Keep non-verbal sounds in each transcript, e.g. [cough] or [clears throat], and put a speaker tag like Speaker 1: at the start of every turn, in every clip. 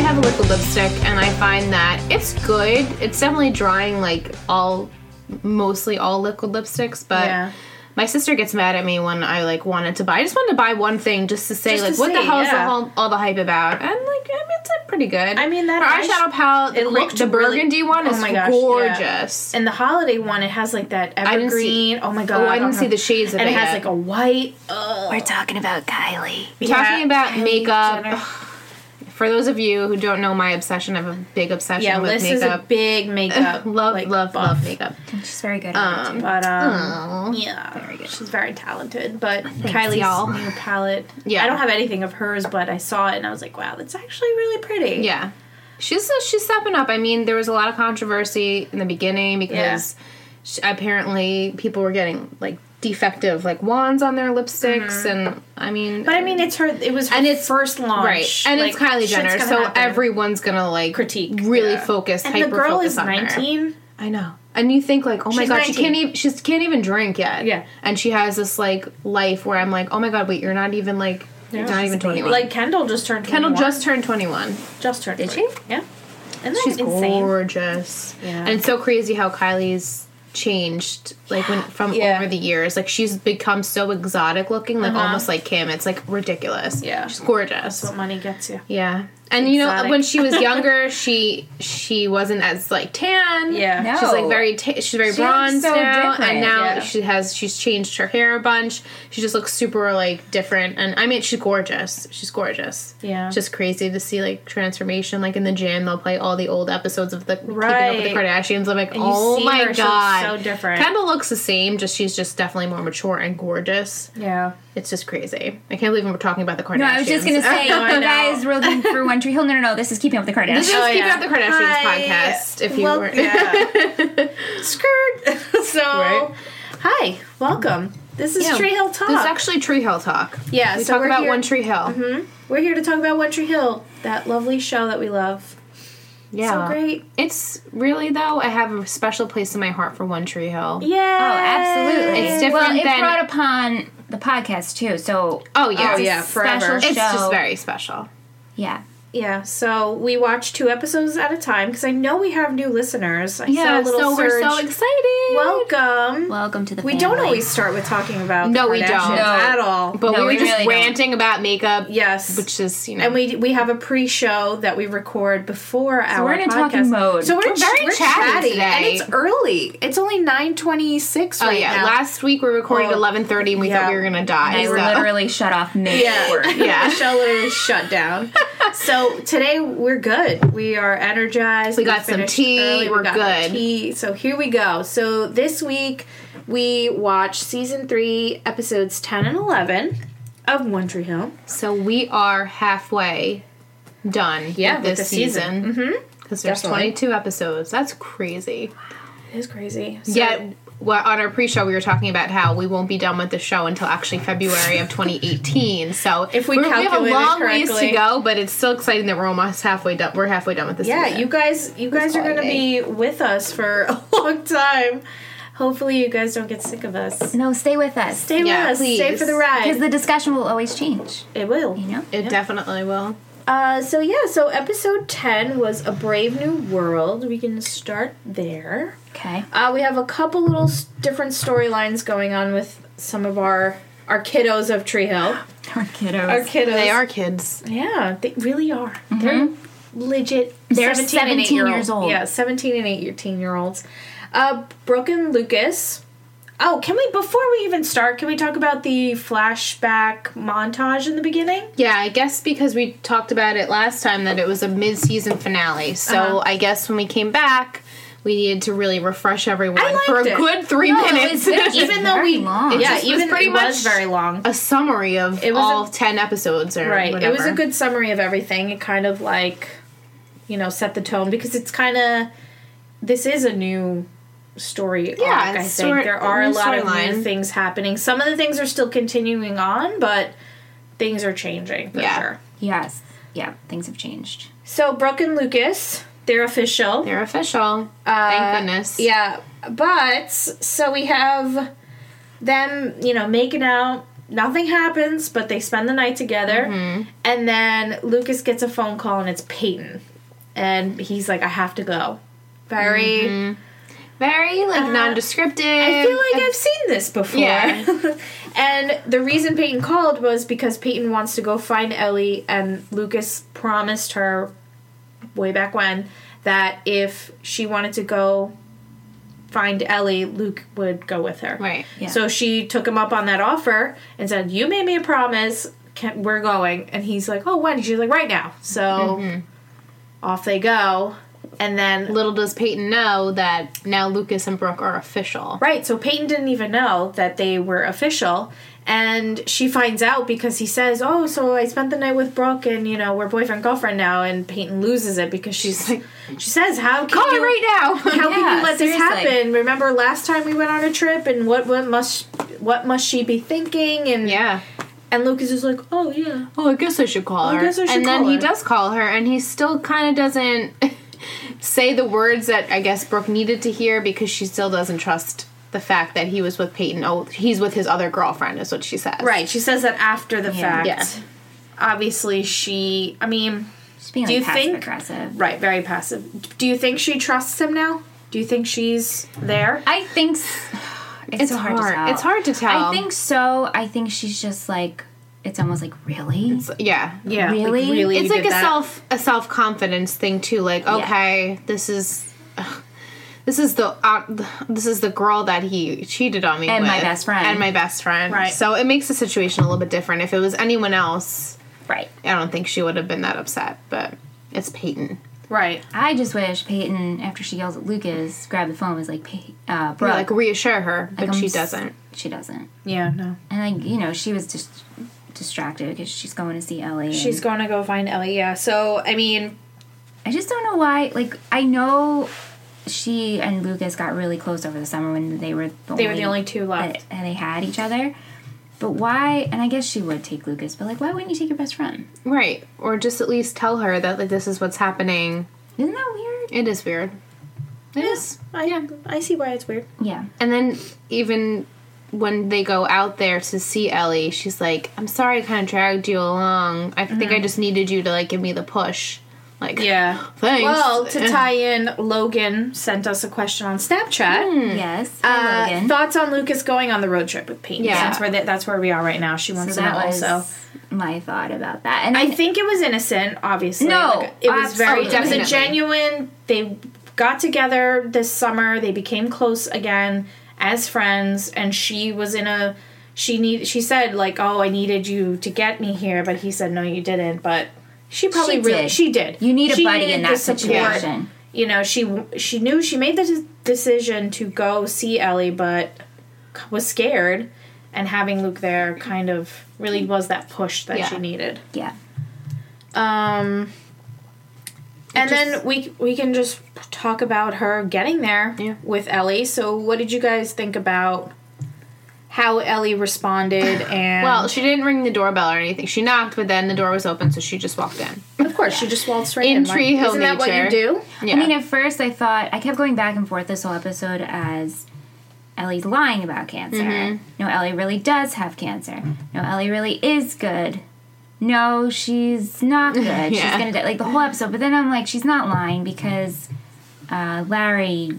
Speaker 1: have it with the lipstick, and I find that it's good. It's definitely drying like all, mostly all liquid lipsticks, but.
Speaker 2: Yeah.
Speaker 1: My sister gets mad at me when I like wanted to buy. I just wanted to buy one thing just to say
Speaker 2: Just
Speaker 1: like,
Speaker 2: to
Speaker 1: what the
Speaker 2: see,
Speaker 1: hell is the
Speaker 2: yeah.
Speaker 1: whole, all the hype about? And like, I mean, it's like, pretty good.
Speaker 2: I mean, that
Speaker 1: her
Speaker 2: eyes-
Speaker 1: eyeshadow palette,
Speaker 2: it
Speaker 1: the, cre-
Speaker 2: looked
Speaker 1: the
Speaker 2: really-
Speaker 1: burgundy one,
Speaker 2: oh
Speaker 1: is
Speaker 2: my gosh, yeah.
Speaker 1: gorgeous.
Speaker 2: And the holiday one, it has like that
Speaker 1: didn't see-
Speaker 2: evergreen. Oh my god!
Speaker 1: oh, I didn't
Speaker 2: don't
Speaker 1: see
Speaker 2: know.
Speaker 1: the shades of
Speaker 2: And
Speaker 1: it
Speaker 2: it has
Speaker 1: yet.
Speaker 2: like a white. Ugh.
Speaker 1: We're talking about Kylie. We're
Speaker 2: Yeah,
Speaker 1: talking about
Speaker 2: Kylie
Speaker 1: makeup.
Speaker 2: Jenner.
Speaker 1: [sighs] For those of you who don't know my obsession, I have a big obsession
Speaker 2: Yeah,
Speaker 1: with
Speaker 2: Liz is a
Speaker 1: makeup.
Speaker 2: big
Speaker 1: [laughs]
Speaker 2: makeup.
Speaker 1: love,
Speaker 2: like,
Speaker 1: love,
Speaker 2: buff.
Speaker 1: love Hmm. makeup.
Speaker 3: She's very good. at it, too.
Speaker 2: But um,
Speaker 1: Aw.
Speaker 2: yeah, she's very talented. But Kylie's
Speaker 1: y'all.
Speaker 2: new palette.
Speaker 1: Yeah.
Speaker 2: I don't have anything of hers, but I saw it and I was like, wow, that's actually really pretty.
Speaker 1: Yeah. She's uh, she's stepping up. I mean, there was a lot of controversy in the beginning because sh apparently people were getting like defective like wands on their lipsticks and I mean
Speaker 2: Mm-hmm. But I mean, it's her. It was her
Speaker 1: And it's-
Speaker 2: first launch,
Speaker 1: right. And it's
Speaker 2: Like,
Speaker 1: Kylie
Speaker 2: shit's
Speaker 1: Jenner,
Speaker 2: gonna
Speaker 1: so
Speaker 2: happen.
Speaker 1: everyone's going to like
Speaker 2: Critique,
Speaker 1: really
Speaker 2: yeah.
Speaker 1: focus
Speaker 2: and the
Speaker 1: hyper
Speaker 2: girl
Speaker 1: focus
Speaker 2: is
Speaker 1: on her.
Speaker 2: nineteen.
Speaker 1: I know. And you think like, oh my
Speaker 2: She's
Speaker 1: god, she
Speaker 2: 19.
Speaker 1: can't even she can't even drink yet.
Speaker 2: Yeah.
Speaker 1: And she has this like life where I'm like, oh my god, wait, you're not even like, you're not
Speaker 2: she's
Speaker 1: even 21.
Speaker 2: Like Kendall just turned.
Speaker 1: Kendall
Speaker 2: 21.
Speaker 1: just turned 21.
Speaker 2: just turned.
Speaker 3: Did
Speaker 2: 21. Yeah. Isn't that
Speaker 1: She's
Speaker 2: insane?
Speaker 1: gorgeous.
Speaker 2: Yeah.
Speaker 1: And it's so crazy how Kylie's changed like when from
Speaker 2: Yeah. Uh-huh.
Speaker 1: over the years. Like she's become so exotic looking, like almost like Kim. It's like ridiculous.
Speaker 2: Yeah.
Speaker 1: She's gorgeous.
Speaker 2: That's what money gets you.
Speaker 1: Yeah. And you know
Speaker 2: Exotic.
Speaker 1: when she
Speaker 2: [laughs]
Speaker 1: was younger, she she wasn't as like tan.
Speaker 2: Yeah.
Speaker 3: No.
Speaker 1: She's like very ta she's very
Speaker 3: She looks
Speaker 1: bronze
Speaker 3: so
Speaker 1: now, and
Speaker 3: different.
Speaker 1: now
Speaker 2: Yeah.
Speaker 1: she has she's changed her hair a bunch. She just looks super like different, and I mean she's gorgeous. She's gorgeous.
Speaker 2: Yeah.
Speaker 1: It's just crazy to see like transformation. Like in the gym, they'll play all the old episodes of the Keeping Up with
Speaker 2: Right.
Speaker 1: the Kardashians. I'm like,
Speaker 2: you
Speaker 1: oh
Speaker 2: see
Speaker 1: my
Speaker 2: her, she looks
Speaker 1: god,
Speaker 2: so different.
Speaker 1: Kind of looks the same, just she's just definitely more mature and gorgeous.
Speaker 2: Yeah.
Speaker 1: It's just crazy. I can't believe we're talking about the Kardashians.
Speaker 3: No, I was just gonna say,
Speaker 2: I know.
Speaker 3: you guys rolling through One Tree Hill. No, no, no. This is Keeping Up with the Kardashians.
Speaker 1: This is
Speaker 2: Oh,
Speaker 1: Keeping
Speaker 2: yeah.
Speaker 1: Up the Kardashians
Speaker 2: Hi.
Speaker 1: podcast. If you
Speaker 2: Well,
Speaker 1: weren't, [laughs]
Speaker 2: Skirt. [laughs] so,
Speaker 1: Right.
Speaker 2: hi, welcome. This is
Speaker 1: Yeah.
Speaker 2: Tree Hill Talk.
Speaker 1: This is actually Tree Hill talk.
Speaker 2: Yeah,
Speaker 1: we
Speaker 2: so
Speaker 1: talk
Speaker 2: we're
Speaker 1: about
Speaker 2: here- Mm-hmm.
Speaker 1: One Tree Hill.
Speaker 2: We're here to talk about One Tree Hill, that lovely show that we love.
Speaker 1: Yeah,
Speaker 2: So great.
Speaker 1: It's really though. I have a special place in my heart for One Tree Hill.
Speaker 2: Yeah.
Speaker 3: Oh, absolutely.
Speaker 1: It's different
Speaker 3: Well, it
Speaker 1: than-
Speaker 3: brought upon the podcast too. So
Speaker 1: Oh yeah,
Speaker 2: Oh, yeah,
Speaker 3: it's a
Speaker 2: forever.
Speaker 3: Special
Speaker 1: It's
Speaker 3: show.
Speaker 1: just very special.
Speaker 3: yeah.
Speaker 2: Yeah, so we watch two episodes at a time because I know we have new listeners. I saw
Speaker 1: Yeah,
Speaker 2: a little
Speaker 1: so we're so
Speaker 2: surge.
Speaker 1: excited.
Speaker 2: Welcome.
Speaker 3: Welcome to the.
Speaker 2: we don't
Speaker 3: family.
Speaker 2: always start with talking about
Speaker 1: No,
Speaker 2: the
Speaker 1: we don't.
Speaker 2: Kardashians
Speaker 3: No.
Speaker 2: at all.
Speaker 1: but
Speaker 3: No,
Speaker 1: we were
Speaker 3: we
Speaker 1: just
Speaker 3: really don't.
Speaker 1: ranting about makeup.
Speaker 2: yes,
Speaker 1: which is you know,
Speaker 2: and we we have a pre-show that we record before our
Speaker 3: we're in a
Speaker 2: podcast.
Speaker 3: talking mode.
Speaker 2: So we're,
Speaker 1: We're very
Speaker 2: very we're
Speaker 1: chatty
Speaker 2: chatty,
Speaker 1: today.
Speaker 2: and it's early. It's only nine twenty six
Speaker 1: oh
Speaker 2: right
Speaker 1: yeah.
Speaker 2: now.
Speaker 1: Last week we recorded
Speaker 2: Well,
Speaker 1: eleven thirty, and we thought
Speaker 2: yeah.
Speaker 1: we were gonna die.
Speaker 3: They were
Speaker 1: so-
Speaker 3: literally shut off mid
Speaker 2: [laughs]
Speaker 3: work.
Speaker 2: yeah,
Speaker 1: Yeah.
Speaker 2: yeah. the show literally
Speaker 1: [laughs]
Speaker 2: shut down. so today we're good. We are energized. We,
Speaker 1: got some
Speaker 2: finished
Speaker 1: tea.
Speaker 2: early.
Speaker 1: We're
Speaker 2: we got our
Speaker 1: good.
Speaker 2: Tea. So here we go. So this week we watch season three, episodes ten and eleven of One Tree Hill.
Speaker 1: So we are halfway done.
Speaker 2: Yeah,
Speaker 1: with
Speaker 2: with
Speaker 1: this
Speaker 2: the
Speaker 1: season.
Speaker 2: season.
Speaker 1: Mm-hmm. Because there's
Speaker 2: Definitely.
Speaker 1: 22 episodes. That's crazy.
Speaker 2: It is crazy. So,
Speaker 1: Yet, well, on our pre-show, we were talking about how we won't be done with the show until actually February of 2018. So
Speaker 2: [laughs] If we
Speaker 1: we're- we
Speaker 2: calculate it
Speaker 1: have a long ways to
Speaker 2: correctly.
Speaker 1: go, but it's still exciting that we're almost halfway done. We're halfway done with this.
Speaker 2: Yeah,
Speaker 1: season.
Speaker 2: you guys, you guys are going to be with us for [laughs] a long time. Hopefully, you guys don't get sick of us.
Speaker 3: No, stay with us.
Speaker 2: Stay
Speaker 1: Yeah,
Speaker 2: with us. Stay
Speaker 1: please.
Speaker 2: for the
Speaker 3: because
Speaker 2: ride.
Speaker 3: the discussion will always change.
Speaker 2: it will.
Speaker 3: You know.
Speaker 1: It definitely will.
Speaker 2: Uh, so yeah, so episode ten was a brave new world. We can start there.
Speaker 3: Okay.
Speaker 2: Uh, we have a couple little s- different storylines going on with some of our our kiddos of Tree Hill.
Speaker 3: Our kiddos.
Speaker 2: Our kiddos,
Speaker 1: They are kids.
Speaker 2: Yeah, they really are. They're legit.
Speaker 3: They're
Speaker 2: 17, and
Speaker 3: 17
Speaker 2: eight-year-old.
Speaker 3: years old.
Speaker 2: Yeah, seventeen and eighteen year olds. Uh, Brooke and Lucas. Oh, can we before we even start? Can we talk about the flashback montage in the beginning?
Speaker 1: Yeah, I guess because we talked about it last time that it was a mid-season finale. So
Speaker 2: Uh-huh.
Speaker 1: I guess when we came back, we needed to really refresh everyone
Speaker 2: I
Speaker 1: for a
Speaker 2: liked it.
Speaker 1: good three
Speaker 3: No, it
Speaker 1: minutes.
Speaker 3: was good.
Speaker 2: Even though
Speaker 3: Very
Speaker 2: we,
Speaker 3: long.
Speaker 1: It
Speaker 2: yeah,
Speaker 1: just was
Speaker 2: even
Speaker 1: pretty
Speaker 2: it
Speaker 1: much
Speaker 2: was very long.
Speaker 1: [laughs] a summary of
Speaker 2: It was
Speaker 1: all
Speaker 2: a-
Speaker 1: ten episodes, or
Speaker 2: Right. It was a
Speaker 1: whatever.
Speaker 2: good summary of everything. It kind of like, you know, set the tone because it's kind of this is a new story
Speaker 1: Yeah,
Speaker 2: arc. I
Speaker 1: it's
Speaker 2: think
Speaker 1: sort-
Speaker 2: there are
Speaker 1: a
Speaker 2: a
Speaker 1: new
Speaker 2: lot of
Speaker 1: storyline.
Speaker 2: new things happening. Some of the things are still continuing on, but things are changing for
Speaker 1: Yeah.
Speaker 2: sure.
Speaker 3: Yes. Yeah. Things have changed.
Speaker 2: So Brooke and Lucas, they're official.
Speaker 1: They're official.
Speaker 2: Uh,
Speaker 1: Thank goodness.
Speaker 2: Yeah, but so we have them, you know, making out. nothing happens, but they spend the night together.
Speaker 1: Mm-hmm.
Speaker 2: And then Lucas gets a phone call and it's Peyton. And he's like, I have to go. Very.
Speaker 1: Mm-hmm. Very like non-descriptive.
Speaker 2: Uh, I feel like I've seen this before.
Speaker 1: Yeah.
Speaker 2: [laughs] and the reason Peyton called was because Peyton wants to go find Ellie, and Lucas promised her way back when that if she wanted to go find Ellie, Luke would go with her.
Speaker 1: right.
Speaker 3: Yeah.
Speaker 2: So she took him up on that offer and said, "You made me a promise. Can, we're going." And he's like, "Oh, when?" She's like, "Right now." So off they go, and then
Speaker 1: Little does Peyton know that now Lucas and Brooke are official.
Speaker 2: Right, so Peyton didn't even know that they were official. And she finds out because he says, Oh, so I spent the night with Brooke and, you know, we're boyfriend girlfriend now. And Peyton loses it because she's like, [laughs] She says, How can
Speaker 1: Call
Speaker 2: you,
Speaker 1: it right now.
Speaker 2: how can
Speaker 3: Yeah,
Speaker 2: you let this
Speaker 3: seriously.
Speaker 2: happen? Remember last time we went on a trip and what, what must what must she be thinking?
Speaker 1: [laughs]
Speaker 2: And
Speaker 1: yeah.
Speaker 2: and Lucas is like, Oh, yeah.
Speaker 1: Oh, I guess I should call
Speaker 2: I
Speaker 1: her.
Speaker 2: guess I should
Speaker 1: and then
Speaker 2: call
Speaker 1: he
Speaker 2: her.
Speaker 1: does call her, and he still kind of doesn't [laughs] say the words that I guess Brooke needed to hear because she still doesn't trust the fact that he was with Peyton. Oh, he's with his other girlfriend, is what she says.
Speaker 2: Right, she says that after the
Speaker 3: Yeah.
Speaker 2: fact.
Speaker 1: Yeah.
Speaker 2: Obviously, she, I mean,
Speaker 3: She's being
Speaker 2: Do
Speaker 3: like
Speaker 2: you
Speaker 3: passive
Speaker 2: think-
Speaker 3: aggressive.
Speaker 2: Right, very passive. Do you think she trusts him now? Do you think she's there?
Speaker 3: I think s- [sighs] it's,
Speaker 1: It's
Speaker 3: so hard.
Speaker 1: hard.
Speaker 3: to tell.
Speaker 1: It's hard to tell.
Speaker 3: I think so. I think she's just like it's almost like really.
Speaker 1: So- yeah.
Speaker 2: Yeah.
Speaker 3: Really?
Speaker 2: really
Speaker 1: It's
Speaker 2: you
Speaker 1: like
Speaker 2: did
Speaker 1: a
Speaker 2: that?
Speaker 1: self a self confidence thing too. Like,
Speaker 3: Yeah.
Speaker 1: okay, this is. [sighs] ugh, This is the uh, this is the girl that he cheated on me
Speaker 3: And
Speaker 1: with,
Speaker 3: my best friend.
Speaker 1: and my best friend.
Speaker 2: Right.
Speaker 1: So it makes the situation a little bit different. If it was anyone else,
Speaker 3: right.
Speaker 1: I don't think she would have been that upset, but it's Peyton.
Speaker 2: Right.
Speaker 3: I just wish Peyton, after she yells at Lucas, grabbed the phone. and Was like, Pey- uh,
Speaker 1: You,
Speaker 3: bro,
Speaker 1: like reassure her, but she doesn't.
Speaker 3: She doesn't.
Speaker 2: Yeah, no.
Speaker 3: And like you know, she was just distracted because she's going to see Ellie.
Speaker 2: She's
Speaker 3: and
Speaker 2: going to go find Ellie, yeah. So, I mean,
Speaker 3: I just don't know why. Like I know she and Lucas got really close over the summer when they were the
Speaker 2: they were the only two left.
Speaker 3: and they had each other. But why? And I guess she would take Lucas, but like, why wouldn't you take your best friend?
Speaker 1: Right. Or just at least tell her that like this is what's happening.
Speaker 3: Isn't that weird?
Speaker 1: It is weird. It is.
Speaker 2: I, I see why it's weird.
Speaker 3: Yeah.
Speaker 1: And then even when they go out there to see Ellie, she's like, "I'm sorry, I kind of dragged you along. I think I just needed you to like give me the push." Like,
Speaker 2: Mm-hmm. Yeah.
Speaker 1: thanks.
Speaker 2: [laughs]
Speaker 1: Uh,
Speaker 2: Well, to tie in, Logan sent us a question on Snapchat.
Speaker 3: Yes.
Speaker 2: Uh,
Speaker 3: Hi, Hmm. Logan.
Speaker 2: thoughts on Lucas going on the road trip with Peyton?
Speaker 1: Yeah.
Speaker 2: Since we're th- that's where we are right now. She wants
Speaker 3: so
Speaker 2: to know
Speaker 3: that was
Speaker 2: also.
Speaker 3: my thought about that. And
Speaker 2: I
Speaker 3: I,
Speaker 2: think it was innocent, obviously.
Speaker 3: No, Oh,
Speaker 2: Like, it was very. It was
Speaker 1: absolutely.
Speaker 2: a genuine. They got together this summer. They became close again as friends, and she was in a. She need. She said like, "Oh, I needed you to get me here," but he said, "No, you didn't." But she probably
Speaker 3: She
Speaker 2: really.
Speaker 3: did.
Speaker 2: She did.
Speaker 3: you need a
Speaker 2: She
Speaker 3: buddy
Speaker 2: needed
Speaker 3: in
Speaker 2: the
Speaker 3: that
Speaker 2: support.
Speaker 3: situation.
Speaker 2: You know, she she knew she made the de- decision to go see Ellie, but was scared. And having Luke there kind of really was that push that
Speaker 1: Yeah.
Speaker 2: she needed.
Speaker 3: Yeah.
Speaker 2: Um, and
Speaker 1: just-
Speaker 2: then we we can just talk about her getting there
Speaker 1: Yeah.
Speaker 2: with Ellie. So, what did you guys think about how Ellie responded?
Speaker 1: [sighs]
Speaker 2: And
Speaker 1: well, she didn't ring the doorbell or anything. She knocked, but then the door was open, so she just walked in.
Speaker 2: of course, she just waltzed right
Speaker 1: In
Speaker 2: in. right?
Speaker 1: Tree Hill
Speaker 2: Isn't that what
Speaker 1: nature.
Speaker 2: you do?
Speaker 1: Yeah.
Speaker 3: I mean, at first I thought I kept going back and forth this whole episode as Ellie's lying about cancer.
Speaker 2: Mm-hmm.
Speaker 3: No, Ellie really does have cancer. No, Ellie really is good. No,
Speaker 2: [laughs]
Speaker 3: she's not good. She's
Speaker 1: Yeah.
Speaker 3: gonna die. Like the whole episode. But then I'm like, she's not lying because uh, Larry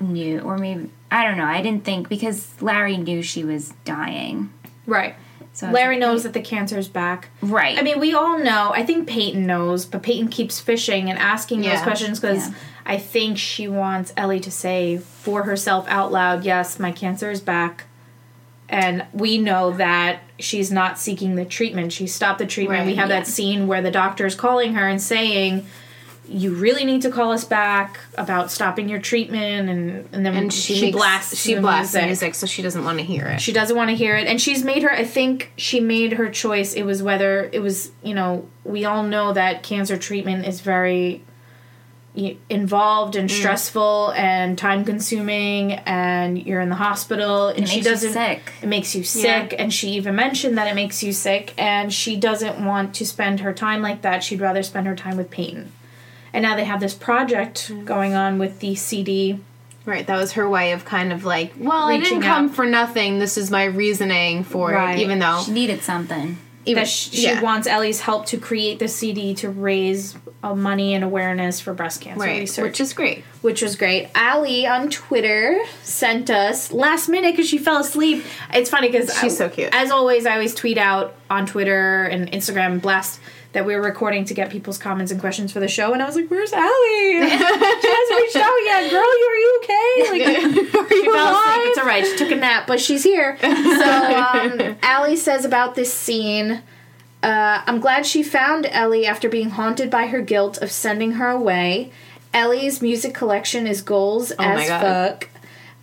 Speaker 3: knew, or maybe I don't know. I didn't think because Larry knew she was dying.
Speaker 2: Right.
Speaker 3: So I was
Speaker 2: Larry
Speaker 3: like,
Speaker 2: knows that the cancer's back.
Speaker 3: right.
Speaker 2: I mean, we all know. I think Peyton knows, but Peyton keeps fishing and asking those
Speaker 1: Yeah.
Speaker 2: questions because
Speaker 3: Yeah.
Speaker 2: I think she wants Ellie to say for herself out loud, "Yes, my cancer is back," and we know that she's not seeking the treatment. She stopped the treatment.
Speaker 1: Right,
Speaker 2: we have
Speaker 3: yeah.
Speaker 2: that scene where the doctor is calling her and saying. You really need to call us back about stopping your treatment, and and then
Speaker 1: And
Speaker 2: she,
Speaker 1: she, makes,
Speaker 2: blasts
Speaker 1: she
Speaker 2: the
Speaker 1: blasts the
Speaker 2: music.
Speaker 1: music, so she doesn't want to hear it.
Speaker 2: She doesn't want to hear it. And she's made her, I think she made her choice. It was whether, it was, you know, we all know that cancer treatment is very y- involved
Speaker 3: Mm.
Speaker 2: and stressful and time consuming and you're in the hospital and
Speaker 3: It
Speaker 2: she
Speaker 3: makes you
Speaker 2: doesn't
Speaker 3: sick.
Speaker 2: it makes you sick and she even mentioned that it makes you sick and she doesn't want to spend her time like that she'd rather
Speaker 3: Mm.
Speaker 2: spend her time with Peyton and now they have this project going on with the CD
Speaker 1: Right, that was her way of kind of like, well, I
Speaker 2: Reaching
Speaker 1: didn't come
Speaker 2: out.
Speaker 1: for nothing. This is my reasoning for
Speaker 2: Right.
Speaker 1: it, even though
Speaker 3: She needed something.
Speaker 1: even,
Speaker 2: that sh- she
Speaker 1: yeah.
Speaker 2: wants Ellie's help to create the CD to raise uh, money and awareness for breast cancer
Speaker 1: right,
Speaker 2: research,
Speaker 1: which is [laughs] great.
Speaker 2: which was great. Allie on Twitter sent us last minute because she fell asleep. It's funny because
Speaker 1: She's so cute.
Speaker 2: As always, I always tweet out on Twitter and Instagram blast that we were recording to get people's comments and questions for the show, and I was like, "Where's Allie? [laughs] she hasn't reached out yet, girl. You are you okay?" Like,
Speaker 1: She
Speaker 2: she fell asleep. It's all right. She took a nap, but she's [laughs] here. So, um, Allie says about this scene. Uh, I'm glad she found Ellie after being haunted by her guilt of sending her away. Ellie's music collection is goals
Speaker 1: my
Speaker 2: as
Speaker 1: God.
Speaker 2: fuck.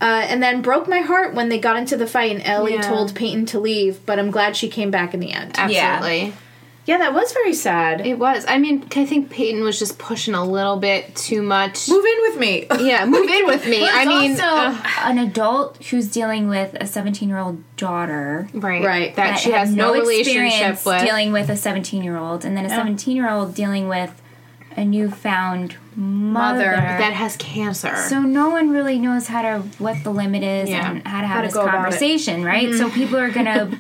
Speaker 2: Uh, and then broke my heart when they got into the fight and Ellie
Speaker 1: Yeah.
Speaker 2: told Peyton to leave, but I'm glad she came back in the end.
Speaker 1: Absolutely.
Speaker 2: Yeah, that was very sad.
Speaker 1: It was. I mean, I think Peyton was just pushing a little bit too much.
Speaker 2: Move in with me. [laughs]
Speaker 1: Yeah, move in with me.
Speaker 3: But
Speaker 1: I
Speaker 3: it's
Speaker 1: mean, uh,
Speaker 3: also
Speaker 1: ugh.
Speaker 3: an adult who's dealing with a 17 year old daughter
Speaker 1: right,
Speaker 2: Right.
Speaker 1: That, she has no, relationship
Speaker 3: experience
Speaker 1: with.
Speaker 3: dealing with a 17 year old, and then
Speaker 2: Oh.
Speaker 3: a 17 year old dealing with a newfound mother.
Speaker 1: that has cancer.
Speaker 3: so no one really knows how to what the limit is
Speaker 1: Yeah. Mm-hmm.
Speaker 3: and how to have
Speaker 2: to
Speaker 3: this
Speaker 2: go about it.
Speaker 3: conversation, right? So people
Speaker 1: [laughs]
Speaker 3: are gonna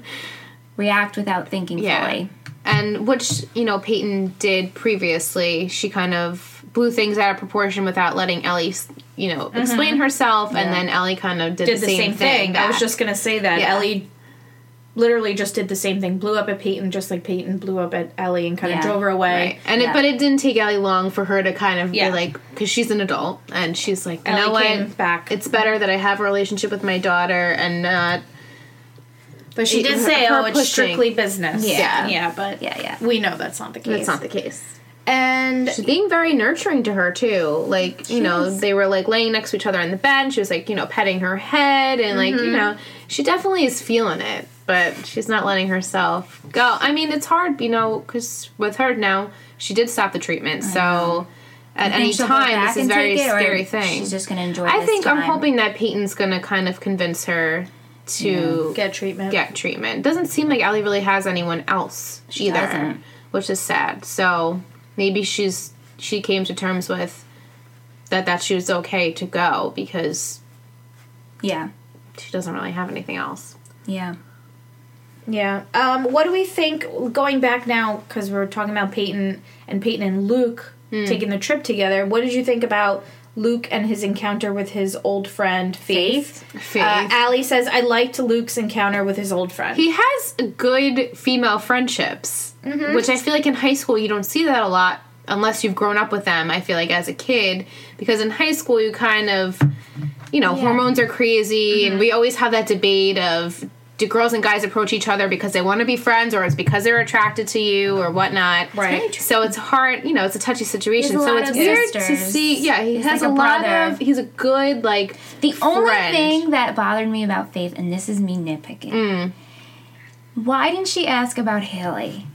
Speaker 3: react without thinking
Speaker 1: Yeah.
Speaker 3: fully.
Speaker 1: and which you know Peyton did previously. She kind of blew things out of proportion without letting Ellie, you know, explain herself, and then Ellie kind of did,
Speaker 2: Mm-hmm. did the same, thing. I was
Speaker 1: back.
Speaker 2: just gonna say that
Speaker 1: Yeah.
Speaker 2: Ellie literally just did the same thing, blew up at Peyton, just like Peyton blew up at Ellie and kind
Speaker 3: Yeah.
Speaker 2: of drove her away.
Speaker 1: Right. And
Speaker 3: Yeah.
Speaker 1: it, but it didn't take Ellie long for her to kind of
Speaker 2: Yeah.
Speaker 1: be like, because she's an adult and she's like, you
Speaker 2: Ellie
Speaker 1: know what?
Speaker 2: came back,
Speaker 1: It's better that I have a relationship with my daughter and not.
Speaker 2: but she
Speaker 1: it-
Speaker 2: did
Speaker 1: her-
Speaker 2: say,
Speaker 1: her
Speaker 2: "Oh, it's
Speaker 1: pushing.
Speaker 2: strictly business."
Speaker 1: Yeah.
Speaker 2: yeah, but
Speaker 3: Yeah, yeah.
Speaker 2: we know that's not the case.
Speaker 1: That's not the case.
Speaker 2: and
Speaker 1: She's being very nurturing to her too. Like you know, they were like laying next to each other on the bed. And she was like you know petting her head and like
Speaker 3: Mm-hmm.
Speaker 1: you know she definitely is feeling it, but she's not letting herself go. I mean, it's hard, you know, because with her now she did stop the treatment, so at
Speaker 3: And
Speaker 1: any
Speaker 3: she'll go
Speaker 1: time
Speaker 3: back
Speaker 1: this is
Speaker 3: and
Speaker 1: very
Speaker 3: take it, or
Speaker 1: scary thing.
Speaker 3: She's just gonna enjoy.
Speaker 1: I
Speaker 3: this
Speaker 1: think I'm
Speaker 3: time.
Speaker 1: hoping that Peyton's gonna kind of convince her to
Speaker 2: get treatment.
Speaker 1: get treatment. Doesn't seem like Allie really has anyone else either,
Speaker 3: doesn't.
Speaker 1: which is sad. So maybe she's she came to terms with that that she was okay to go because
Speaker 3: Yeah,
Speaker 1: she doesn't really have anything else.
Speaker 3: yeah.
Speaker 2: Yeah. Um, what do we think going back now? Because we're talking about Peyton and Peyton and Luke
Speaker 1: Hmm.
Speaker 2: taking the trip together. What did you think about Luke and his encounter with his old friend Faith?
Speaker 1: Faith.
Speaker 2: Uh, Allie says, "I liked Luke's encounter with his old friend."
Speaker 1: He has good female friendships,
Speaker 3: Mm-hmm.
Speaker 1: which I feel like in high school you don't see that a lot unless you've grown up with them. I feel like as a kid because in high school you kind of you know, hormones are crazy
Speaker 3: Mm-hmm.
Speaker 1: and we always have that debate of do girls and guys approach each other because they want to be friends or it's because they're attracted to you or whatnot.
Speaker 2: Right. very true.
Speaker 1: So it's hard, you know, it's a touchy situation.
Speaker 3: He has a
Speaker 1: So
Speaker 3: lot
Speaker 1: it's
Speaker 3: of
Speaker 1: weird to
Speaker 3: sisters.
Speaker 1: see. Yeah, he
Speaker 3: He's
Speaker 1: has
Speaker 3: like
Speaker 1: a,
Speaker 3: a
Speaker 1: lot
Speaker 3: brother.
Speaker 1: of he's a good like
Speaker 3: The only
Speaker 1: friend.
Speaker 3: thing that bothered me about Faith, and this is me nitpicking,
Speaker 2: Mm.
Speaker 3: why didn't she ask about Haley?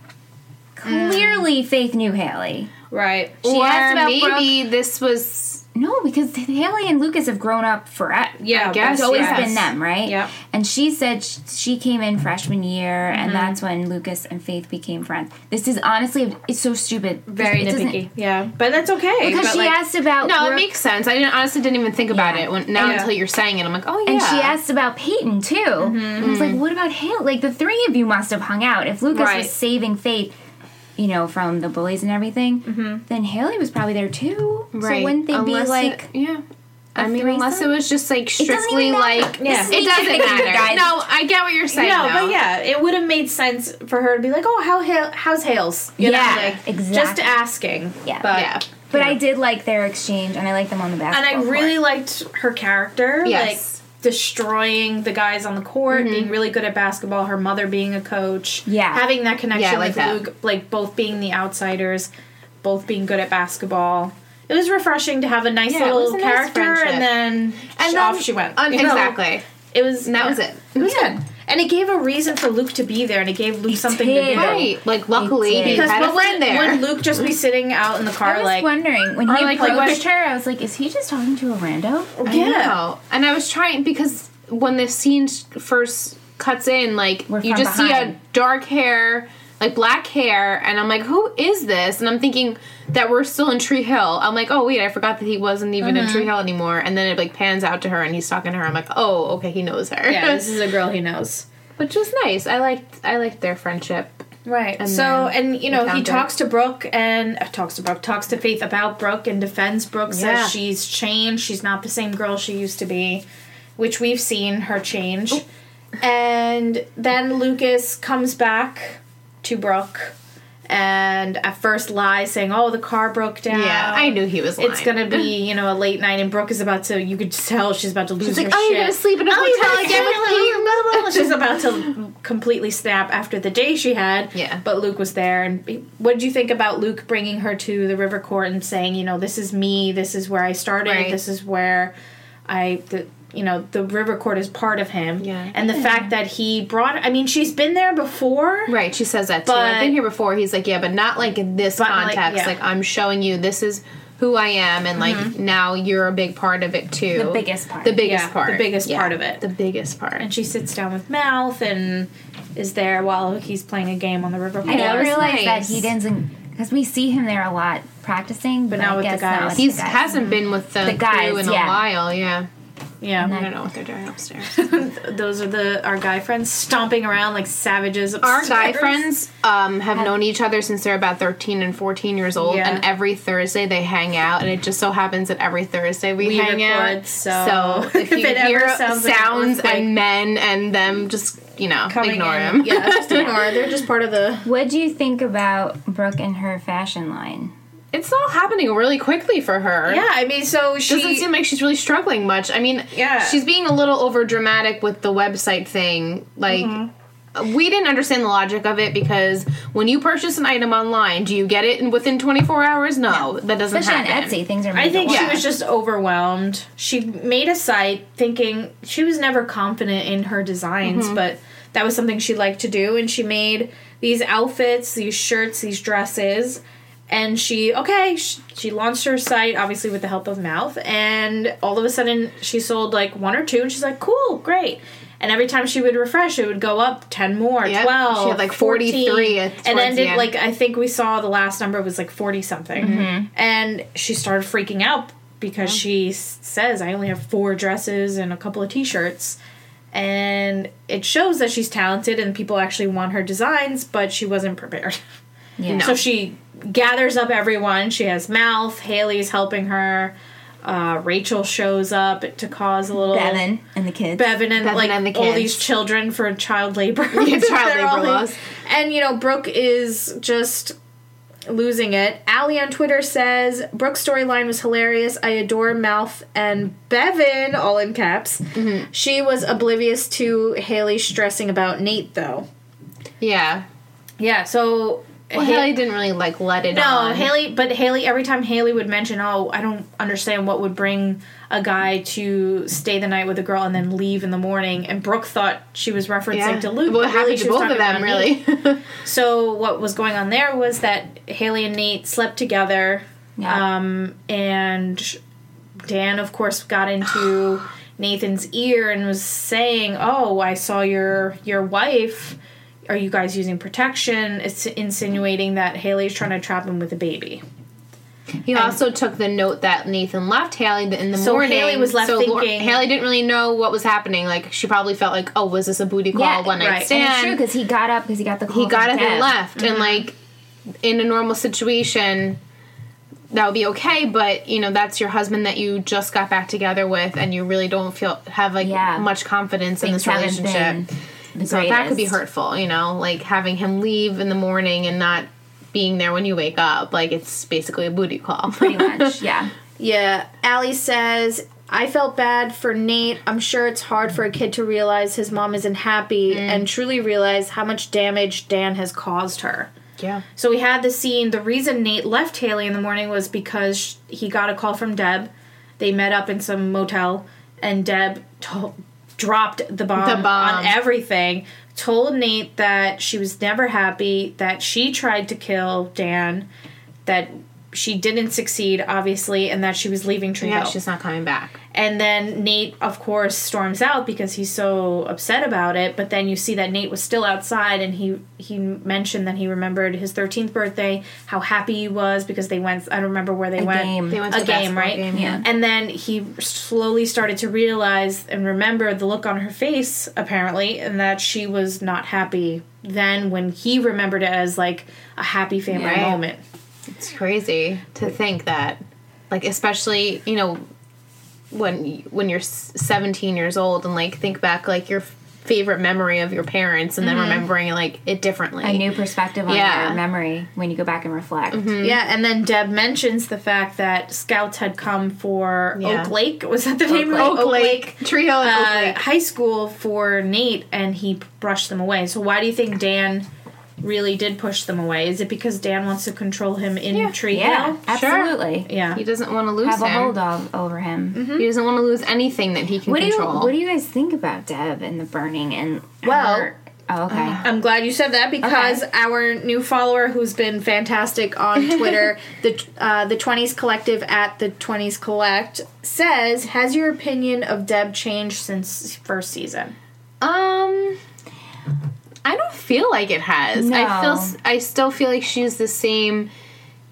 Speaker 2: Mm.
Speaker 3: Clearly, Faith knew Haley.
Speaker 2: right.
Speaker 3: She
Speaker 1: or
Speaker 3: asked about
Speaker 1: maybe this was
Speaker 3: No, because Haley and Lucas have grown up forever.
Speaker 2: Yeah, I
Speaker 1: guess,
Speaker 3: It's always
Speaker 1: yes.
Speaker 3: been them, right?
Speaker 2: Yep.
Speaker 3: And she said sh- she came in freshman year,
Speaker 2: Mm-hmm.
Speaker 3: and that's when Lucas and Faith became friends. This is honestly, it's so stupid.
Speaker 2: very
Speaker 3: It doesn't-
Speaker 2: nitpicky. Yeah, but that's okay.
Speaker 3: Because
Speaker 2: but
Speaker 3: she
Speaker 2: like,
Speaker 3: asked about
Speaker 1: No, it
Speaker 3: Brooke-
Speaker 1: makes sense. I didn't, honestly didn't even think about
Speaker 3: Yeah.
Speaker 1: it when, now
Speaker 2: Yeah.
Speaker 1: until you're saying it. I'm like, oh yeah. Mm-hmm.
Speaker 3: And she asked about Peyton too. And I was like, what about Hale? Like the three of you must have hung out. If Lucas
Speaker 2: Right.
Speaker 3: was saving Faith, you know, from the bullies and everything, then Haley was probably there too. So wouldn't they
Speaker 1: Mm-hmm. Unless
Speaker 3: be
Speaker 1: it-
Speaker 3: like
Speaker 1: yeah. I mean,
Speaker 3: threesome?
Speaker 1: unless it was just like
Speaker 3: doesn't
Speaker 1: strictly
Speaker 3: even matter.
Speaker 1: like
Speaker 2: Yeah.
Speaker 1: it doesn't matter.
Speaker 3: Guys.
Speaker 1: No, I get what you're saying.
Speaker 2: no,
Speaker 1: though.
Speaker 2: but yeah, it would have made sense for her to be like, "Oh, how Hale, how's Hales?" You
Speaker 3: Yeah,
Speaker 2: know, like, Just
Speaker 3: exactly.
Speaker 2: asking.
Speaker 3: Yeah.
Speaker 2: but,
Speaker 1: yeah,
Speaker 3: But I did like their exchange and I like them on the
Speaker 2: And
Speaker 3: basketball.
Speaker 2: I really
Speaker 3: court.
Speaker 2: liked her character,
Speaker 1: Yes. Mm-hmm.
Speaker 2: like destroying the guys on the court, being really good at basketball. Her mother being a coach,
Speaker 3: Yeah.
Speaker 2: having that connection
Speaker 1: Yeah, I like
Speaker 2: with
Speaker 1: that.
Speaker 2: Luke, like both being the outsiders, both being good at basketball. It was refreshing to have a nice
Speaker 1: Yeah, it was
Speaker 2: little
Speaker 1: a nice
Speaker 2: character,
Speaker 1: friendship.
Speaker 2: and then
Speaker 1: and
Speaker 2: sh-
Speaker 1: then,
Speaker 2: off she went.
Speaker 1: un-
Speaker 2: you know?
Speaker 1: exactly.
Speaker 2: It was
Speaker 1: And that
Speaker 2: yeah.
Speaker 1: was it.
Speaker 2: It was good. And it gave a reason for Luke to be there, and it gave Luke something to
Speaker 3: did.
Speaker 2: do.
Speaker 1: Right. Like luckily
Speaker 3: did.
Speaker 1: he
Speaker 2: Because
Speaker 1: had a
Speaker 2: what would,
Speaker 1: friend there.
Speaker 2: would Luke just be sitting
Speaker 1: [laughs]
Speaker 2: out in the
Speaker 3: I
Speaker 2: car,
Speaker 3: was
Speaker 2: like,
Speaker 3: wondering when he
Speaker 2: like, like,
Speaker 3: approached
Speaker 2: what-
Speaker 3: her, I was like, is he just talking to a rando?
Speaker 1: I
Speaker 2: yeah,
Speaker 1: know. And I was trying because when the scene first cuts in, like
Speaker 3: We're
Speaker 1: you
Speaker 3: from
Speaker 1: just see a
Speaker 3: behind.
Speaker 1: dark hair, like black hair, and I'm like, who is this? And I'm thinking that we're still in Tree Hill. I'm like, oh wait, I forgot that he wasn't even in
Speaker 2: Mm-hmm.
Speaker 1: Tree Hill anymore. And then it like pans out to her, and he's talking to her. I'm like, oh, okay, he knows her,
Speaker 2: Yeah, this is a girl he knows.
Speaker 1: [laughs] which was nice. I liked I liked their friendship.
Speaker 2: Right.
Speaker 1: And
Speaker 2: so,
Speaker 1: then
Speaker 2: and you know, he
Speaker 1: encounter.
Speaker 2: talks to Brooke and uh, talks to Brooke, talks to Faith about Brooke and defends Brooke,
Speaker 1: Yeah.
Speaker 2: says she's changed. She's not the same girl she used to be, which we've seen her change. And then Lucas comes back to Brooke and at first lies, saying, Oh, the car broke down.
Speaker 1: Yeah, I knew he was. Lying.
Speaker 2: It's gonna be, you know, a late night, and Brooke is about to. You could tell she's about to lose
Speaker 1: She's
Speaker 2: her
Speaker 1: like, oh,
Speaker 2: shit.
Speaker 1: you're gonna sleep in a
Speaker 2: Oh, you're
Speaker 1: hotel
Speaker 2: gonna
Speaker 1: again
Speaker 2: sleep
Speaker 1: with
Speaker 2: in a
Speaker 1: me?
Speaker 2: hotel, blah,
Speaker 1: [laughs]
Speaker 2: blah, blah. She's about to completely snap after the day she had.
Speaker 1: Yeah.
Speaker 2: But Luke was there, and he- what did you think about Luke bringing her to the river court and saying, you know, this is me. This is where I started.
Speaker 1: Right.
Speaker 2: This is where I. The, you know the river court is part of him,
Speaker 1: Yeah.
Speaker 2: and the fact that he brought—I mean, she's been there before,
Speaker 1: Right, she says that too.
Speaker 2: But-
Speaker 1: I've been here before. He's like, yeah, but not like in this
Speaker 2: But, like,
Speaker 1: context.
Speaker 2: yeah. Mm-hmm.
Speaker 1: Like, I'm showing you this is who I am, and like now you're a big part of it too.
Speaker 3: The biggest part.
Speaker 1: The biggest
Speaker 2: Yeah, the
Speaker 1: part.
Speaker 2: biggest part of it.
Speaker 1: The biggest part.
Speaker 2: and she sits down with Mouth and is there while he's playing a game on the river court.
Speaker 3: I
Speaker 1: Yeah,
Speaker 3: didn't
Speaker 1: it's
Speaker 3: realize
Speaker 1: nice.
Speaker 3: that he doesn't because we see him there a lot practicing, but,
Speaker 2: not
Speaker 3: I
Speaker 2: with the
Speaker 3: guess not
Speaker 2: guys.
Speaker 3: with the
Speaker 1: He's
Speaker 3: guys.
Speaker 1: hasn't been with the,
Speaker 3: The guys,
Speaker 1: crew in
Speaker 3: yeah.
Speaker 1: a while. Yeah,
Speaker 2: Yeah,
Speaker 1: I don't know what they're doing upstairs.
Speaker 2: those are the our guy friends stomping around like savages.
Speaker 1: Our
Speaker 2: upstairs.
Speaker 1: guy friends um, have known each other since they're about 13 and 14 years old,
Speaker 2: Yeah.
Speaker 1: and every Thursday they hang out, and it just so happens that every Thursday we,
Speaker 2: We
Speaker 1: hang
Speaker 2: record,
Speaker 1: out.
Speaker 2: so [laughs]
Speaker 1: if you
Speaker 2: if it
Speaker 1: hear
Speaker 2: ever sounds
Speaker 1: sounds,
Speaker 2: like an earthquake-
Speaker 1: and men and them, just you know,
Speaker 2: coming
Speaker 1: ignore
Speaker 2: in.
Speaker 1: him. [laughs]
Speaker 2: Yeah, just ignore. They're just part of the.
Speaker 3: What do you think about Brooke and her fashion line?
Speaker 1: It's all happening really quickly for her.
Speaker 2: Yeah, I mean, so she
Speaker 1: Doesn't seem like she's really struggling much. I mean,
Speaker 2: Yeah.
Speaker 1: she's being a little over dramatic with the website thing. Like,
Speaker 2: Mm-hmm.
Speaker 1: we didn't understand the logic of it because when you purchase an item online, do you get it in, within 24 hours? No, that doesn't
Speaker 3: Especially
Speaker 1: happen.
Speaker 3: on Etsy, things are.
Speaker 2: I think
Speaker 3: made to
Speaker 2: she
Speaker 1: Yeah.
Speaker 2: was just overwhelmed. She made a site thinking she was never confident in her designs, but that was something she liked to do. And she made these outfits, these shirts, these dresses. And she, okay, she, she launched her site, obviously with the help of Mouth. And all of a sudden, she sold like one or two. And she's like, cool, great. And every time she would refresh, it would go up 10 more,
Speaker 1: Yep.
Speaker 2: 12.
Speaker 1: She had, like, 43 at-
Speaker 2: 14,
Speaker 1: towards
Speaker 2: And
Speaker 1: the
Speaker 2: ended
Speaker 1: end.
Speaker 2: like like, I think we saw the last number was like 40 something.
Speaker 1: Mm-hmm.
Speaker 2: And she started freaking out because she s- says, I only have four dresses and a couple of t shirts. And it shows that she's talented and people actually want her designs, but she wasn't prepared.
Speaker 3: Yeah.
Speaker 2: So she gathers up everyone. She has Mouth, Haley's helping her. Uh, Rachel shows up to cause a little
Speaker 3: Bevan and the kids.
Speaker 2: Bevan and
Speaker 1: Bevan
Speaker 2: like
Speaker 1: and the
Speaker 2: all
Speaker 1: kids.
Speaker 2: these children for child labor.
Speaker 1: child
Speaker 2: [laughs] They're
Speaker 1: labor
Speaker 2: all like-
Speaker 1: laws.
Speaker 2: And you know, Brooke is just losing it. Allie on Twitter says Brooke's storyline was hilarious. I adore Mouth and Bevan, all in caps.
Speaker 1: Mm-hmm.
Speaker 2: She was oblivious to Haley stressing about Nate though.
Speaker 1: Yeah.
Speaker 2: Yeah, so
Speaker 1: Well,
Speaker 2: Ha-
Speaker 1: Haley didn't really like let it
Speaker 2: no,
Speaker 1: on.
Speaker 2: Haley, but Haley, every time Haley would mention, oh, I don't understand what would bring a guy to stay the night with a girl and then leave in the morning. And Brooke thought she was referencing
Speaker 1: yeah.
Speaker 2: to Luke.
Speaker 1: Well,
Speaker 2: but
Speaker 1: it
Speaker 2: really
Speaker 1: happened
Speaker 2: she
Speaker 1: to
Speaker 2: was
Speaker 1: both of them,
Speaker 2: talking about
Speaker 1: really. [laughs]
Speaker 2: Nate. [laughs] So, what was going on there was that Haley and Nate slept together.
Speaker 3: Yeah.
Speaker 2: Um, and Dan, of course, got into [sighs] Nathan's ear and was saying, "Oh, I saw your your wife. Are you guys using protection?" It's insinuating that Haley's trying to trap him with a baby.
Speaker 1: he also took the note that Nathan left Haley th- in the
Speaker 2: So
Speaker 1: morning.
Speaker 2: Haley was left
Speaker 1: so Lor-
Speaker 2: thinking-
Speaker 1: Haley didn't really know what was happening. Like, she probably felt like, oh, was this a booty call,
Speaker 3: Yeah,
Speaker 1: one night
Speaker 2: right. And it's
Speaker 1: stand?
Speaker 3: And it's true because he got up because he got the call.
Speaker 1: he got
Speaker 3: from
Speaker 1: up and
Speaker 3: Deb.
Speaker 1: left
Speaker 3: Mm-hmm.
Speaker 1: and like in a normal situation that would be okay but you know that's your husband that you just got back together with and you really don't feel have like
Speaker 3: Yeah.
Speaker 1: much confidence in
Speaker 3: Things
Speaker 1: this
Speaker 3: haven't
Speaker 1: relationship
Speaker 3: been the
Speaker 1: so that could be
Speaker 3: greatest.
Speaker 1: hurtful you know like having him leave in the morning and not being there when you wake up like it's basically a booty call [laughs]
Speaker 3: Pretty much, yeah.
Speaker 2: Yeah, Allie says, I felt bad for Nate. I'm sure it's hard for a kid to realize his mom isn't happy and truly realize how much damage Dan has caused her.
Speaker 1: yeah
Speaker 2: So we had the scene. The reason Nate left Haley in the morning was because sh- he got a call from Deb. They met up in some motel, and Deb to- dropped the bomb,
Speaker 1: The bomb.
Speaker 2: on everything. Told Nate that she was never happy, that she tried to kill Dan, that she didn't succeed, obviously, and that she was leaving Tree
Speaker 1: yeah
Speaker 2: Hill.
Speaker 1: she's not coming back
Speaker 2: And then Nate, of course, storms out because he's so upset about it. But then you see that Nate was still outside, and he he mentioned that he remembered his thirteenth birthday, how happy he was because they went. I don't remember where they
Speaker 3: A
Speaker 2: went.
Speaker 3: game.
Speaker 1: They went to
Speaker 2: a
Speaker 1: the
Speaker 2: game,
Speaker 1: basketball
Speaker 2: right?
Speaker 1: game,
Speaker 3: yeah.
Speaker 2: And then he slowly started to realize and remember the look on her face, apparently, and that she was not happy then when he remembered it as like a happy family
Speaker 1: Right.
Speaker 2: moment.
Speaker 1: It's crazy to think that, like, especially you know, when y- when you're s- 17 years old and like think back like your f- favorite memory of your parents and
Speaker 3: Mm-hmm.
Speaker 1: then remembering like it differently.
Speaker 3: a new perspective on
Speaker 1: Yeah. Mm-hmm.
Speaker 3: your memory when you go back and reflect.
Speaker 2: Yeah, and then Deb mentions the fact that scouts had come for
Speaker 1: Yeah.
Speaker 2: Oak Lake. [laughs] Was that the name? of it?
Speaker 1: Oak Lake trio. in Oak
Speaker 2: uh,
Speaker 1: Lake.
Speaker 2: high school for Nate, and he p- brushed them away. So why do you think Dan really did push them away? Is it because Dan wants to control him in
Speaker 1: Yeah.
Speaker 2: Tree
Speaker 3: Yeah,
Speaker 2: Hill?
Speaker 3: absolutely.
Speaker 2: Yeah.
Speaker 1: He doesn't want to lose
Speaker 3: Have a
Speaker 1: him.
Speaker 3: hold of over him.
Speaker 1: He doesn't want to lose anything that he can
Speaker 3: What do you
Speaker 1: Mm-hmm. control.
Speaker 3: What do you guys think about Deb and the burning and
Speaker 2: Well-
Speaker 3: her- Oh, okay.
Speaker 1: uh,
Speaker 2: I'm glad you said that because our new follower, who's been fantastic [laughs] on Twitter, the uh, the Twenties Collective at the Twenties Collect, says, "Has your opinion of Deb changed since first season?"
Speaker 1: Um, I don't feel like it has. I feel.
Speaker 3: No.
Speaker 1: s- I still feel like she's the same.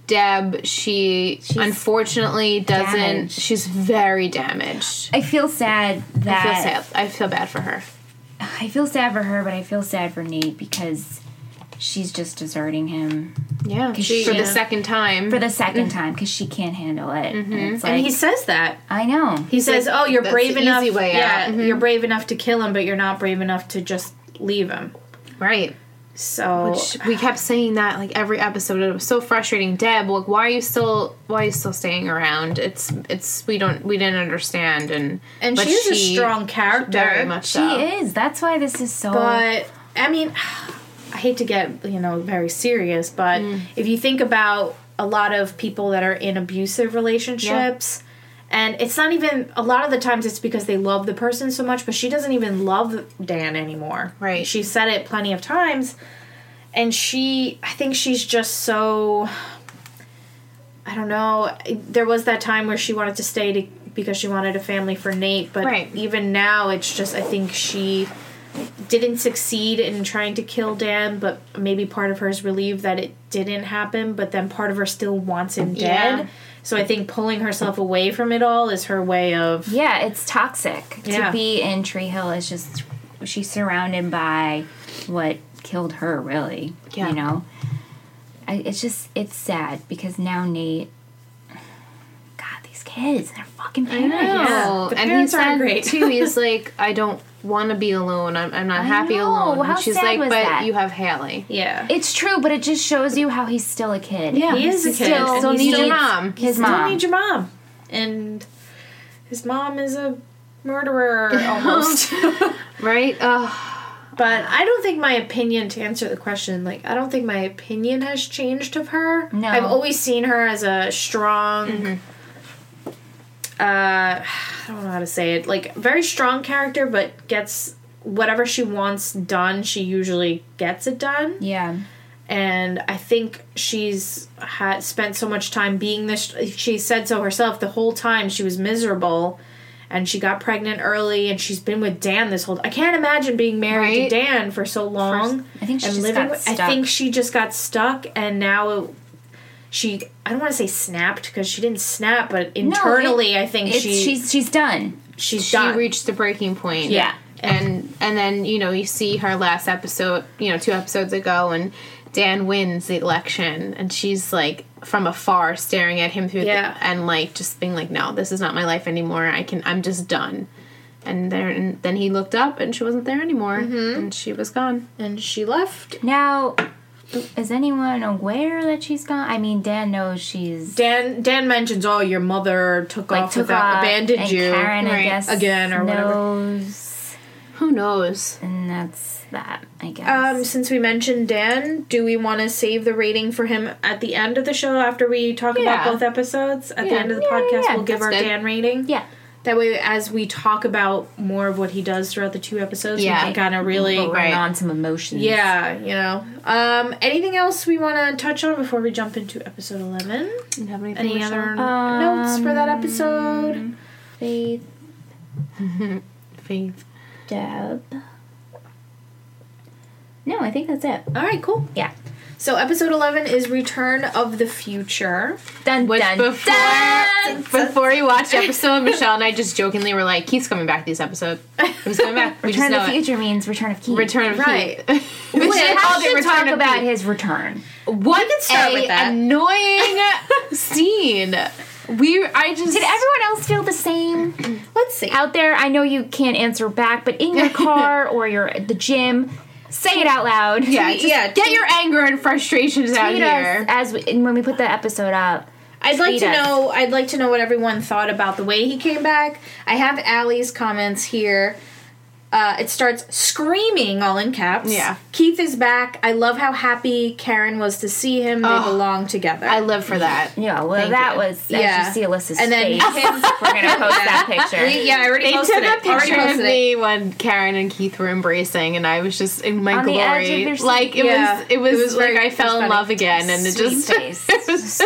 Speaker 1: Deb, she unfortunately doesn't.
Speaker 3: damaged.
Speaker 1: She's very damaged.
Speaker 3: I feel sad that
Speaker 1: I feel sad. I feel bad for her.
Speaker 3: I feel sad for her, but I feel sad for Nate because she's just deserting him
Speaker 1: Yeah,
Speaker 3: she-
Speaker 1: for
Speaker 3: yeah.
Speaker 1: the second time.
Speaker 3: for the second time because she can't handle it. And it's like,
Speaker 2: And he says that
Speaker 3: I know.
Speaker 2: he says,
Speaker 1: like,
Speaker 2: "Oh, you're
Speaker 1: that's
Speaker 2: brave
Speaker 1: the
Speaker 2: enough.
Speaker 1: easy way out. Mm-hmm.
Speaker 2: yeah, you're brave enough to kill him, but you're not brave enough to just leave him."
Speaker 1: right.
Speaker 2: So
Speaker 1: Which we kept saying that like every episode. It was so frustrating. Deb, like, why are you still? Why are you still staying around? It's it's we don't we didn't understand and
Speaker 2: and
Speaker 1: but
Speaker 2: she's
Speaker 1: she-
Speaker 2: a strong character.
Speaker 1: very much.
Speaker 3: She
Speaker 1: so.
Speaker 3: is. That's why this is so.
Speaker 2: But I mean, [sighs] I hate to get you know very serious, but
Speaker 1: Mm.
Speaker 2: if you think about a lot of people that are in abusive relationships, and it's not even a lot of the times it's because they love the person so much, but she doesn't even love Dan anymore.
Speaker 1: Right.
Speaker 2: She said it plenty of times, and she, I think she's just so. I don't know. There was that time where she wanted to stay to, because she wanted a family for Nate, but
Speaker 1: Right.
Speaker 2: even now it's just I think she didn't succeed in trying to kill Dan, but maybe part of her is relieved that it didn't happen, but then part of her still wants him dead.
Speaker 1: Yeah.
Speaker 2: So I think pulling herself away from it all is her way of
Speaker 3: yeah, it's toxic
Speaker 2: Yeah.
Speaker 3: to be in Tree Hill. Is just she's surrounded by what killed her. Really,
Speaker 1: Yeah.
Speaker 3: you know. I, it's just it's sad because now Nate. God, these kids, they're fucking parents.
Speaker 2: Yeah.
Speaker 1: and
Speaker 2: The
Speaker 1: he
Speaker 2: parents aren't
Speaker 1: said
Speaker 2: great.
Speaker 1: too, he's like, I don't want to be alone. I'm, I'm not
Speaker 3: I
Speaker 1: happy
Speaker 3: know.
Speaker 1: alone.
Speaker 3: How
Speaker 1: and she's
Speaker 3: sad
Speaker 1: like,
Speaker 3: was
Speaker 1: but
Speaker 3: that?
Speaker 1: you have Haley.
Speaker 2: yeah.
Speaker 3: It's true, but it just shows you how he's still a kid.
Speaker 1: Yeah.
Speaker 2: He is a kid.
Speaker 3: Still,
Speaker 2: and
Speaker 1: Still
Speaker 2: he
Speaker 1: needs
Speaker 2: still,
Speaker 1: your mom.
Speaker 3: His
Speaker 2: still
Speaker 3: mom.
Speaker 2: needs your mom. And his mom is a [laughs] murderer almost.
Speaker 1: Right? Ugh.
Speaker 2: but I don't think my opinion to answer the question, like I don't think my opinion has changed of her.
Speaker 3: No.
Speaker 2: I've always seen her as a strong uh [sighs] I don't know how to say it. Like very strong character but gets whatever she wants done, she usually gets it done
Speaker 3: Yeah.
Speaker 2: and I think she's had spent so much time being this. She said so herself. The whole time she was miserable, and she got pregnant early, and she's been with Dan this whole. I can't imagine being married
Speaker 1: Right.
Speaker 2: to Dan for so long.
Speaker 3: I think she
Speaker 2: and
Speaker 3: just
Speaker 2: living.
Speaker 3: got
Speaker 2: with- I
Speaker 3: stuck.
Speaker 2: think she just got stuck, and now it, she. I don't want to say snapped because she didn't snap, but internally, I think
Speaker 3: It's,
Speaker 2: she she's,
Speaker 3: she's she's done.
Speaker 1: She
Speaker 2: done.
Speaker 1: reached the breaking point.
Speaker 3: Yeah.
Speaker 1: And and then, you know, you see her last episode, you know, two episodes ago and Dan wins the election and she's like from afar staring at him through
Speaker 2: Yeah.
Speaker 1: the, and like just being like, No, this is not my life anymore. I can I'm just done. And there, and then he looked up, and she wasn't there anymore,
Speaker 2: Mm-hmm.
Speaker 1: and she was gone.
Speaker 2: and she left.
Speaker 3: Now, is anyone aware that she's gone? I mean, Dan knows she's
Speaker 2: Dan Dan mentions, "Oh, your mother took
Speaker 3: like
Speaker 2: off
Speaker 3: took
Speaker 2: without
Speaker 3: off,
Speaker 2: abandoned
Speaker 3: and
Speaker 2: you."
Speaker 3: Karen, I
Speaker 1: right,
Speaker 3: guess,
Speaker 2: again, or whatever.
Speaker 3: knows,
Speaker 1: Who knows?
Speaker 3: and that's that. I guess.
Speaker 2: Um, since we mentioned Dan, do we want to save the rating for him at the end of the show after we talk
Speaker 1: Yeah.
Speaker 2: about both episodes? At the
Speaker 1: Yeah.
Speaker 2: end of the
Speaker 3: Yeah, yeah,
Speaker 2: podcast,
Speaker 3: yeah.
Speaker 2: we'll give
Speaker 1: That's
Speaker 2: our
Speaker 1: good.
Speaker 2: Dan rating.
Speaker 3: yeah.
Speaker 2: That way, as we talk about more of what he does throughout the two episodes,
Speaker 1: Yeah.
Speaker 2: we can kind of really.
Speaker 3: But we're
Speaker 1: Right.
Speaker 3: on some emotions.
Speaker 2: Yeah, you know. Um, anything else we want to touch on before we jump into episode 11?
Speaker 1: Didn't have anything
Speaker 2: Any
Speaker 1: to
Speaker 2: other
Speaker 1: show?
Speaker 2: notes for that episode?
Speaker 3: Faith,
Speaker 1: Faith.
Speaker 3: Deb. No, I think that's it.
Speaker 2: All right, cool.
Speaker 3: Yeah.
Speaker 2: So episode 11 is Return of the Future.
Speaker 3: Dun,
Speaker 1: Which
Speaker 3: dun,
Speaker 1: before
Speaker 3: dun!
Speaker 1: before we watched episode, Michelle and I just jokingly were like, "He's coming back this episode. He's coming
Speaker 2: [laughs]
Speaker 1: back. We
Speaker 3: Return of
Speaker 1: just
Speaker 3: the
Speaker 1: know it.
Speaker 3: Future means Return of Keith.
Speaker 1: Return of
Speaker 2: Right.
Speaker 1: Keith.
Speaker 3: We
Speaker 1: Which
Speaker 3: should
Speaker 1: is called the
Speaker 3: have to
Speaker 1: Return
Speaker 3: talk
Speaker 1: of
Speaker 3: about
Speaker 1: Keith.
Speaker 3: his return.
Speaker 1: What
Speaker 4: start
Speaker 1: a
Speaker 4: with that.
Speaker 1: annoying scene. We I just
Speaker 3: Did everyone else feel the same?
Speaker 2: Let's see.
Speaker 3: out there, I know you can't answer back, but in your car or you're at the gym, say it out loud.
Speaker 1: yeah, just
Speaker 4: yeah,
Speaker 1: get your anger and frustrations out
Speaker 3: Tweet us
Speaker 1: here.
Speaker 3: as we, and when we put the episode up.
Speaker 2: I'd like
Speaker 3: Tweet
Speaker 2: to
Speaker 3: us.
Speaker 2: know. I'd like to know what everyone thought about the way he came back. I have Allie's comments here. Uh, it starts screaming all in caps.
Speaker 1: Yeah.
Speaker 2: Keith is back. I love how happy Karen was to see him. They belong together.
Speaker 1: I live for that.
Speaker 3: Yeah, well,
Speaker 1: Thank
Speaker 3: that
Speaker 1: you.
Speaker 3: was as
Speaker 2: Yeah.
Speaker 3: you see Alyssa's
Speaker 2: and then
Speaker 3: face.
Speaker 2: [laughs]
Speaker 1: [laughs]
Speaker 2: him.
Speaker 3: We're gonna post that picture.
Speaker 2: yeah, I already
Speaker 1: They
Speaker 2: posted
Speaker 1: took a
Speaker 2: it. Already
Speaker 1: picture of
Speaker 2: posted it.
Speaker 1: me when Karen and Keith were embracing, and I was just in my
Speaker 3: On the edge of
Speaker 1: glory.
Speaker 3: your seat.
Speaker 1: like it
Speaker 2: Yeah.
Speaker 1: was, it was,
Speaker 2: It was
Speaker 1: like
Speaker 2: very-
Speaker 1: I
Speaker 2: it
Speaker 1: fell
Speaker 2: was
Speaker 1: in
Speaker 2: funny.
Speaker 1: love again, and it
Speaker 3: Sweet
Speaker 1: just
Speaker 3: face,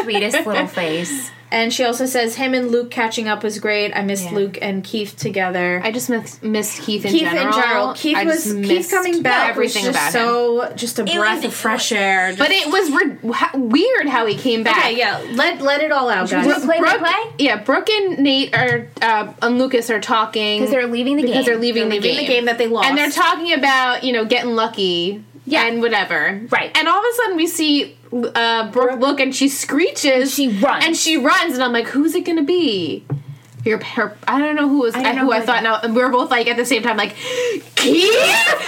Speaker 3: sweetest little face.
Speaker 2: And she also says him and Luke catching up was great. I missed
Speaker 1: Yeah.
Speaker 2: Luke and Keith together.
Speaker 1: [laughs] I just miss, missed Keith in
Speaker 2: Keith
Speaker 1: general.
Speaker 2: in general. Keith
Speaker 1: I just
Speaker 2: was Keith
Speaker 1: missed
Speaker 2: coming back.
Speaker 1: Everything
Speaker 2: was just
Speaker 1: about him.
Speaker 2: so just a breath
Speaker 3: was-
Speaker 2: of fresh air. Just-
Speaker 1: But it was re- ha- weird how he came back.
Speaker 2: okay, yeah. Let let it all out, guys.
Speaker 3: Brooke- Play by play?
Speaker 1: Yeah, Brooke and Nate are uh, and Lucas are talking
Speaker 3: Because they're leaving the
Speaker 1: because they're
Speaker 3: game.
Speaker 1: leaving,
Speaker 2: They're
Speaker 1: the,
Speaker 2: leaving
Speaker 1: game.
Speaker 2: the game that they lost.
Speaker 1: and they're talking about you know getting lucky,
Speaker 3: Yeah.
Speaker 1: and whatever,
Speaker 3: Right.
Speaker 1: And all of a sudden we see uh, Brooke look and she screeches,
Speaker 3: she runs.
Speaker 1: and she runs, and I'm like, who's it gonna be? Your, her, I don't know who was
Speaker 3: don't know
Speaker 1: who
Speaker 3: who
Speaker 1: I
Speaker 3: it
Speaker 1: thought. Now and we were both like at the same time, like
Speaker 3: [laughs]
Speaker 1: Keith.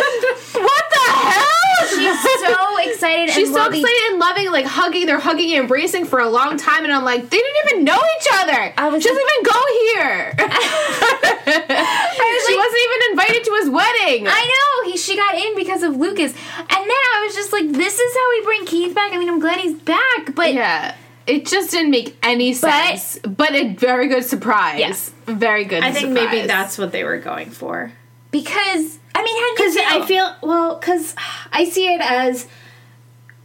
Speaker 1: what the hell?
Speaker 3: She's so excited.
Speaker 1: She's
Speaker 3: and
Speaker 1: so
Speaker 3: loving-
Speaker 1: excited and loving, like hugging. They're hugging and embracing for a long time, and I'm like, they didn't even know each other.
Speaker 3: I was
Speaker 1: she doesn't
Speaker 3: like-
Speaker 1: even go
Speaker 2: [laughs]
Speaker 1: here. [laughs] she wasn't even invited to his wedding.
Speaker 3: I know he she got in because of Lucas, and then I was just like, "This is how we bring Keith back." I mean, I'm glad he's back, but
Speaker 1: yeah, it just didn't make any sense. But, a very good surprise. Very good.
Speaker 2: I think maybe
Speaker 1: surprise.
Speaker 2: that's what they were going for.
Speaker 3: because I mean, how do you
Speaker 2: Because
Speaker 3: feel?
Speaker 2: I feel well, because I see it as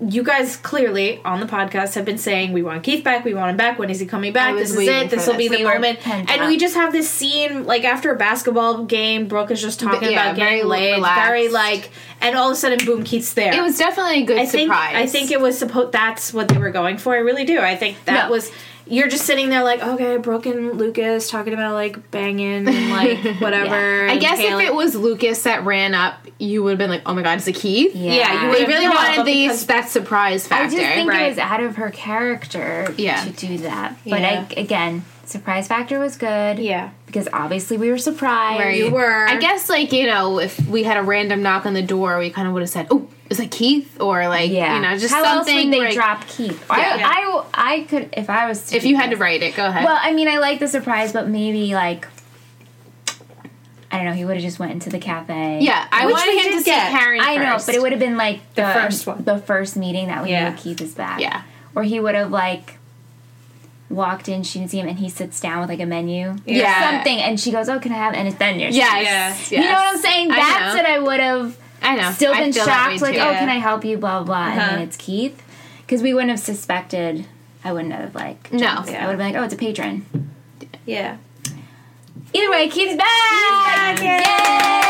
Speaker 2: you guys clearly on the podcast have been saying we want Keith back, we want him back. When is he coming
Speaker 1: I
Speaker 2: back?
Speaker 1: was
Speaker 2: This is
Speaker 1: waiting
Speaker 2: it.
Speaker 1: for
Speaker 2: This will be
Speaker 1: this.
Speaker 2: the
Speaker 3: We were
Speaker 2: moment.
Speaker 3: pent
Speaker 2: And
Speaker 3: up.
Speaker 2: we just have this scene like after a basketball game, Brooke is just talking
Speaker 1: yeah,
Speaker 2: about getting
Speaker 1: very
Speaker 2: laid,
Speaker 1: relaxed.
Speaker 2: very like, and all of a sudden, boom, Keith's there.
Speaker 1: It was definitely a good
Speaker 2: I think
Speaker 1: surprise.
Speaker 2: I think it was supposed. That's what they were going for. I really do. I think that
Speaker 3: No.
Speaker 2: was. You're just sitting there like, okay, Brooke and Lucas talking about like banging
Speaker 1: [laughs]
Speaker 2: and like whatever.
Speaker 1: I
Speaker 2: and
Speaker 1: guess
Speaker 2: Kayla-
Speaker 1: if it was Lucas that ran up, you would have been like, "Oh my God, it's a Keith."
Speaker 3: Yeah.
Speaker 2: yeah, you would
Speaker 1: They
Speaker 2: have
Speaker 1: really
Speaker 2: known,
Speaker 1: wanted
Speaker 2: but
Speaker 1: the
Speaker 2: because-
Speaker 1: that surprise
Speaker 3: I
Speaker 1: factor.
Speaker 3: just think
Speaker 2: right.
Speaker 3: it was out of her character
Speaker 1: Yeah.
Speaker 3: to do that. But
Speaker 2: Yeah.
Speaker 3: I, again, surprise factor was good.
Speaker 2: Yeah.
Speaker 3: Because obviously we were surprised.
Speaker 1: Right.
Speaker 2: You were.
Speaker 1: I guess, like, you know, if we had a random knock on the door, we kind of would have said, oh, is that Keith? Or, like,
Speaker 3: Yeah.
Speaker 1: you know, just
Speaker 3: How
Speaker 1: something.
Speaker 3: else would they
Speaker 1: like-
Speaker 3: drop Keith?
Speaker 1: Yeah.
Speaker 3: I, I, I could if I was to
Speaker 1: If
Speaker 3: do
Speaker 1: you had to
Speaker 3: this-
Speaker 1: write it, go ahead.
Speaker 3: Well, I mean, I like the surprise, but maybe like. I don't know. He would have just went into the cafe.
Speaker 1: yeah, I
Speaker 2: Which
Speaker 1: wanted
Speaker 2: we
Speaker 1: him
Speaker 2: did
Speaker 1: to see
Speaker 2: get.
Speaker 1: Karen
Speaker 3: I know,
Speaker 1: first.
Speaker 3: but it would have been like the,
Speaker 2: first one.
Speaker 3: the first meeting that we
Speaker 2: Yeah.
Speaker 3: knew Keith is back.
Speaker 1: Yeah.
Speaker 3: Or he would have like walked in, she didn't see him, and he sits down with like a menu,
Speaker 1: Yeah.
Speaker 3: or something, and she goes, "Oh, can I have?" And it's then you're,
Speaker 1: Yes,
Speaker 3: you know
Speaker 1: yes.
Speaker 3: what I'm saying?
Speaker 1: I
Speaker 3: That's
Speaker 1: know.
Speaker 3: what I would have
Speaker 1: I know.
Speaker 3: still
Speaker 1: I
Speaker 3: been
Speaker 1: feel that way,
Speaker 3: shocked, like,
Speaker 1: too.
Speaker 3: "Oh,
Speaker 2: Yeah.
Speaker 3: can I help you?" Blah blah, blah. and then
Speaker 2: Uh-huh.
Speaker 3: it's Keith, because we wouldn't have suspected. I wouldn't have like,
Speaker 1: No.
Speaker 3: jumped. I
Speaker 2: Yeah.
Speaker 3: would have been like, "Oh, it's a patron."
Speaker 2: yeah.
Speaker 3: Either way, Keith's back! Yay!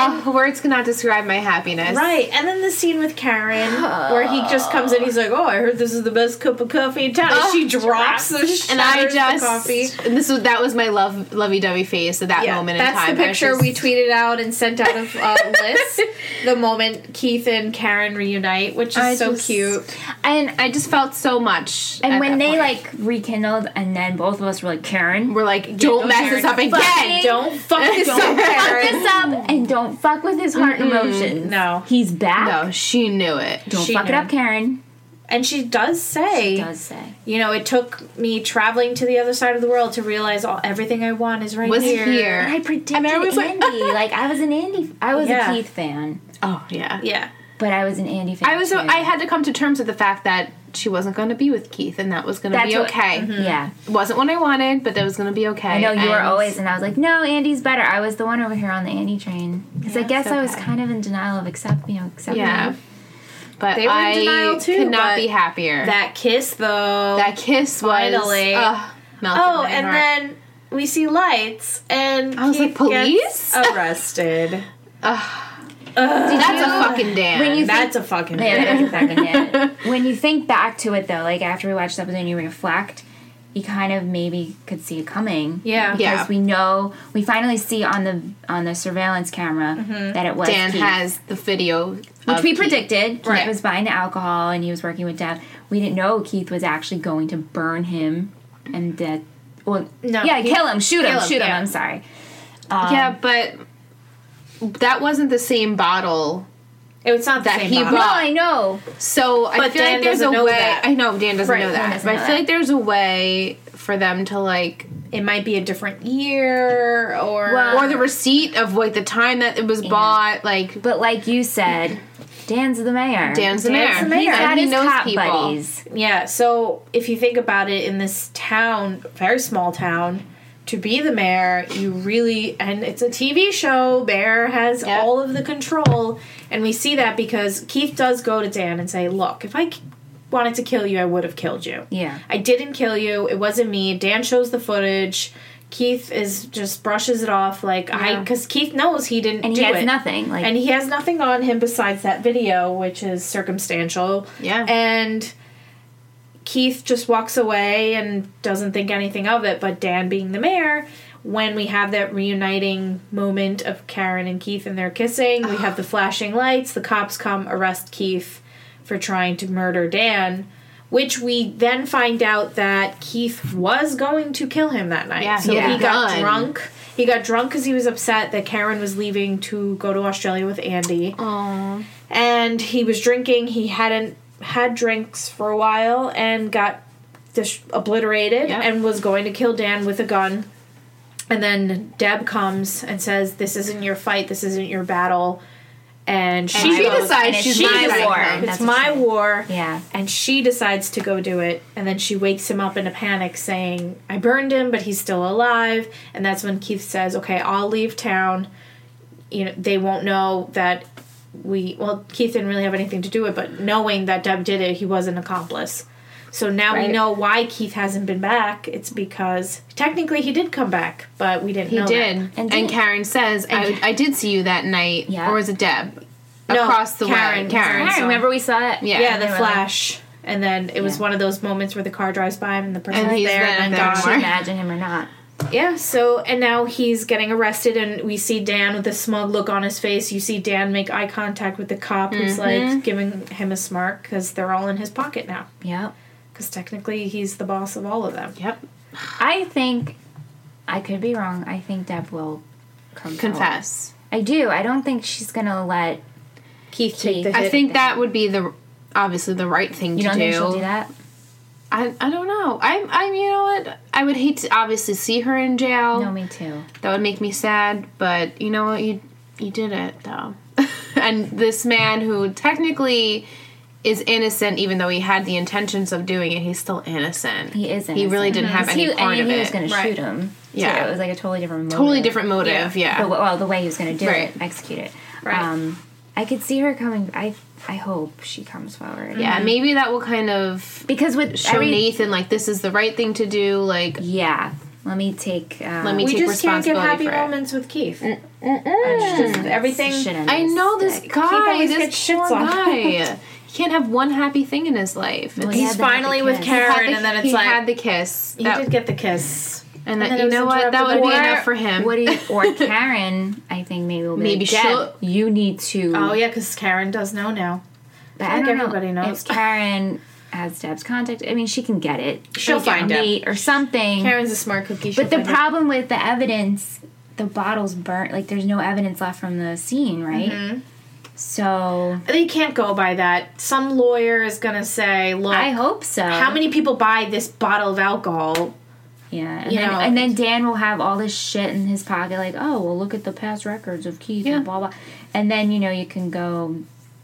Speaker 1: Oh, words cannot describe my happiness.
Speaker 2: Right, and then the scene with Karen where he just comes in, he's like, "Oh, I heard this is the best cup of coffee in town." And
Speaker 1: Oh,
Speaker 2: she drops the
Speaker 1: And I
Speaker 2: shatters the
Speaker 1: just
Speaker 2: coffee.
Speaker 1: and this was that was my love lovey dovey face at that
Speaker 2: Yeah,
Speaker 1: moment in
Speaker 2: that's
Speaker 1: time.
Speaker 2: the
Speaker 1: I was
Speaker 2: picture
Speaker 1: just-
Speaker 2: we tweeted out and sent out
Speaker 1: [laughs]
Speaker 2: of uh, Liz. The moment Keith and Karen reunite, which is
Speaker 1: I
Speaker 2: so
Speaker 1: just-
Speaker 2: cute.
Speaker 3: And
Speaker 1: I just felt so much.
Speaker 3: And
Speaker 1: at
Speaker 3: when
Speaker 1: that
Speaker 3: they
Speaker 1: point.
Speaker 3: like rekindled, and then both of us were like, Karen,
Speaker 1: we're like, don't mess
Speaker 2: Karen,
Speaker 1: this up again.
Speaker 3: fucking
Speaker 2: Don't fuck this
Speaker 1: Don't
Speaker 2: up,
Speaker 1: fuck
Speaker 2: [laughs]
Speaker 3: fuck
Speaker 2: Karen.
Speaker 3: this up and don't fuck with his heart and emotions.
Speaker 2: No.
Speaker 3: He's back.
Speaker 1: No, she knew it.
Speaker 3: Don't
Speaker 2: She
Speaker 3: fuck it
Speaker 2: knew.
Speaker 3: up, Karen.
Speaker 2: And she does say,
Speaker 3: Does say.
Speaker 2: you know, it took me traveling to the other side of the world to realize all everything I want is right
Speaker 1: Was
Speaker 2: here.
Speaker 1: here.
Speaker 3: And I predicted
Speaker 1: And I was like- [laughs]
Speaker 3: Andy. Like, I was an Andy. I was
Speaker 2: Yeah.
Speaker 3: a Keith fan,
Speaker 1: Oh yeah.
Speaker 2: Yeah,
Speaker 3: but I was an Andy fan.
Speaker 1: I was.
Speaker 3: Too.
Speaker 1: I had to come to terms with the fact that she wasn't going to be with Keith, and that was going to
Speaker 3: That's
Speaker 1: be
Speaker 3: what- Mhm.
Speaker 1: okay.
Speaker 3: Yeah,
Speaker 1: Wasn't what I wanted, but that was going to be okay.
Speaker 3: I know you were
Speaker 1: and-
Speaker 3: always, and I was like, "No, Andy's better." I was the one over here on the Andy train because I
Speaker 1: Yeah,
Speaker 3: guess
Speaker 1: it's
Speaker 3: I was
Speaker 1: okay.
Speaker 3: kind of in denial of accept, you know, accepting.
Speaker 1: Yeah. But
Speaker 2: They were in
Speaker 1: I
Speaker 2: denial too,
Speaker 1: could not
Speaker 2: but
Speaker 1: be happier. That,
Speaker 2: that kiss though.
Speaker 1: kiss was
Speaker 2: Finally.
Speaker 1: ugh, Malcolm
Speaker 2: Oh,
Speaker 1: Reinhart.
Speaker 2: and then we see lights, and
Speaker 1: I was
Speaker 2: Keith
Speaker 1: like,
Speaker 2: gets
Speaker 1: "Police?"
Speaker 2: arrested.
Speaker 1: that's a fucking Dan.
Speaker 3: when you
Speaker 2: That's a fucking.
Speaker 3: Yeah,
Speaker 2: bit.
Speaker 3: that is [laughs] fucking
Speaker 2: [laughs]
Speaker 3: it. When you think back to it though, like after we watch the episode and you reflect, you kind of maybe could see it coming.
Speaker 2: Yeah.
Speaker 3: Because
Speaker 1: Yeah.
Speaker 3: we know we finally see on the on the surveillance camera
Speaker 2: Mm-hmm.
Speaker 3: that it was
Speaker 1: Dan
Speaker 3: Keith,
Speaker 1: has the video,
Speaker 3: which
Speaker 1: of
Speaker 3: we
Speaker 1: Keith.
Speaker 3: predicted. Right.
Speaker 1: Right.
Speaker 3: Keith was buying the alcohol and he was working with Deb. We didn't know Keith was actually going to burn him and that well
Speaker 2: No,
Speaker 3: yeah,
Speaker 2: he-
Speaker 3: kill him, shoot him,
Speaker 2: kill him,
Speaker 3: shoot him,
Speaker 2: yeah.
Speaker 3: I'm sorry.
Speaker 1: yeah, but that wasn't the same bottle.
Speaker 2: It's not the
Speaker 1: That
Speaker 2: same
Speaker 1: he
Speaker 2: bottle.
Speaker 3: No,
Speaker 1: brought-
Speaker 3: I know.
Speaker 1: So I
Speaker 2: But
Speaker 1: feel
Speaker 2: Dan
Speaker 1: like there's a
Speaker 2: doesn't know
Speaker 1: way.
Speaker 2: that.
Speaker 1: I know Dan doesn't
Speaker 2: Right,
Speaker 1: know
Speaker 2: Dan
Speaker 1: that,
Speaker 3: doesn't
Speaker 1: but
Speaker 3: know
Speaker 1: I feel
Speaker 3: that.
Speaker 1: like there's a way for them to like,
Speaker 2: It might be a different year, or
Speaker 3: Well-
Speaker 1: or the receipt of like the time that it was bought, like
Speaker 3: But like you said, Dan's the mayor.
Speaker 1: Dan's the
Speaker 2: Dan's
Speaker 1: mayor.
Speaker 2: the mayor.
Speaker 3: He's
Speaker 2: And
Speaker 3: got
Speaker 1: he
Speaker 3: his
Speaker 1: knows
Speaker 3: cop
Speaker 1: people.
Speaker 3: buddies.
Speaker 2: yeah. So if you think about it, in this town, very small town. To be the mayor, you really, and it's a TV show, Mayor has
Speaker 1: Yeah.
Speaker 2: all of the control. And we see that because Keith does go to Dan and say, Look, if I k- wanted to kill you, I would have killed you.
Speaker 3: Yeah.
Speaker 2: I didn't kill you. It wasn't me. Dan shows the footage. Keith is just brushes it off like I because Keith knows he didn't
Speaker 3: and
Speaker 2: do
Speaker 3: he has
Speaker 2: it.
Speaker 3: nothing. Like
Speaker 2: And he has nothing on him besides that video, which is circumstantial.
Speaker 1: Yeah.
Speaker 2: And Keith just walks away and doesn't think anything of it. But Dan, being the mayor, when we have that reuniting moment of Karen and Keith and they're kissing, we have the flashing lights, the cops come arrest Keith for trying to murder Dan. Which we then find out that Keith was going to kill him that night.
Speaker 1: Yeah,
Speaker 2: so
Speaker 1: he had
Speaker 2: he
Speaker 1: a
Speaker 2: got
Speaker 1: gun.
Speaker 2: drunk drunk. He got drunk because he was upset that Karen was leaving to go to Australia with Andy.
Speaker 1: Aw.
Speaker 2: And he was drinking. He hadn't had drinks for a while and got dis- obliterated
Speaker 1: Yep.
Speaker 2: and was going to kill Dan with a gun. And then Deb comes and says, This isn't your fight. This isn't your battle. And she,
Speaker 1: She,
Speaker 3: I vote.
Speaker 1: decides
Speaker 3: And it's
Speaker 1: she's
Speaker 2: she
Speaker 3: my
Speaker 1: not
Speaker 2: decides-
Speaker 3: war.
Speaker 1: pregnant.
Speaker 3: That's
Speaker 2: It's
Speaker 3: what
Speaker 2: my
Speaker 3: she said.
Speaker 2: war.
Speaker 3: Yeah.
Speaker 2: And she decides to go do it, and then she wakes him up in a panic, saying, I burned him, but he's still alive. And that's when Keith says, Okay, I'll leave town. You know, they won't know that we, well, Keith didn't really have anything to do with it, but knowing that Deb did it, he was an accomplice. So now
Speaker 1: Right.
Speaker 2: we know why Keith hasn't been back. It's because technically he did come back, but we didn't
Speaker 1: He
Speaker 2: know. that.
Speaker 1: did.
Speaker 3: And
Speaker 1: And,
Speaker 3: didn't-
Speaker 1: Karen says, I, I did see you that night.
Speaker 3: Yeah.
Speaker 1: Or was it Deb?
Speaker 2: No,
Speaker 1: Across the
Speaker 2: Karen.
Speaker 1: way. Karen.
Speaker 2: Karen.
Speaker 3: I
Speaker 2: So-
Speaker 3: remember we saw it.
Speaker 1: Yeah.
Speaker 2: Yeah, the
Speaker 3: they were
Speaker 2: flash. and then it was
Speaker 3: Yeah.
Speaker 2: one of those moments where the car drives by him and the person's
Speaker 1: And he's
Speaker 2: there,
Speaker 1: there
Speaker 2: and then
Speaker 1: and
Speaker 2: gone.
Speaker 1: there.
Speaker 3: Like, imagine him or not.
Speaker 2: Yeah, so and now he's getting arrested and we see Dan with a smug look on his face. You see Dan make eye contact with the cop who's
Speaker 1: Mm-hmm.
Speaker 2: like giving him a smirk cuz they're all in his pocket now
Speaker 3: Yep.
Speaker 2: cuz technically he's the boss of all of them.
Speaker 1: Yep.
Speaker 3: I think I could be wrong. I think Deb will come forward.
Speaker 1: Confess.
Speaker 3: I do. I don't think she's gonna let.
Speaker 2: Keith take the
Speaker 3: Keith.
Speaker 2: hit.
Speaker 1: I think that would be the obviously the right thing
Speaker 3: You
Speaker 1: to
Speaker 3: don't
Speaker 1: do.
Speaker 3: think she'll do that?
Speaker 1: I, I don't know. I I you know what? I would hate to obviously see her in jail.
Speaker 3: No, me too.
Speaker 1: that would make me sad, but you know what? You you did it though. [laughs] and this man who technically is innocent even though he had the intentions of doing it, he's still innocent.
Speaker 3: He is.
Speaker 1: He really
Speaker 3: innocent.
Speaker 1: didn't have
Speaker 3: 'Cause
Speaker 1: any
Speaker 3: he,
Speaker 1: part
Speaker 3: and
Speaker 1: of
Speaker 3: he
Speaker 1: it.
Speaker 3: was gonna
Speaker 2: Right.
Speaker 3: shoot him.
Speaker 1: Yeah.
Speaker 3: So it was like a totally different. Motive.
Speaker 1: totally different motive,
Speaker 3: The,
Speaker 1: yeah.
Speaker 3: well, the way he was gonna do
Speaker 1: Right.
Speaker 3: it, execute it.
Speaker 2: Right.
Speaker 3: Um, I could see her coming. I I hope she comes forward.
Speaker 1: Yeah, maybe that will kind of
Speaker 3: Because with
Speaker 1: show
Speaker 3: every,
Speaker 1: Nathan like this is the right thing to do. Like
Speaker 3: Yeah. Let me take. Um,
Speaker 1: Let me
Speaker 2: we
Speaker 1: take
Speaker 2: just can't get
Speaker 1: responsibility
Speaker 2: happy
Speaker 1: for it.
Speaker 2: moments with Keith. It's just everything
Speaker 3: Shit on
Speaker 1: I
Speaker 3: this
Speaker 1: know this
Speaker 3: stick.
Speaker 1: guy,
Speaker 2: always
Speaker 1: this
Speaker 2: gets shits
Speaker 1: poor
Speaker 2: on.
Speaker 1: guy. he can't have one happy thing in his life.
Speaker 3: Well,
Speaker 1: It's-
Speaker 3: yeah,
Speaker 2: He's
Speaker 3: they had
Speaker 2: finally
Speaker 3: the
Speaker 2: with
Speaker 3: kiss.
Speaker 1: he had
Speaker 2: Karen
Speaker 1: the-
Speaker 2: and then it's
Speaker 1: he
Speaker 2: like
Speaker 1: had the kiss.
Speaker 2: he
Speaker 1: That-
Speaker 2: did get the kiss.
Speaker 1: and,
Speaker 2: and
Speaker 1: that-
Speaker 2: then it
Speaker 1: you
Speaker 2: was
Speaker 1: know what? That
Speaker 2: interrupted
Speaker 1: would be
Speaker 2: by-
Speaker 1: enough for him.
Speaker 3: What do you,
Speaker 1: [laughs]
Speaker 3: or Karen? I think maybe will be
Speaker 1: Maybe
Speaker 3: like, Deb,
Speaker 1: she'll-
Speaker 3: you need to.
Speaker 2: Oh yeah, cuz Karen does know now.
Speaker 3: but
Speaker 2: I think
Speaker 3: don't know
Speaker 2: everybody knows.
Speaker 3: If Karen has Deb's contact, I mean, she can get it.
Speaker 2: She'll
Speaker 3: Like, get
Speaker 2: find
Speaker 3: a
Speaker 2: out.
Speaker 3: mate or something.
Speaker 2: Karen's a smart cookie. she'll
Speaker 3: but the
Speaker 2: find out.
Speaker 3: problem with the evidence, the bottles burnt. Like, there's no evidence left from the scene, right?
Speaker 1: Mm-hmm.
Speaker 3: So
Speaker 2: they can't go by that. Some lawyer is going to say, "Look,
Speaker 3: I hope so.
Speaker 2: how many people buy this bottle of alcohol
Speaker 3: Yeah, and
Speaker 2: You
Speaker 3: then,
Speaker 2: know.
Speaker 3: and then Dan will have all this shit in his pocket, like, oh, well, look at the past records of Keith and blah blah. And then you know you can go,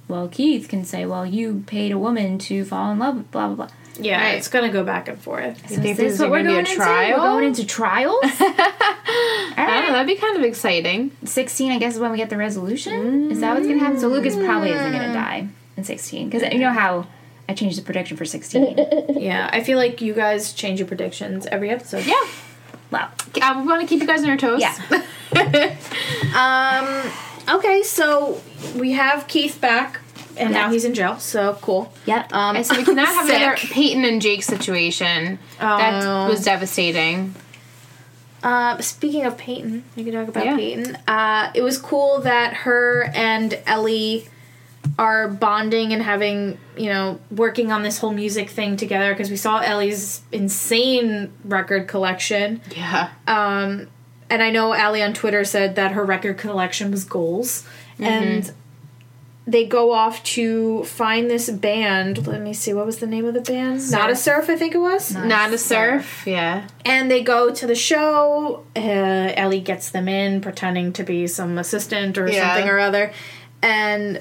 Speaker 3: well, Keith can say, well, you paid a woman to fall in love, blah blah blah.
Speaker 2: Yeah,
Speaker 1: Right.
Speaker 2: it's gonna go back and forth.
Speaker 1: You
Speaker 3: So
Speaker 1: think
Speaker 3: is this
Speaker 1: there's
Speaker 3: what we're
Speaker 1: gonna be a
Speaker 3: going into? We're
Speaker 1: trial?
Speaker 3: going
Speaker 1: [laughs]
Speaker 3: into trials. All
Speaker 1: I don't know,
Speaker 3: right,
Speaker 1: that'd be kind of exciting.
Speaker 3: sixteen, I guess, is when we get
Speaker 1: Mm.
Speaker 3: the resolution. Is that what's gonna happen? So Lucas probably isn't gonna die in sixteen because you know how I changed the prediction
Speaker 1: [laughs]
Speaker 3: for 16.
Speaker 2: Yeah, I feel like you guys change your predictions every episode.
Speaker 1: Yeah.
Speaker 3: wow.
Speaker 1: I want to keep you guys on your toes.
Speaker 3: Yeah.
Speaker 2: Um. Okay, so we have Keith back, and now he's in jail. So cool.
Speaker 3: Yep.
Speaker 1: [laughs]
Speaker 2: Um.
Speaker 1: And so we cannot have
Speaker 2: sick.
Speaker 1: another Peyton and Jake situation. That
Speaker 2: Oh.
Speaker 1: was devastating.
Speaker 2: Uh, speaking of Peyton, we can talk about
Speaker 1: Yeah.
Speaker 2: Peyton. Uh, it was cool that her and Ellie are bonding and having, you know, working on this whole music thing together because we saw Ellie's insane record collection.
Speaker 1: Yeah.
Speaker 2: Um, and I know Ellie on Twitter said that her record collection was goals. And they go off to find this band. Let me see, what was the name of the band? Not a Surf, I think it was
Speaker 1: Not a surf. Yeah.
Speaker 2: and they go to the show. Uh, Ellie gets them in, pretending to be some assistant or
Speaker 1: Yeah.
Speaker 2: something or other, and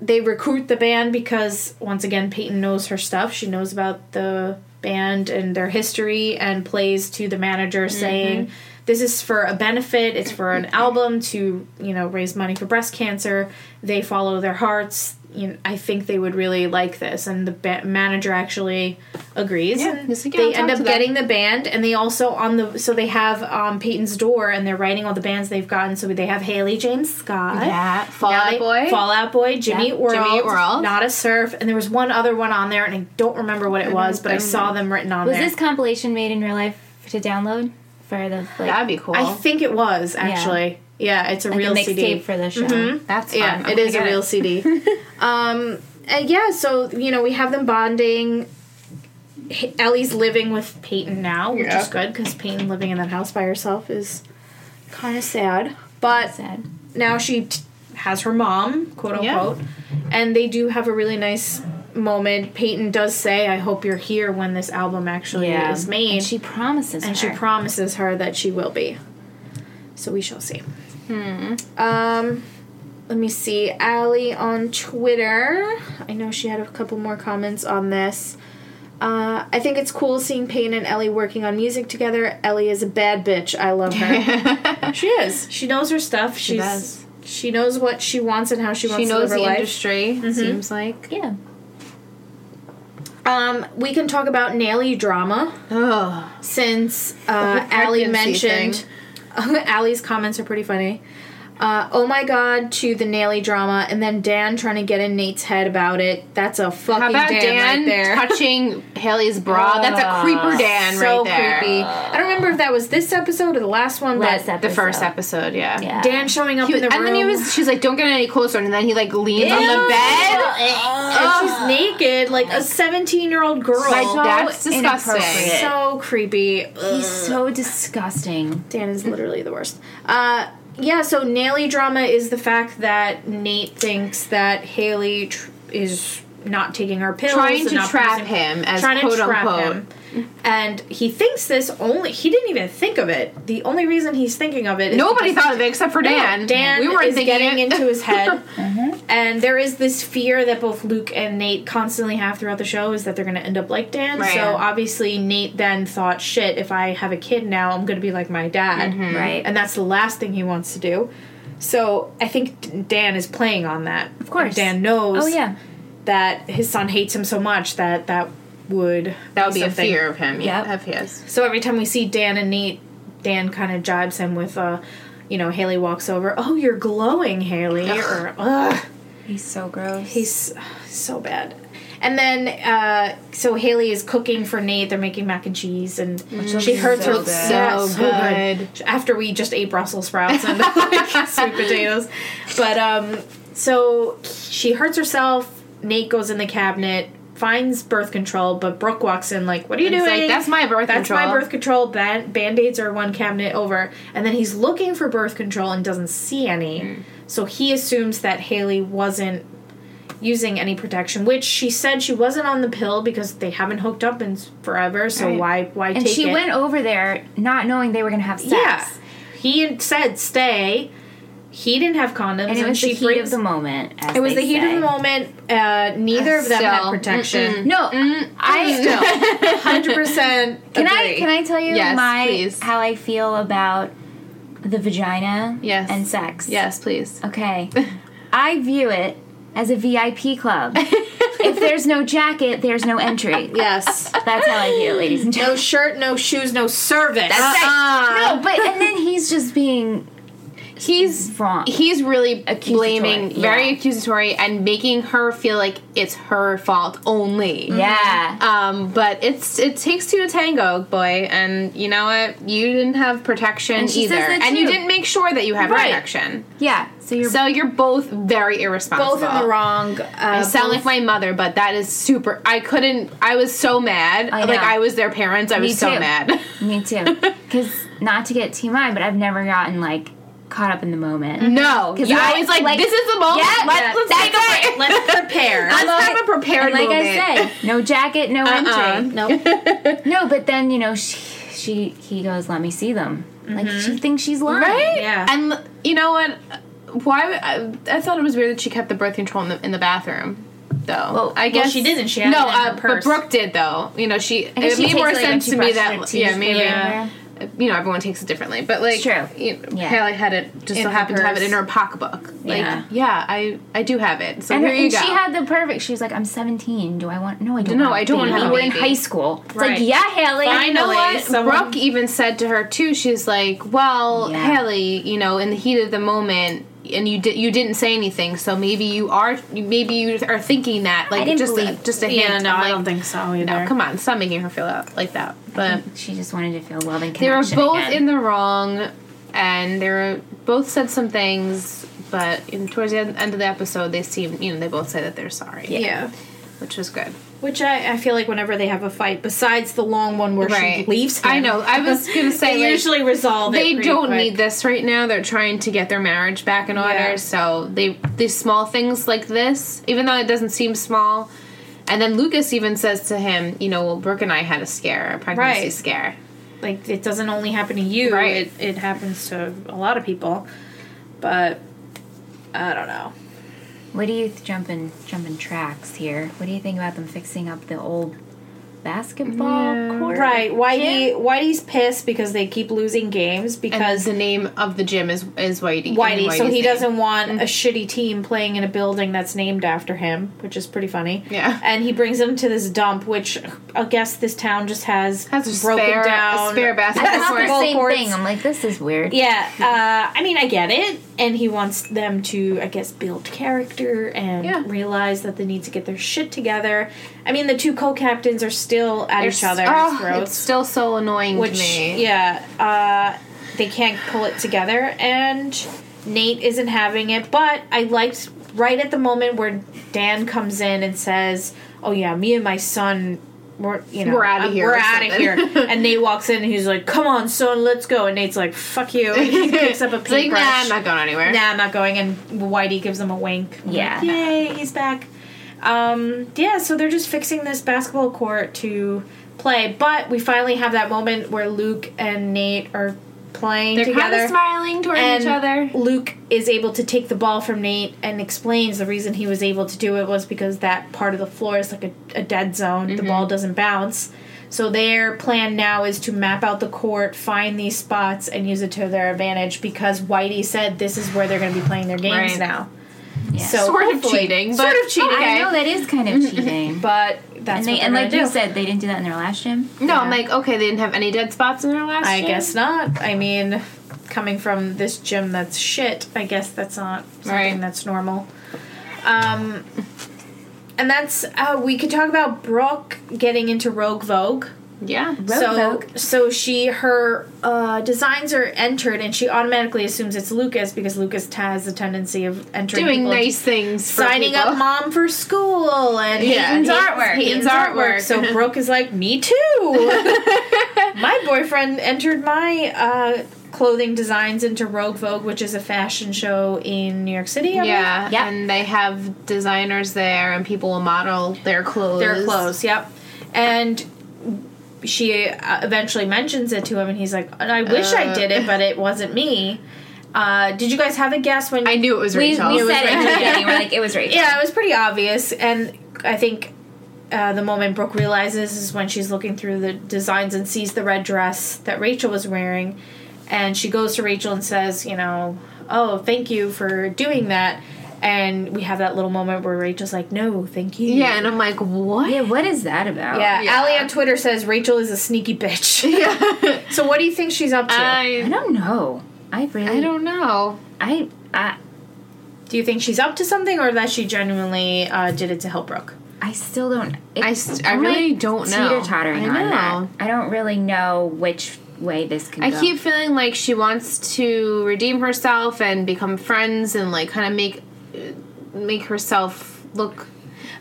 Speaker 2: they recruit the band because once again Peyton knows her stuff. She knows about the band and their history, and plays to the manager
Speaker 1: Mm-hmm.
Speaker 2: saying. This is for a benefit. It's for an album to, you know, raise money for breast cancer. They follow their hearts. You know, I think they would really like this, and the ba- manager actually agrees.
Speaker 1: Yeah,
Speaker 2: and
Speaker 1: he's like, "Yeah, I'll
Speaker 2: they
Speaker 1: talk
Speaker 2: end
Speaker 1: to
Speaker 2: up
Speaker 1: them."
Speaker 2: getting the band and they also on the so they have um, Peyton's door and they're writing all the bands they've gotten. So they have Haley James Scott.
Speaker 1: Yeah. Fallout
Speaker 2: Now they-
Speaker 1: Boy.
Speaker 2: Fallout Boy, Jimmy
Speaker 3: Yeah.
Speaker 2: Eat World,
Speaker 1: Jimmy Eat World.
Speaker 2: Not a Surf, and there was one other one on there, and I don't remember what it was, but I saw them written on
Speaker 3: was
Speaker 2: there.
Speaker 3: this compilation made in real life to download for the like,
Speaker 1: That'd be cool.
Speaker 2: I think it was actually. Yeah, it's a
Speaker 3: like
Speaker 2: real Mm-hmm.
Speaker 3: a
Speaker 2: CD.
Speaker 3: mixtape for the show?
Speaker 1: That's
Speaker 2: yeah,
Speaker 1: fun.
Speaker 2: it is a
Speaker 1: Oh my
Speaker 2: real
Speaker 1: God.
Speaker 2: CD.
Speaker 1: [laughs]
Speaker 2: um, and yeah, so you know we have them bonding. H- Ellie's living with Peyton now, which
Speaker 1: Yeah.
Speaker 2: is good because Peyton living in that house by herself is kind of sad. But
Speaker 3: Sad.
Speaker 2: now she t- has her mom, quote
Speaker 1: Yeah.
Speaker 2: unquote, and they do have a really nice moment. Peyton does say, "I hope you're here when this album actually
Speaker 3: Yeah.
Speaker 2: is made,"
Speaker 3: And she promises
Speaker 2: and she
Speaker 3: her.
Speaker 2: promises her that she will be. So we shall see. Um, let me see. Allie on Twitter. I know she had a couple more comments on this. Uh, I think it's cool seeing Payne and Ellie working on music together. Ellie is a bad bitch. I love [laughs]
Speaker 1: [laughs]
Speaker 2: her. she is. She knows her stuff. She's, she
Speaker 1: does.
Speaker 2: She knows what she wants and how she wants
Speaker 1: She
Speaker 2: to live
Speaker 1: knows
Speaker 2: her
Speaker 1: the
Speaker 2: life. Mm-hmm.
Speaker 1: industry. Seems like.
Speaker 3: yeah.
Speaker 2: Um, we can talk about Nelly drama.
Speaker 1: Ugh.
Speaker 2: since uh,
Speaker 1: The
Speaker 2: Allie
Speaker 1: pregnancy
Speaker 2: mentioned [laughs] Allie's comments are pretty funny. Uh, oh my god to the Nelly drama, and then Dan trying to get in Nate's head about it. That's a fucking
Speaker 1: How about
Speaker 2: Dan,
Speaker 1: Dan,
Speaker 2: right there.
Speaker 1: touching Haley's bra? That's a creeper
Speaker 2: [laughs]
Speaker 1: Dan
Speaker 2: so
Speaker 1: right there.
Speaker 2: creepy. I don't remember if that was this episode or the last one,
Speaker 3: Last
Speaker 2: but
Speaker 1: The first
Speaker 3: episode.
Speaker 1: episode, yeah.
Speaker 3: Yeah.
Speaker 2: Dan showing up
Speaker 1: He was-
Speaker 2: in the
Speaker 1: and
Speaker 2: room
Speaker 1: then he was, she's like, don't get any closer. And then he like leans on the
Speaker 2: Ew.
Speaker 1: bed.
Speaker 2: and she's naked, like a seventeen-year-old girl.
Speaker 1: Like, that's
Speaker 3: inappropriate.
Speaker 1: disgusting.
Speaker 2: so creepy.
Speaker 3: He's so disgusting.
Speaker 2: Dan is literally the worst. Uh, yeah, so Nelly drama is the fact that Nate thinks that Haley tr- is not taking her pills,
Speaker 1: Trying
Speaker 2: and
Speaker 1: to
Speaker 2: not
Speaker 1: trap
Speaker 2: using-
Speaker 1: him as
Speaker 2: trying
Speaker 1: quote
Speaker 2: to trap
Speaker 1: unquote.
Speaker 2: him. And he thinks this only. He didn't even think of it. The only reason he's thinking of it is
Speaker 1: Nobody thought of it except for Dan.
Speaker 2: Dan, Dan
Speaker 1: we weren't
Speaker 2: is
Speaker 1: thinking
Speaker 2: getting
Speaker 1: it.
Speaker 2: into his [laughs] head,
Speaker 3: Mm-hmm.
Speaker 2: and there is this fear that both Luke and Nate constantly have throughout the show is that they're going to end up like Dan.
Speaker 1: Right.
Speaker 2: So obviously Nate then thought, "Shit, if I have a kid now, I'm going to be like my dad."
Speaker 3: Right.
Speaker 2: Mm-hmm. and that's the last thing he wants to do. So I think Dan is playing on that. Of
Speaker 3: course.
Speaker 2: Dan knows
Speaker 3: oh yeah.
Speaker 2: that his son hates him so much that that would
Speaker 1: [laughs] that would be
Speaker 2: something.
Speaker 1: a fear of him. Yeah,
Speaker 3: Yep.
Speaker 1: of his.
Speaker 2: So every time we see Dan and Nate, Dan kind of jibes him with, uh, you know, Haley walks over. Oh, you're glowing, Haley. Or ugh,
Speaker 3: He's so gross.
Speaker 2: he's so bad. And then, uh, so Haley is cooking for Nate. They're making mac and cheese, and she hurts her
Speaker 3: so
Speaker 1: good.
Speaker 2: Yeah,
Speaker 1: Mm, So good.
Speaker 2: After we just ate Brussels sprouts and [laughs] like, sweet potatoes, but um, so she hurts herself. Nate goes in the cabinet, finds birth control, but Brooke walks in like, "What are you
Speaker 1: It's
Speaker 2: doing?"
Speaker 1: like, that's my birth
Speaker 2: That's
Speaker 1: control.
Speaker 2: my birth control. Band- Band-Aids are one cabinet over. And then he's looking for birth control and doesn't see any.
Speaker 3: Hmm.
Speaker 2: So he assumes that Haley wasn't using any protection, which she said she wasn't on the pill because they haven't hooked up in s- forever. So
Speaker 3: Right.
Speaker 2: why why
Speaker 3: and
Speaker 2: take
Speaker 3: she
Speaker 2: it?
Speaker 3: went over there not knowing they were gonna have sex.
Speaker 2: Yeah. He said stay. He didn't have condoms
Speaker 3: And it was
Speaker 2: she
Speaker 3: the heat
Speaker 2: brings-
Speaker 3: of the moment. as
Speaker 2: It was
Speaker 3: they
Speaker 2: the heat
Speaker 3: say.
Speaker 2: of the moment. Uh, neither of them had
Speaker 1: Still,
Speaker 2: protection.
Speaker 3: No,
Speaker 2: Mm-hmm.
Speaker 3: I
Speaker 2: [laughs] Hundred percent.
Speaker 3: Can I can I tell you
Speaker 1: Yes,
Speaker 3: my
Speaker 1: please.
Speaker 3: how I feel about the vagina
Speaker 1: Yes.
Speaker 3: and
Speaker 2: [laughs]
Speaker 3: sex?
Speaker 1: Yes, please.
Speaker 2: [laughs]
Speaker 3: Okay. I view it as a VIP club. if there's no jacket, there's no
Speaker 1: [laughs]
Speaker 3: entry.
Speaker 1: Yes.
Speaker 3: That's how I feel, ladies and
Speaker 2: No
Speaker 3: gentlemen.
Speaker 2: shirt, no shoes, no service.
Speaker 3: That's
Speaker 1: Uh-uh.
Speaker 3: No, but and then he's just being
Speaker 1: He's
Speaker 3: wrong.
Speaker 1: he's really
Speaker 3: Accusatory,
Speaker 1: blaming,
Speaker 3: yeah.
Speaker 1: very accusatory, and making her feel like it's her fault only.
Speaker 3: yeah.
Speaker 1: Um, but it's it takes two to tango, boy, and you know what? You didn't have protection
Speaker 3: And she
Speaker 1: either,
Speaker 3: says that
Speaker 1: and you
Speaker 3: too.
Speaker 1: didn't make sure that you had
Speaker 2: Right.
Speaker 1: protection.
Speaker 3: yeah. So you're
Speaker 1: So you're both very irresponsible.
Speaker 2: both in the wrong. Uh,
Speaker 1: I sound like
Speaker 2: both-
Speaker 1: my mother, but that is super. I couldn't. I was so mad.
Speaker 3: I
Speaker 1: like
Speaker 3: know.
Speaker 1: I was their parents. I
Speaker 3: Me
Speaker 1: was so
Speaker 3: too.
Speaker 1: mad.
Speaker 3: [laughs]
Speaker 1: [laughs]
Speaker 3: me too. Because not to get TMI, but I've never gotten like caught up in the moment.
Speaker 1: No,
Speaker 3: [laughs] 'Cause
Speaker 1: yeah,
Speaker 3: I-
Speaker 1: I was like,
Speaker 3: like-
Speaker 1: this is the moment.
Speaker 3: Yeah,
Speaker 1: let's let's
Speaker 3: that's
Speaker 1: take a break.
Speaker 2: Let's [laughs] prepare.
Speaker 1: Let's
Speaker 3: Like-
Speaker 1: have a prepared
Speaker 3: and like
Speaker 1: moment. Uh-uh.
Speaker 3: I said, no jacket, no entry.
Speaker 2: no.
Speaker 3: [laughs] No, but then you know she, she he goes, let me see them. Like she thinks she's lying.
Speaker 1: Mm-hmm. right?
Speaker 2: Yeah.
Speaker 1: And l- you know what? Why? would- I, I thought it was weird that she kept the birth control in the, in the bathroom. Though
Speaker 3: Well,
Speaker 1: I
Speaker 3: well,
Speaker 1: guess
Speaker 2: she didn't. She had
Speaker 1: no,
Speaker 2: it in her
Speaker 1: uh, but
Speaker 2: purse.
Speaker 1: Brooke did though. You know, she it
Speaker 3: I guess she
Speaker 1: made
Speaker 3: takes
Speaker 1: more
Speaker 3: it, like, when
Speaker 1: sense
Speaker 3: she
Speaker 1: to me
Speaker 3: brushes her
Speaker 1: that
Speaker 3: teeth
Speaker 1: yeah, maybe
Speaker 3: or
Speaker 2: Yeah.
Speaker 1: you know everyone takes it differently, but like
Speaker 3: True.
Speaker 1: You know,
Speaker 3: Yeah.
Speaker 1: Haley had it just so
Speaker 2: In her
Speaker 1: happened to have it
Speaker 2: purse.
Speaker 1: in her pocketbook. Like
Speaker 3: Yeah.
Speaker 1: yeah, I I do have it. So
Speaker 3: And, her,
Speaker 1: here you
Speaker 3: and
Speaker 1: go.
Speaker 3: she had the perfect. She was like, "I'm 17. Do I want? No, I don't.
Speaker 1: No,
Speaker 3: want
Speaker 1: I don't
Speaker 3: want
Speaker 1: wanna have a
Speaker 3: We're in
Speaker 1: baby.
Speaker 3: high school. It's
Speaker 2: Right.
Speaker 3: like, yeah, Haley.
Speaker 1: And you know
Speaker 2: Finally,
Speaker 1: what?
Speaker 2: someone-
Speaker 1: Brooke even said to her too. She's like, "Well,
Speaker 3: Yeah.
Speaker 1: Haley, you know, in the heat of the moment, and you did you didn't say anything, so maybe you are maybe you are thinking that like
Speaker 3: didn't
Speaker 1: just a,
Speaker 3: believe-
Speaker 1: just a hint.
Speaker 2: yeah, no,
Speaker 1: I'm
Speaker 2: I
Speaker 1: like,
Speaker 2: don't think so either.
Speaker 1: No, come on, stop making her feel out like that. But
Speaker 3: She just wanted to feel love and
Speaker 1: they were
Speaker 3: connection.
Speaker 1: both
Speaker 3: again.
Speaker 1: in the wrong, and they were both said some things, but in, towards the end end of the episode, they seem you know they both say that they're sorry,
Speaker 2: Yeah.
Speaker 1: which was good.
Speaker 2: Which I, I feel like whenever they have a fight, besides the long one where
Speaker 1: Right.
Speaker 2: she leaves him,
Speaker 1: I know. I was gonna
Speaker 2: [laughs]
Speaker 1: say,
Speaker 2: they
Speaker 1: like,
Speaker 2: usually resolve. it
Speaker 1: they
Speaker 2: pretty
Speaker 1: don't
Speaker 2: quick.
Speaker 1: need this right now. They're trying to get their marriage back in order.
Speaker 2: Yeah.
Speaker 1: So they these small things like this, even though it doesn't seem small. And then Lucas even says to him, you know, well, Brooke and I had a scare, a pregnancy
Speaker 2: Right.
Speaker 1: scare.
Speaker 2: Like it doesn't only happen to you.
Speaker 1: Right.
Speaker 2: It it happens to a lot of people, but I don't know.
Speaker 3: What do you th- jumping jumping tracks here? What do you think about them fixing up the old basketball court?
Speaker 2: Right? Whitey Whitey's pissed because they keep losing games
Speaker 1: And
Speaker 2: because
Speaker 1: the name of the gym is is Whitey.
Speaker 2: Whitey,
Speaker 1: Whitey's
Speaker 2: so he
Speaker 1: name. Mm-hmm.
Speaker 2: doesn't want a shitty team playing in a building that's named after him, which is pretty funny.
Speaker 1: Yeah.
Speaker 2: And he brings them to this dump, which I guess this town just has,
Speaker 1: has a spare a spare Hmm.
Speaker 3: I
Speaker 1: basketball
Speaker 3: thought the
Speaker 1: court.
Speaker 2: Basketball
Speaker 3: same
Speaker 2: courts.
Speaker 3: thing. I'm like, this is weird.
Speaker 2: Yeah, uh, I mean, I get it, and he wants them to, I guess, build character and
Speaker 1: Yeah.
Speaker 2: realize that they need to get their shit together. I mean, the two co-captains are still at each other's
Speaker 1: Oh, it's
Speaker 2: throats,
Speaker 1: still so annoying
Speaker 2: which
Speaker 1: to me.
Speaker 2: yeah, uh, they can't pull it together, and Nate isn't having it. But I liked right at the moment where Dan comes in and says, "Oh yeah, me and my son." We're you know
Speaker 1: We're outta
Speaker 2: I'm-
Speaker 1: here
Speaker 2: We're
Speaker 1: or
Speaker 2: out of
Speaker 1: something.
Speaker 2: here.
Speaker 1: [laughs]
Speaker 2: and Nate walks in and he's like, "Come on, son, let's go." And Nate's like, "Fuck you." [laughs] And he picks up a
Speaker 1: It's like, nah,
Speaker 2: paintbrush.
Speaker 1: I'm not going anywhere.
Speaker 2: Nah, I'm not going. And Whitey gives him a wink.
Speaker 3: Yeah.
Speaker 2: Yay, he's back. Um, yeah, so they're just fixing this basketball court to play. But we finally have that moment where Luke and Nate are playing
Speaker 1: They're kind
Speaker 2: together.
Speaker 1: of smiling toward
Speaker 2: and
Speaker 1: each other.
Speaker 2: Luke is able to take the ball from Nate and explains the reason he was able to do it was because that part of the floor is like a, a dead zone.
Speaker 3: Mm-hmm.
Speaker 2: The ball doesn't bounce. So their plan now is to map out the court, find these spots, and use it to their advantage because Whitey said this is where they're going to be playing their games
Speaker 1: Right.
Speaker 2: now.
Speaker 3: Yeah.
Speaker 2: So
Speaker 1: Sort of
Speaker 2: hopefully-
Speaker 1: cheating,
Speaker 2: sort
Speaker 1: but
Speaker 2: of cheating.
Speaker 1: okay.
Speaker 3: Oh, I know that is kind of cheating.
Speaker 2: But that's what
Speaker 3: and they
Speaker 2: they're
Speaker 3: and
Speaker 2: gonna
Speaker 3: like
Speaker 2: do.
Speaker 3: you said, they didn't do that in their last gym.
Speaker 1: No, I'm
Speaker 2: Yeah.
Speaker 1: like, okay, they didn't have any dead spots in their last
Speaker 2: I
Speaker 1: gym?
Speaker 2: guess not. I mean, coming from this gym that's shit, I guess that's not something
Speaker 1: Right.
Speaker 2: that's normal. Um, and that's uh, we could talk about Brooke getting into Rogue Vogue.
Speaker 1: Yeah.
Speaker 3: Rogue
Speaker 2: so,
Speaker 3: Vogue.
Speaker 2: so she her uh, designs are entered, and she automatically assumes it's Lucas because Lucas has a tendency of entering
Speaker 1: doing
Speaker 2: people,
Speaker 1: nice things for
Speaker 2: signing
Speaker 1: people.
Speaker 2: up mom for school, and
Speaker 1: Yeah.
Speaker 2: Hayden's
Speaker 1: Hayden's
Speaker 2: artwork.
Speaker 1: Hayden's artwork. [laughs]
Speaker 2: So Brooke is like, me too. my boyfriend entered my uh, clothing designs into Rogue Vogue, which is a fashion show in New York City. I believe.
Speaker 1: yeah,
Speaker 3: Yeah.
Speaker 1: and they have designers there, and people will model their clothes.
Speaker 2: their clothes. Yep, and. She uh, eventually mentions it to him, and he's like, "I wish I
Speaker 1: Uh.
Speaker 2: did it, but it wasn't me." Uh, did you guys have a guess when
Speaker 1: I knew it was
Speaker 3: We,
Speaker 1: Rachel.
Speaker 3: we said it.
Speaker 1: Rachel.
Speaker 3: in the beginning, We're like, it was Rachel.
Speaker 2: Yeah, it was pretty obvious, and I think uh, the moment Brooke realizes is when she's looking through the designs and sees the red dress that Rachel was wearing, and she goes to Rachel and says, you know, oh, thank you for doing that. And we have that little moment where Rachel's like, "No, thank you."
Speaker 1: Yeah, and I'm like, what?
Speaker 3: [laughs] Yeah, what is that about?
Speaker 2: Yeah,
Speaker 1: Yeah.
Speaker 2: Allie on Twitter says Rachel is a sneaky
Speaker 1: [laughs]
Speaker 2: bitch.
Speaker 1: Yeah.
Speaker 2: so what do you think she's up to?
Speaker 3: I
Speaker 1: I
Speaker 3: don't know. I really
Speaker 1: I don't know.
Speaker 3: I I
Speaker 2: do you think she's up to something, or that she genuinely uh, did it to help Brooke?
Speaker 3: I still don't. It,
Speaker 1: I st- I really don't know.
Speaker 3: Teeter tottering
Speaker 1: I
Speaker 3: on that.
Speaker 1: know.
Speaker 3: I don't really know which way this can
Speaker 1: I
Speaker 3: go.
Speaker 1: keep feeling like she wants to redeem herself and become friends and like kind of make make herself look.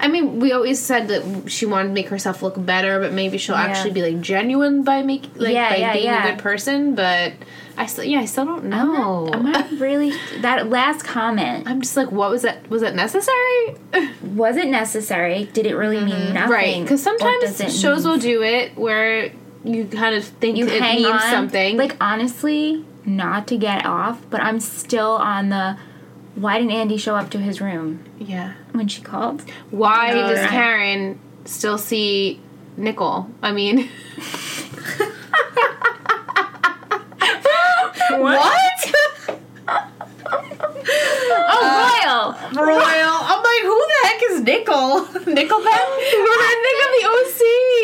Speaker 1: I mean, we always said that she wanted to make herself look better, but maybe she'll
Speaker 3: Yeah.
Speaker 1: actually be like genuine by make like
Speaker 3: Yeah,
Speaker 1: by
Speaker 3: yeah,
Speaker 1: being
Speaker 3: yeah.
Speaker 1: a good person. But I still, yeah, I still don't
Speaker 3: I'm
Speaker 1: know.
Speaker 3: not, I'm not really that last comment.
Speaker 1: I'm just like, what was that? Was it necessary?
Speaker 3: Was it necessary? Did it really mean nothing?
Speaker 1: Mm-hmm. right? Because
Speaker 3: What
Speaker 1: sometimes
Speaker 3: does it
Speaker 1: shows
Speaker 3: mean?
Speaker 1: will do it where you kind of think
Speaker 3: you
Speaker 1: it
Speaker 3: hang
Speaker 1: means
Speaker 3: on.
Speaker 1: something.
Speaker 3: Like honestly, not to get off, but I'm still on the. Why didn't Andy show up to his room
Speaker 1: yeah.
Speaker 3: when
Speaker 1: [laughs]
Speaker 3: she called?
Speaker 1: Why
Speaker 2: All
Speaker 1: does
Speaker 2: right.
Speaker 1: Karen still see Nickel? I mean, [laughs]
Speaker 3: What? oh, Royal!
Speaker 1: Royal. I'm like, who the heck is Nickel?
Speaker 2: [laughs]
Speaker 1: Nickelback? We're not Nick of the OC.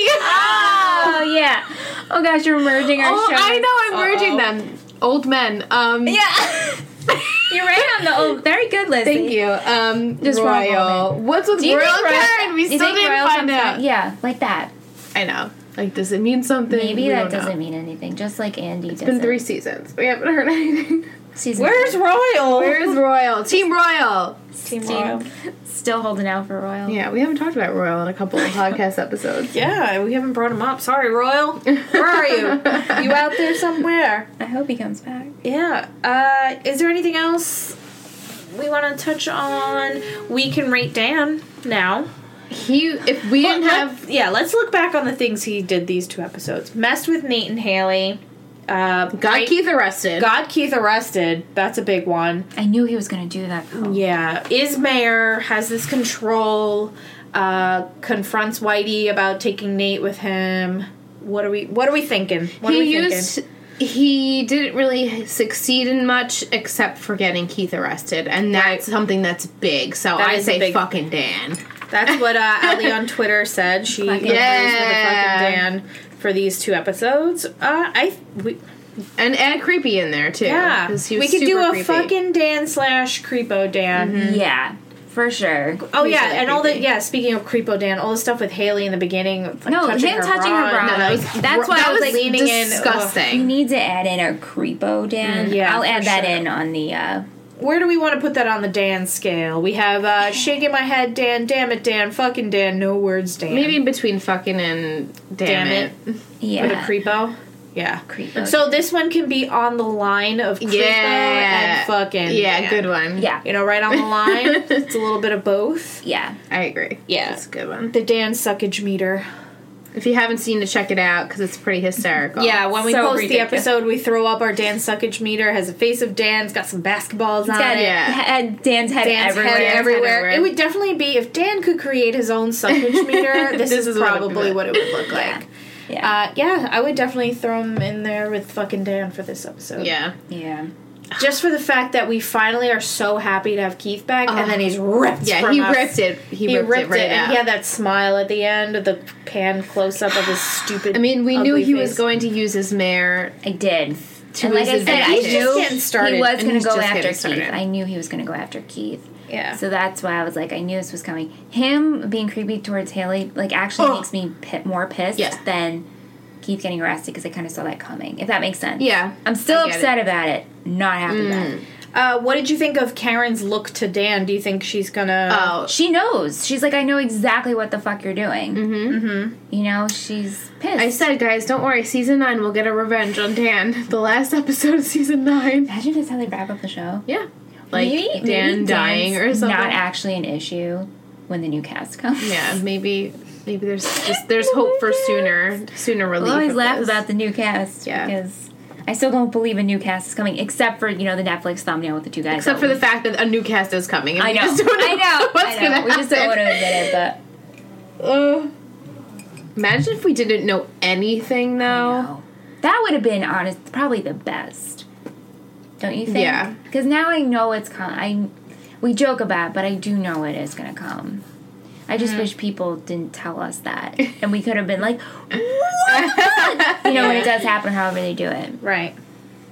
Speaker 3: Oh
Speaker 1: Ah!
Speaker 3: yeah. Oh gosh, you're merging our
Speaker 1: Oh,
Speaker 3: shows.
Speaker 1: I know. I'm merging
Speaker 3: Uh-oh.
Speaker 1: them. Old men. Um, [laughs]
Speaker 3: [laughs] Yeah. you're right on the old. Very good, Lizzie.
Speaker 1: Thank you. Um,
Speaker 3: Just one
Speaker 1: Royal. What's with
Speaker 3: Do you
Speaker 1: Royal
Speaker 3: think
Speaker 1: and
Speaker 3: Royal-
Speaker 1: Karen? We
Speaker 3: you
Speaker 1: still
Speaker 3: think
Speaker 1: didn't
Speaker 3: Royal
Speaker 1: find
Speaker 3: comes
Speaker 1: out.
Speaker 3: from- Yeah, like that.
Speaker 1: I know. Like, does it mean something?
Speaker 3: Maybe
Speaker 1: We
Speaker 3: that
Speaker 1: don't know.
Speaker 3: doesn't mean anything. Just like Andy does.
Speaker 1: It's been three seasons. We haven't heard [laughs] anything.
Speaker 3: seasons.
Speaker 2: Where's Royal?
Speaker 1: Where's Royal? Team Royal.
Speaker 2: Team
Speaker 3: Royal? Still holding out for Royal.
Speaker 1: Yeah, we haven't talked about Royal in a couple
Speaker 3: [laughs]
Speaker 1: of podcast episodes.
Speaker 2: Yeah, we haven't brought him up. Sorry, Royal. Where are you? you out there somewhere?
Speaker 3: I hope he comes back.
Speaker 2: Yeah. Uh, is there anything else we want to touch on? We can rate Dan now.
Speaker 1: He, if we didn't have
Speaker 2: Let- yeah, let's look back on the things he did these two episodes. Messed with Nate and Haley. Uh,
Speaker 1: got
Speaker 2: right-
Speaker 1: Keith arrested,
Speaker 2: Got Keith arrested. That's a big one.
Speaker 3: I knew he was going to do that. Paul.
Speaker 2: Yeah, is mayor has this control. Uh, confronts Whitey about taking Nate with him. What are we? What are we thinking? What are we
Speaker 1: he used he didn't really succeed in much except for getting Keith arrested, and that's something that's big. So
Speaker 2: That
Speaker 1: I
Speaker 2: is a
Speaker 1: say
Speaker 2: big-
Speaker 1: fucking Dan.
Speaker 2: That's what uh, Ali on Twitter said. She
Speaker 3: Yeah.
Speaker 2: agrees with the fucking Dan for these two episodes. Uh, I we,
Speaker 1: And add creepy in there too.
Speaker 2: yeah,
Speaker 1: 'cause he
Speaker 2: we
Speaker 1: was
Speaker 2: could do
Speaker 1: super
Speaker 2: a
Speaker 1: creepy.
Speaker 2: fucking Dan slash creepo Dan.
Speaker 3: Mm-hmm. Yeah, for sure.
Speaker 2: Oh
Speaker 1: He's
Speaker 2: yeah,
Speaker 1: really
Speaker 2: and all the
Speaker 1: creepy.
Speaker 2: yeah. Speaking of creepo Dan, all the stuff with Haley in the beginning. Like
Speaker 3: No,
Speaker 2: touching
Speaker 3: him
Speaker 2: her
Speaker 3: touching
Speaker 2: bra
Speaker 3: her bra.
Speaker 2: and,
Speaker 1: No, that was
Speaker 3: Like, that's why
Speaker 1: that
Speaker 3: I was, like,
Speaker 2: leaning in, ugh.
Speaker 3: You
Speaker 1: disgusting.
Speaker 3: need to add in a creepo, Dan.
Speaker 2: Mm, yeah,
Speaker 3: I'll add
Speaker 2: for
Speaker 3: that
Speaker 2: sure.
Speaker 3: in on the. uh
Speaker 2: where do we want to put that on the Dan scale? We have uh, shaking my head, Dan. Damn it, Dan. Fucking Dan. No words, Dan.
Speaker 1: Maybe in between fucking and damn,
Speaker 2: Damn
Speaker 1: it.
Speaker 3: Yeah.
Speaker 2: with a creepo. Yeah.
Speaker 3: Creepo.
Speaker 2: So this one can be on the line of creepo
Speaker 1: Yeah.
Speaker 2: and fucking.
Speaker 1: Yeah,
Speaker 2: Dan.
Speaker 1: good one.
Speaker 3: Yeah.
Speaker 2: You know, right on the line. it's a little bit of both.
Speaker 3: Yeah.
Speaker 1: I agree.
Speaker 2: Yeah.
Speaker 1: That's a good one.
Speaker 2: The Dan suckage meter.
Speaker 1: If you haven't seen it, check it out because it's pretty hysterical.
Speaker 2: Yeah, when we
Speaker 3: So
Speaker 2: post
Speaker 3: ridiculous.
Speaker 2: the episode, we throw up our Dan suckage meter. It Has a face of Dan. It's got some basketballs on
Speaker 3: Got
Speaker 2: it.
Speaker 3: it.
Speaker 1: Yeah.
Speaker 3: Had Dan's head
Speaker 2: Dan's
Speaker 3: everywhere.
Speaker 2: head everywhere.
Speaker 1: everywhere.
Speaker 2: It would definitely be if Dan could create his own suckage meter.
Speaker 1: This
Speaker 2: This, is,
Speaker 1: is what it would
Speaker 2: probably
Speaker 1: be.
Speaker 2: what it would look like.
Speaker 3: Yeah.
Speaker 2: Yeah. Uh, yeah, I would definitely throw him in there with fucking Dan for this episode.
Speaker 1: Yeah.
Speaker 3: yeah.
Speaker 2: just for the fact that we finally are so happy to have Keith back,
Speaker 1: Oh.
Speaker 2: and then he's ripped.
Speaker 1: Yeah,
Speaker 2: from
Speaker 1: he
Speaker 2: us.
Speaker 1: ripped it. He,
Speaker 2: He
Speaker 1: ripped, it right
Speaker 2: and
Speaker 1: out.
Speaker 2: he had that smile at the end, of the pan close up of his stupid.
Speaker 1: I mean, we knew
Speaker 2: ugly
Speaker 1: he was
Speaker 2: face.
Speaker 1: going to use his mare
Speaker 3: I did.
Speaker 1: To
Speaker 3: and like
Speaker 1: his
Speaker 3: I said, I
Speaker 1: advantage. He's just
Speaker 3: knew
Speaker 2: getting started,
Speaker 3: he was
Speaker 1: and
Speaker 3: going to
Speaker 1: he's
Speaker 3: go
Speaker 1: just
Speaker 3: after
Speaker 1: getting
Speaker 3: Keith.
Speaker 1: started.
Speaker 3: I knew he was going to go after Keith.
Speaker 2: Yeah.
Speaker 3: So that's why I was like, I knew this was coming. Him being creepy towards Haley, like, actually
Speaker 1: Oh.
Speaker 3: makes me pi- more pissed
Speaker 1: Yeah.
Speaker 3: than Keith getting arrested because I kind of saw that coming. If that makes sense.
Speaker 1: Yeah,
Speaker 3: I'm still
Speaker 1: I get Mm.
Speaker 3: upset about it. Not happy about it.
Speaker 2: Uh, what did you think of Karen's look to Dan? Do you think she's gonna?
Speaker 1: Oh,
Speaker 3: She knows. She's like, I know exactly what the fuck you're doing. Mm-hmm. mm-hmm. You know, she's pissed.
Speaker 1: I said, guys, don't worry. Season nine, we'll get a revenge on Dan. [laughs] The last episode of season nine.
Speaker 3: Imagine if that's how they wrap up the show.
Speaker 1: Yeah, like
Speaker 3: Maybe-
Speaker 1: Dan
Speaker 3: maybe Dan's
Speaker 1: dying or something.
Speaker 3: Not actually an issue when the new cast comes.
Speaker 1: yeah, maybe maybe
Speaker 3: [laughs]
Speaker 1: there's just there's hope for sooner sooner relief.
Speaker 3: I always
Speaker 1: of
Speaker 3: laugh
Speaker 1: this.
Speaker 3: about the new cast
Speaker 1: Yeah.
Speaker 3: because I still don't believe a new cast is coming, except for you know the Netflix thumbnail with the two guys.
Speaker 1: Except
Speaker 3: out.
Speaker 1: for the fact that a new cast is coming. and
Speaker 3: I
Speaker 1: we
Speaker 3: know,
Speaker 1: just don't
Speaker 3: I know,
Speaker 1: [laughs] what's
Speaker 3: I know.
Speaker 1: gonna
Speaker 3: We just don't want
Speaker 1: happen.
Speaker 3: to admit it, but
Speaker 1: Uh, imagine if we didn't know anything though.
Speaker 3: no. that would have been honest, probably the best. Don't you think?
Speaker 1: Yeah.
Speaker 3: Because now I know it's coming. I we joke about, but I do know it is going to come. I
Speaker 1: Mm-hmm.
Speaker 3: just wish people didn't tell
Speaker 1: [laughs]
Speaker 3: us that, and we could have been like, "What?" you know, when it does happen, however they do it.
Speaker 2: Right.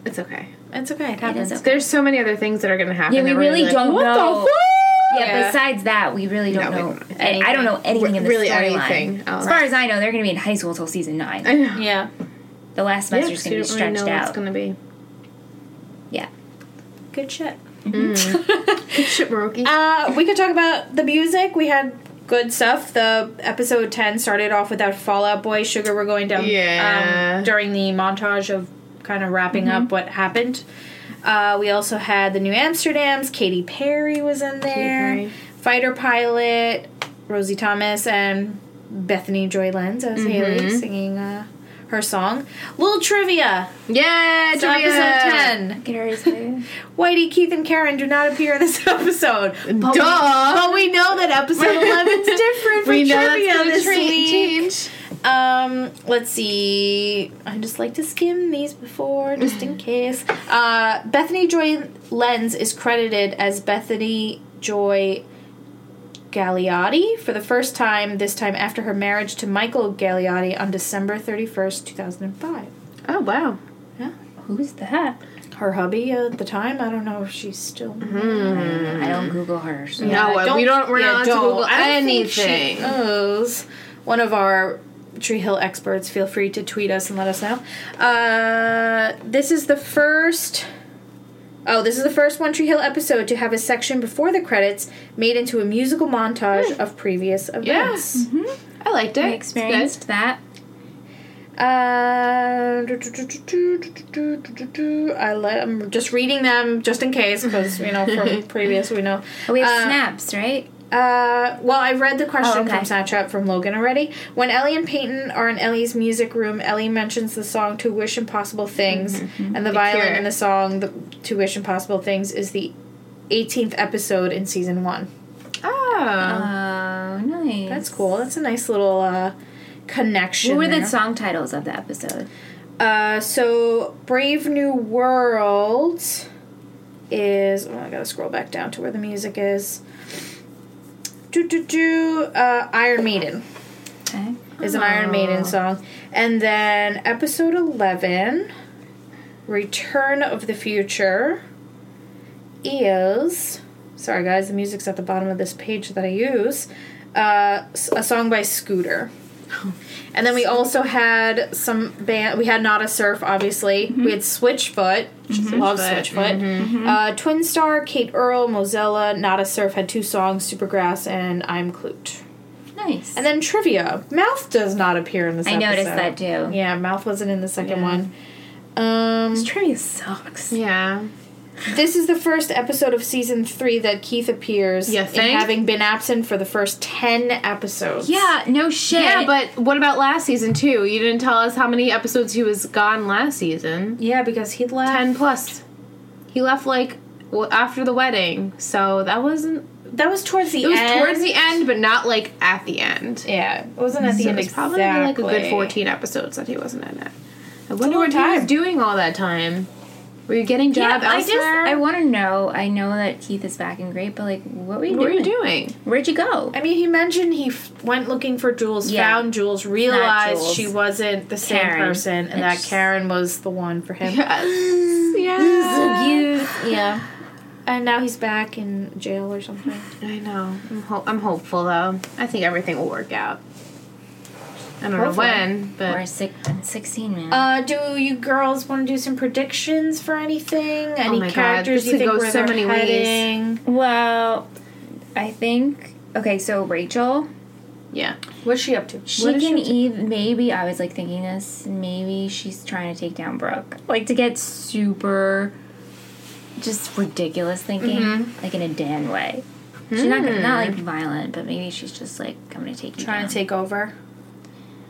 Speaker 1: It's okay.
Speaker 2: It's okay. It
Speaker 3: It
Speaker 2: happens.
Speaker 3: is okay.
Speaker 1: There's so many other things that are going to happen.
Speaker 3: Yeah, we
Speaker 1: that we're
Speaker 3: really
Speaker 1: like,
Speaker 3: don't
Speaker 1: what
Speaker 3: know.
Speaker 1: the fuck?
Speaker 3: Yeah,
Speaker 2: Yeah.
Speaker 3: besides that, we really don't
Speaker 1: No, we
Speaker 3: know.
Speaker 1: don't know
Speaker 3: I, I don't know anything in the
Speaker 1: Really anything
Speaker 3: storyline.
Speaker 1: else.
Speaker 3: As far as I know, they're going to be in high school till season nine.
Speaker 1: [laughs] I know.
Speaker 2: Yeah.
Speaker 3: The last
Speaker 1: Yeah,
Speaker 3: semester's
Speaker 1: 'cause
Speaker 3: going
Speaker 1: you
Speaker 3: to be
Speaker 1: don't really
Speaker 3: stretched
Speaker 1: know what it's
Speaker 3: out.
Speaker 1: going to be.
Speaker 3: yeah.
Speaker 2: Good shit.
Speaker 1: Mm.
Speaker 2: [laughs]
Speaker 1: Shit, [laughs] Maroki.
Speaker 2: Uh, we could talk about the music. We had good stuff. The episode ten started off with that Fallout Boy sugar. We're going down
Speaker 1: Yeah.
Speaker 2: um, during the montage of kind of wrapping up what happened. Uh, we also had the New Amsterdams. Katy Perry was in there.
Speaker 1: Perry.
Speaker 2: Fighter Pilot, Rosie Thomas, and Bethany Joy Lenz as Haley
Speaker 1: Mm-hmm.
Speaker 2: singing uh, her song. Little trivia.
Speaker 1: Yeah,
Speaker 2: So
Speaker 1: trivia.
Speaker 2: episode ten.
Speaker 3: Get her to-
Speaker 2: Whitey, Keith, and Karen do not appear in this [laughs] episode. But We,
Speaker 1: Duh.
Speaker 2: but [laughs] we know that episode 11 is different for
Speaker 1: We know that's
Speaker 2: trivia
Speaker 1: gonna
Speaker 2: this
Speaker 1: tra-
Speaker 2: week.
Speaker 1: change.
Speaker 2: Um, let's see. I just like to skim these before, just [laughs] in case. Uh, Bethany Joy Lenz is credited as Bethany Joy Galliotti for the first time, this time after her marriage to Michael Galliotti on December 31st, 2005.
Speaker 1: Oh wow.
Speaker 3: [laughs] Who's that?
Speaker 2: Her hubby at the time, I don't know if she's still.
Speaker 3: I don't Google her. So.
Speaker 1: Hmm. No, uh,
Speaker 2: Yeah,
Speaker 1: we don't. We're
Speaker 2: yeah,
Speaker 1: not
Speaker 2: don't.
Speaker 1: to Google
Speaker 2: I don't think she
Speaker 1: anything.
Speaker 2: knows. One of our Tree Hill experts, feel free to tweet us and let us know. Uh, this is the first. Oh, this is the first One Tree Hill episode to have a section before the credits made into a musical montage
Speaker 1: Hmm.
Speaker 2: of previous events.
Speaker 1: I liked it.
Speaker 3: Mm-hmm. I
Speaker 1: It's good.
Speaker 3: experienced that.
Speaker 2: Uh, do, do, do, do, do, do, do, do, do. I let, I'm just reading them just in case because you
Speaker 1: [laughs]
Speaker 2: know from previous we know.
Speaker 3: Oh, we have
Speaker 2: Uh,
Speaker 3: snaps, right?
Speaker 2: Uh, well, I read the question
Speaker 3: Oh, okay.
Speaker 2: from Snapchat from Logan already. When Ellie and Peyton are in Ellie's music room, Ellie mentions the song "To Wish Impossible Things,"
Speaker 3: Mm-hmm,
Speaker 2: and the violin
Speaker 1: Cure.
Speaker 2: in the song the, "To Wish Impossible Things" is the 18th episode in season one.
Speaker 1: Oh.
Speaker 3: Oh, nice.
Speaker 2: That's cool. That's a nice little uh, connection.
Speaker 3: What were
Speaker 2: there.
Speaker 3: the song titles of the episode?
Speaker 2: Uh, so Brave New World is. Oh, I gotta scroll back down to where the music is. Do do do. Uh, Iron Maiden.
Speaker 3: Okay.
Speaker 2: is an Iron Maiden song. And then episode 11, Return of the Future, is. Sorry, guys, the music's at the bottom of this page that I use. Uh, s- a song by Scooter. And then we also had some band. We had Not a Surf, obviously. We had Switchfoot. Love Switchfoot. Uh, Twin Star, Kate Earl, Mozella, Not a Surf had two songs, Supergrass and I'm Clute.
Speaker 3: Nice.
Speaker 2: And then trivia. Mouth does not appear in this
Speaker 3: I
Speaker 2: episode.
Speaker 3: noticed that too.
Speaker 2: Yeah, Mouth wasn't in the second
Speaker 1: Yeah.
Speaker 2: one. Um,
Speaker 3: trivia sucks.
Speaker 1: Yeah.
Speaker 2: this is the first episode of season three that Keith appears.
Speaker 1: You
Speaker 2: in
Speaker 1: think?
Speaker 2: having been absent for the first ten episodes.
Speaker 3: Yeah, no shit.
Speaker 1: Yeah, but what about last season too? You didn't tell us how many episodes he was gone last season.
Speaker 2: Yeah, because he left.
Speaker 1: Ten plus. He left like w- after the wedding, so that wasn't.
Speaker 2: That was towards the
Speaker 1: It was
Speaker 2: end.
Speaker 1: towards the end, but not like at the end.
Speaker 2: Yeah, it wasn't at the
Speaker 1: So
Speaker 2: end
Speaker 1: it was
Speaker 2: exactly.
Speaker 1: probably like a good fourteen episodes that he wasn't in it. I wonder
Speaker 2: long
Speaker 1: what he
Speaker 2: time.
Speaker 1: was doing all that time. Were you getting
Speaker 3: Yeah,
Speaker 1: job
Speaker 3: I just
Speaker 1: elsewhere?
Speaker 3: I want to know. I know that Keith is back and great, but like, what were you
Speaker 1: what were
Speaker 3: doing?
Speaker 1: you doing?
Speaker 3: [laughs] Where'd you go?
Speaker 2: I mean, he mentioned he f- went looking for Jules,
Speaker 3: Yeah.
Speaker 2: found Jules, realized
Speaker 3: Jules.
Speaker 2: she wasn't the same
Speaker 3: Karen.
Speaker 2: person, and
Speaker 3: It's
Speaker 2: that
Speaker 3: just-
Speaker 2: Karen was the one for him.
Speaker 1: Yes.
Speaker 3: Uh,
Speaker 1: Yeah.
Speaker 2: Yeah. And now he's back in jail or something.
Speaker 1: I know. I'm, ho- I'm hopeful though. I think everything will work out. I don't know
Speaker 2: Hopefully.
Speaker 1: when, but
Speaker 3: We're six, 16 minutes.
Speaker 2: Uh, do you girls want to do some predictions for anything? Any
Speaker 1: Oh my God,
Speaker 2: characters
Speaker 1: this could
Speaker 2: you think
Speaker 1: go
Speaker 2: where
Speaker 1: so
Speaker 2: they're
Speaker 1: many ways.
Speaker 2: heading?
Speaker 3: well, I think okay. So Rachel,
Speaker 1: yeah.
Speaker 2: What's she e- up to?
Speaker 3: she can eat. Maybe I was like thinking this. Maybe she's trying to take down Brooke, like to get super, just ridiculous thinking, like in a Dan way. She's not gonna, not like violent, but maybe she's just like I'm gonna take you
Speaker 2: Trying
Speaker 3: down.
Speaker 2: to take over.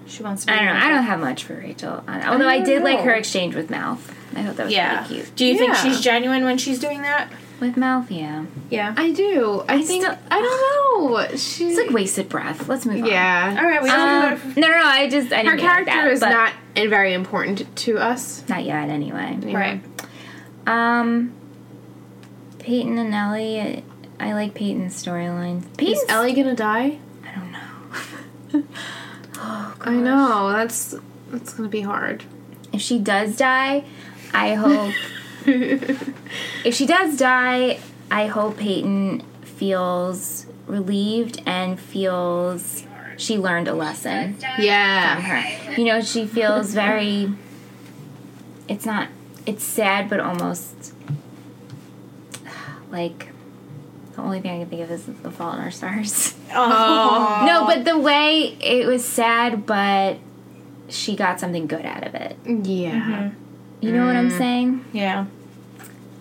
Speaker 2: She wants to. Be
Speaker 3: I don't know. I
Speaker 2: like-
Speaker 3: don't have much for Rachel. I- Although I, did like
Speaker 2: know.
Speaker 3: her exchange with Mouth. I thought that was
Speaker 2: Yeah.
Speaker 3: pretty cute.
Speaker 2: Do you think
Speaker 1: Yeah.
Speaker 2: she's genuine when she's doing that?
Speaker 3: With Mouth, yeah.
Speaker 2: Yeah.
Speaker 1: I do. I, think
Speaker 3: still-
Speaker 1: I
Speaker 3: [sighs]
Speaker 1: don't know. She's
Speaker 3: It's like wasted breath. Let's move
Speaker 1: yeah.
Speaker 2: All right. We
Speaker 3: on.
Speaker 2: don't
Speaker 3: Um, no, no, no. I just I didn't
Speaker 1: Her
Speaker 3: mean it like
Speaker 1: character
Speaker 3: that,
Speaker 1: is
Speaker 3: but-
Speaker 1: not eh, very important to us.
Speaker 3: not yet anyway.
Speaker 1: you know.
Speaker 2: Right.
Speaker 3: Um, Peyton and Ellie. I like Peyton's storyline.
Speaker 1: Is
Speaker 3: Peyton's
Speaker 1: Ellie gonna die?
Speaker 3: I don't know.
Speaker 1: I know. That's that's gonna be hard. [laughs]
Speaker 3: If she does die, I hope. if she does die, I hope Peyton feels relieved and feels she learned a lesson from
Speaker 1: Yeah.
Speaker 3: her. You know, she feels very. It's not. It's sad, but almost [sighs] like the only thing I can think of is the fault in our stars. [laughs]
Speaker 1: Oh.
Speaker 3: No, but the way it was sad, but she got something good out of it.
Speaker 1: Yeah.
Speaker 3: You know what I'm
Speaker 1: Mm.
Speaker 3: saying?
Speaker 2: Yeah.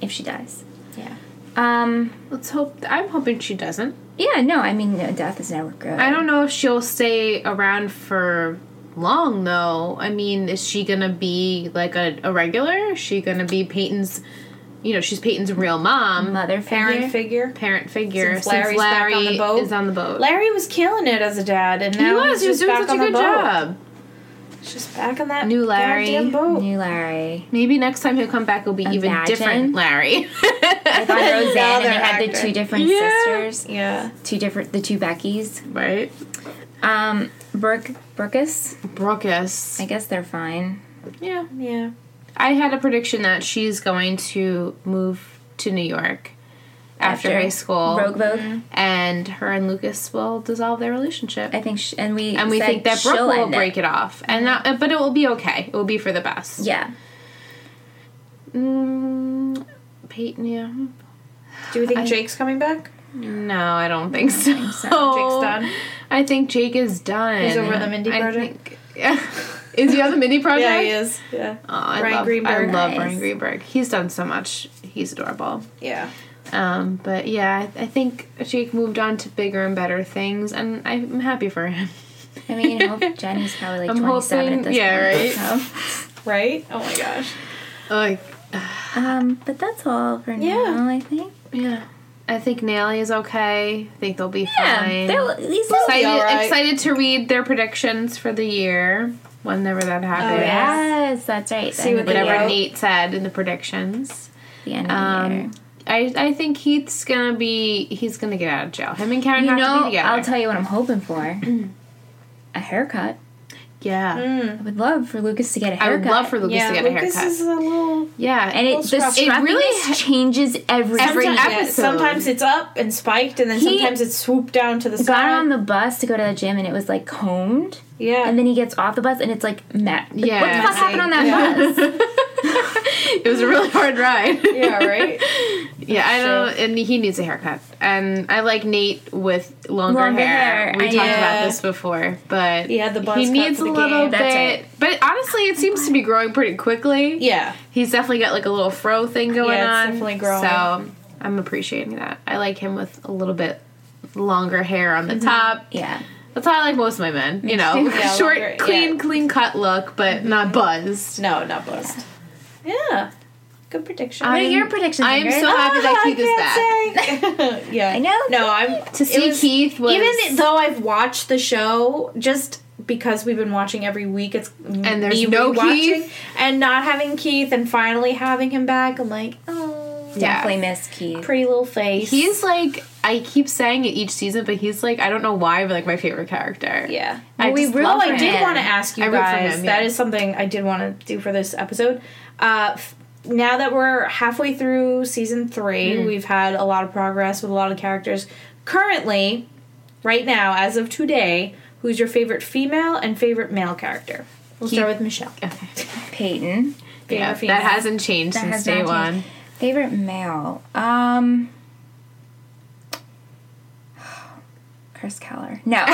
Speaker 3: If she dies.
Speaker 2: Yeah.
Speaker 3: Um.
Speaker 1: Let's hope. I'm hoping she doesn't.
Speaker 3: Yeah. No. I mean, no, death is never good.
Speaker 1: I don't know if she'll stay around for long though. I mean, is she gonna be like a, a regular? Is she gonna be Peyton's? You know, she's Peyton's real mom,
Speaker 3: Mother figure.
Speaker 2: Parent figure.
Speaker 1: parent figure.
Speaker 2: Mm-hmm. Since Larry's back on the boat.
Speaker 1: is on the boat.
Speaker 2: Larry was killing it as a dad, and
Speaker 1: he
Speaker 2: now
Speaker 1: was.
Speaker 2: he's
Speaker 1: He was
Speaker 2: just
Speaker 1: doing such
Speaker 2: back
Speaker 1: a
Speaker 2: on the
Speaker 1: good
Speaker 2: boat.
Speaker 1: job.
Speaker 2: Just back on that
Speaker 1: New Larry.
Speaker 2: goddamn boat.
Speaker 3: New Larry.
Speaker 1: Maybe next time he'll come back, it'll be even
Speaker 3: Imagine.
Speaker 1: different,
Speaker 2: [laughs]
Speaker 1: Larry. [laughs]
Speaker 3: I thought Roseanne, and they had the
Speaker 2: actor.
Speaker 3: two different
Speaker 1: Yeah.
Speaker 3: sisters,
Speaker 2: Yeah.
Speaker 3: two different, the two Beckys.
Speaker 1: right,
Speaker 3: Um, Brooke, Brookus.
Speaker 1: Brookus.
Speaker 3: I guess they're fine.
Speaker 1: Yeah,
Speaker 2: Yeah.
Speaker 1: I had a prediction that she's going to move to New York after,
Speaker 3: After
Speaker 1: high school. Mm-hmm.
Speaker 3: Rogue Vogue.
Speaker 1: and her and Lucas will dissolve their relationship.
Speaker 3: I think, sh and we
Speaker 1: And we
Speaker 3: said
Speaker 1: think that Brooke
Speaker 3: she'll
Speaker 1: will
Speaker 3: end
Speaker 1: break it, off, and that, but it will be okay. It will be for the best.
Speaker 3: Yeah.
Speaker 1: Mm, Peyton, yeah.
Speaker 2: Do we think Jake's coming back?
Speaker 1: No, I don't think so.
Speaker 2: Jake's done?
Speaker 1: I think Jake is done.
Speaker 2: He's over the Mindy
Speaker 1: I
Speaker 2: project?
Speaker 1: think- [laughs] yeah. Is he on the Mindy project?
Speaker 2: [laughs] Yeah, he is. Yeah.
Speaker 1: Oh, I
Speaker 2: Ryan
Speaker 1: love,
Speaker 2: Greenberg.
Speaker 1: I love
Speaker 3: Nice.
Speaker 1: Ryan Greenberg. He's done so much. He's adorable.
Speaker 2: Yeah.
Speaker 1: Um, but yeah, I, I think Jake moved on to bigger and better things, and I'm happy for him. [laughs]
Speaker 3: I mean, you know, Jenny's probably like
Speaker 1: I'm
Speaker 3: 27
Speaker 1: hoping-
Speaker 3: at this
Speaker 1: yeah,
Speaker 3: point.
Speaker 1: right.
Speaker 3: So.
Speaker 2: Right? Oh my gosh.
Speaker 1: Like,
Speaker 3: Um, but that's all for
Speaker 2: Yeah.
Speaker 3: now, I think.
Speaker 1: yeah. I think Nelly is okay. I think they'll be fine.
Speaker 3: Um, they're- these little
Speaker 1: excited,
Speaker 2: all right.
Speaker 1: excited to read their predictions for the year whenever that happens.
Speaker 2: Oh, yeah.
Speaker 3: Yes, that's right.
Speaker 2: See what
Speaker 3: the end of
Speaker 2: they
Speaker 3: the
Speaker 1: Whatever
Speaker 2: wrote.
Speaker 3: year.
Speaker 1: Nate said in the predictions.
Speaker 3: The end of the year.
Speaker 1: Um, I I think Heath's gonna be he's gonna get out of jail. Him and Karen
Speaker 3: You
Speaker 1: have to be
Speaker 3: know,
Speaker 1: together.
Speaker 3: I'll tell you what I'm
Speaker 1: [clears throat]
Speaker 3: hoping for. a haircut.
Speaker 1: yeah,
Speaker 3: I would love for Lucas to get a
Speaker 1: I
Speaker 3: haircut.
Speaker 1: would love for Lucas
Speaker 2: Mm, yeah,
Speaker 1: to get a
Speaker 2: Lucas
Speaker 1: haircut.
Speaker 2: is a little.
Speaker 1: yeah,
Speaker 3: and it, the
Speaker 2: It [laughs]
Speaker 3: it
Speaker 1: really
Speaker 3: really
Speaker 1: ha-
Speaker 3: changes every
Speaker 1: Every
Speaker 2: sometimes, yeah,
Speaker 1: episode.
Speaker 2: sometimes it's up and spiked, and then
Speaker 3: He
Speaker 2: sometimes it's swooped down to the
Speaker 3: got
Speaker 2: side.
Speaker 3: on the bus to go to the gym and it was like combed
Speaker 2: yeah.
Speaker 3: and then he gets off the bus and it's like met
Speaker 1: Yeah,
Speaker 3: what the fuck
Speaker 1: I-
Speaker 3: happened on
Speaker 1: [laughs]
Speaker 3: that bus
Speaker 1: [laughs] it was a really hard ride. [laughs]
Speaker 2: yeah, right?
Speaker 1: Yeah, I know, and he needs a haircut. And I like Nate with longer,
Speaker 3: Longer
Speaker 1: hair.
Speaker 3: hair,
Speaker 1: We
Speaker 3: I
Speaker 1: talked
Speaker 2: know.
Speaker 1: about this before, but
Speaker 2: He had the buzz
Speaker 1: he
Speaker 2: cut
Speaker 1: needs
Speaker 2: for
Speaker 1: a
Speaker 2: the
Speaker 1: little
Speaker 2: game.
Speaker 1: bit.
Speaker 3: That's right.
Speaker 1: But honestly, it seems to be growing pretty quickly.
Speaker 2: Yeah.
Speaker 1: he's definitely got like a little fro thing going
Speaker 2: it's
Speaker 1: on.
Speaker 2: definitely growing.
Speaker 1: So I'm appreciating that. I like him with a little bit longer hair on the top.
Speaker 3: yeah
Speaker 1: That's how I like most of my
Speaker 2: [laughs]
Speaker 1: men. You know,
Speaker 2: Mm-hmm.
Speaker 1: [laughs]
Speaker 2: Yeah, Mm-hmm.
Speaker 1: short,
Speaker 2: longer-
Speaker 1: clean,
Speaker 2: yeah.
Speaker 1: clean cut look, but not buzzed.
Speaker 2: No, not buzzed. Yeah. Good prediction.
Speaker 3: what are
Speaker 1: I'm-
Speaker 3: your predictions
Speaker 1: I am
Speaker 3: Ingrid?
Speaker 1: so happy that Keith is back.
Speaker 2: is back. [laughs] yeah,
Speaker 3: I know.
Speaker 2: No, I'm
Speaker 1: To see
Speaker 2: was-
Speaker 1: Keith was
Speaker 2: even though I've watched the show just because we've been watching every week. It's
Speaker 1: And there's no Keith.
Speaker 2: and not having Keith and finally having him back. I'm like, oh,
Speaker 3: definitely miss Keith
Speaker 2: pretty little face.
Speaker 1: He's like I keep saying it each season, but he's like I don't know why, but like my favorite character.
Speaker 2: yeah.
Speaker 1: I
Speaker 3: Well, we
Speaker 1: just
Speaker 3: really-
Speaker 1: love
Speaker 2: Oh, I
Speaker 1: him.
Speaker 2: did
Speaker 3: him.
Speaker 2: want to ask you
Speaker 1: I root for
Speaker 2: guys.
Speaker 1: him,
Speaker 2: That
Speaker 1: yeah.
Speaker 2: is something I did want to do for this episode. Uh, f- now that we're halfway through season three,
Speaker 1: Mm-hmm.
Speaker 2: we've had a lot of progress with a lot of characters. Currently, right now, as of today, who's your favorite female and favorite male character? We'll start with Michelle.
Speaker 3: Peyton
Speaker 2: Favorite
Speaker 1: Yeah,
Speaker 2: female.
Speaker 1: that
Speaker 2: [laughs]
Speaker 1: hasn't changed
Speaker 3: That
Speaker 1: since
Speaker 3: has
Speaker 1: day
Speaker 3: not
Speaker 1: one.
Speaker 3: changed. Favorite male? Um, [sighs] Chris Keller.
Speaker 1: [laughs]
Speaker 3: No.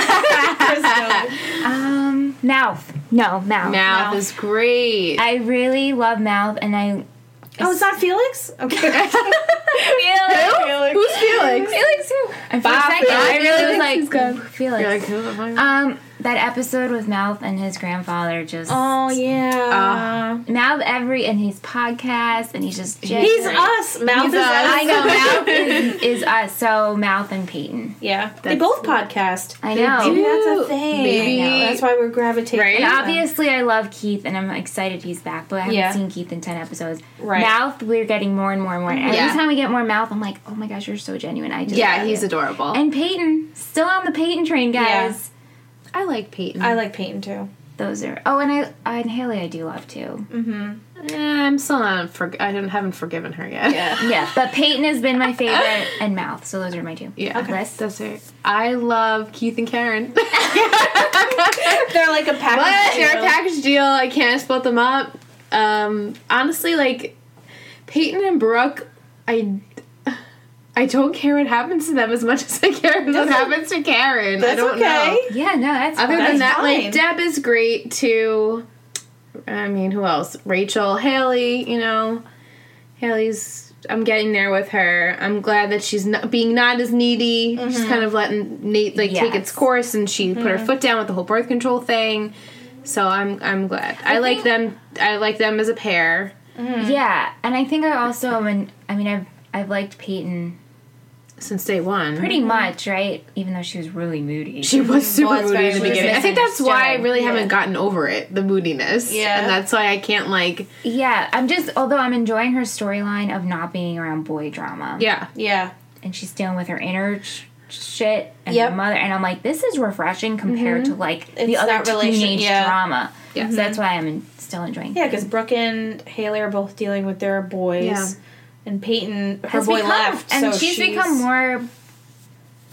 Speaker 3: um, mouth. No, mouth.
Speaker 1: Mouth is great.
Speaker 3: I really love mouth,
Speaker 1: [laughs]
Speaker 3: and I
Speaker 2: oh, it's not Felix. Okay. [laughs]
Speaker 3: Felix.
Speaker 1: Who's [laughs] Felix?
Speaker 3: Felix who? And for a
Speaker 1: Bye,
Speaker 3: second, I
Speaker 1: Felix.
Speaker 3: really was
Speaker 1: He's
Speaker 3: like
Speaker 1: gone.
Speaker 3: Felix.
Speaker 1: You're like, who am I?
Speaker 3: um, that episode with Mouth and his grandfather just
Speaker 2: Oh
Speaker 1: Uh,
Speaker 2: yeah.
Speaker 3: Mouth every and his podcast and he's just
Speaker 2: he's us. Mouth
Speaker 1: He's us.
Speaker 2: is us.
Speaker 3: I know Mouth is, is us. So Mouth and Peyton.
Speaker 2: Yeah, they
Speaker 1: That's-
Speaker 2: both podcast.
Speaker 3: I know.
Speaker 2: Maybe that's
Speaker 1: Ooh,
Speaker 2: a thing.
Speaker 1: maybe-
Speaker 2: I know, That's why we're gravitating.
Speaker 1: Right?
Speaker 3: And
Speaker 2: to them.
Speaker 3: obviously, I love Keith, and I'm excited he's back. But I haven't
Speaker 2: Yeah.
Speaker 3: seen Keith in ten episodes.
Speaker 2: Right.
Speaker 3: Mouth, we're getting more and more and more. Every
Speaker 1: Yeah.
Speaker 3: time we get more mouth, I'm like, oh my gosh, you're so genuine. I just
Speaker 1: Yeah,
Speaker 3: love
Speaker 1: he's
Speaker 3: you.
Speaker 1: adorable.
Speaker 3: And Peyton, still on the Peyton train,
Speaker 2: Yeah.
Speaker 3: guys.
Speaker 1: I like Peyton.
Speaker 2: I like Peyton too.
Speaker 3: Those are. Oh, and I, I and Haley, I do love too.
Speaker 1: Eh, I'm still not. For, I don't haven't forgiven her yet.
Speaker 3: [laughs] Yeah, but Peyton has been my favorite, and Mouth. So those are my two.
Speaker 1: [laughs] Yeah,
Speaker 3: Okay. Liz?
Speaker 1: that's right. I love Keith and Karen. [laughs]
Speaker 2: They're like a pack.
Speaker 1: But
Speaker 2: of
Speaker 1: they're a
Speaker 2: potatoes.
Speaker 1: package deal. I can't split them up. Um, honestly, like Peyton and Brooke, I I don't care what happens to them as much as I care what happens to Karen. I
Speaker 2: That's
Speaker 1: don't
Speaker 2: okay.
Speaker 1: know.
Speaker 3: Yeah, no, that's.
Speaker 1: Other
Speaker 3: fine.
Speaker 1: than that,
Speaker 2: fine.
Speaker 1: like Deb is great too. I mean, who else? Rachel, Haley. You know, Haley's. I'm getting there with her. I'm glad that she's not being not as needy. She's kind of letting Nate like take its
Speaker 3: Yes.
Speaker 1: course, and she put her foot down with the whole birth control thing. So I'm I'm glad. I, like them. I like them as a pair.
Speaker 3: yeah, and I think I also am. An, I mean, I've I've liked Peyton
Speaker 1: Since day one,
Speaker 3: pretty
Speaker 2: Mm-hmm.
Speaker 3: much, right? Even though she was really moody.
Speaker 1: She was super
Speaker 2: Was
Speaker 1: moody
Speaker 2: very
Speaker 1: in the
Speaker 2: moody.
Speaker 1: beginning. I think that's why I really
Speaker 2: Yeah.
Speaker 1: haven't gotten over it, the moodiness.
Speaker 2: Yeah.
Speaker 1: and that's why I can't like.
Speaker 3: Yeah, I'm just although I'm enjoying her storyline of not being around boy drama.
Speaker 1: Yeah,
Speaker 2: yeah.
Speaker 3: and she's dealing with her inner ch- shit and
Speaker 2: Yep. Mm-hmm.
Speaker 3: her mother, and I'm like, this is refreshing compared to like the
Speaker 2: It's
Speaker 3: other
Speaker 2: that relation-
Speaker 3: teenage
Speaker 2: yeah. Mm-hmm.
Speaker 3: drama.
Speaker 1: Yeah.
Speaker 3: so that's why I'm en- still enjoying.
Speaker 2: Yeah, because Brooke and Haley are both dealing with their boys,
Speaker 1: Yeah.
Speaker 2: and Peyton, her
Speaker 3: Has
Speaker 2: boy
Speaker 3: become-
Speaker 2: left,
Speaker 3: and
Speaker 2: so
Speaker 3: she's, become more.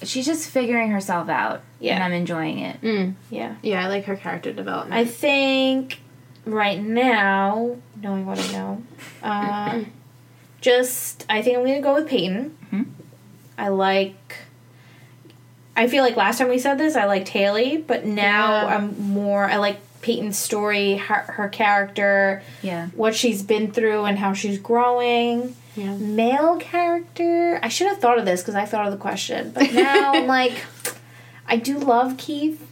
Speaker 3: She's just figuring herself out,
Speaker 2: Yeah. Mm.
Speaker 3: and I'm enjoying it.
Speaker 2: Yeah,
Speaker 1: yeah. I like her character development.
Speaker 2: I think right now, knowing what I know, uh, just I think I'm gonna go with Peyton.
Speaker 3: Mhm.
Speaker 2: I like. I feel like last time we said this, I liked Haley, but now
Speaker 1: Yeah.
Speaker 2: I'm more. I like Peyton's story, her, her character,
Speaker 3: Yeah,
Speaker 2: what she's been through, and how she's growing.
Speaker 1: yeah.
Speaker 2: male character. I should have thought of this because I thought of the question, but now I'm like, I do love Keith.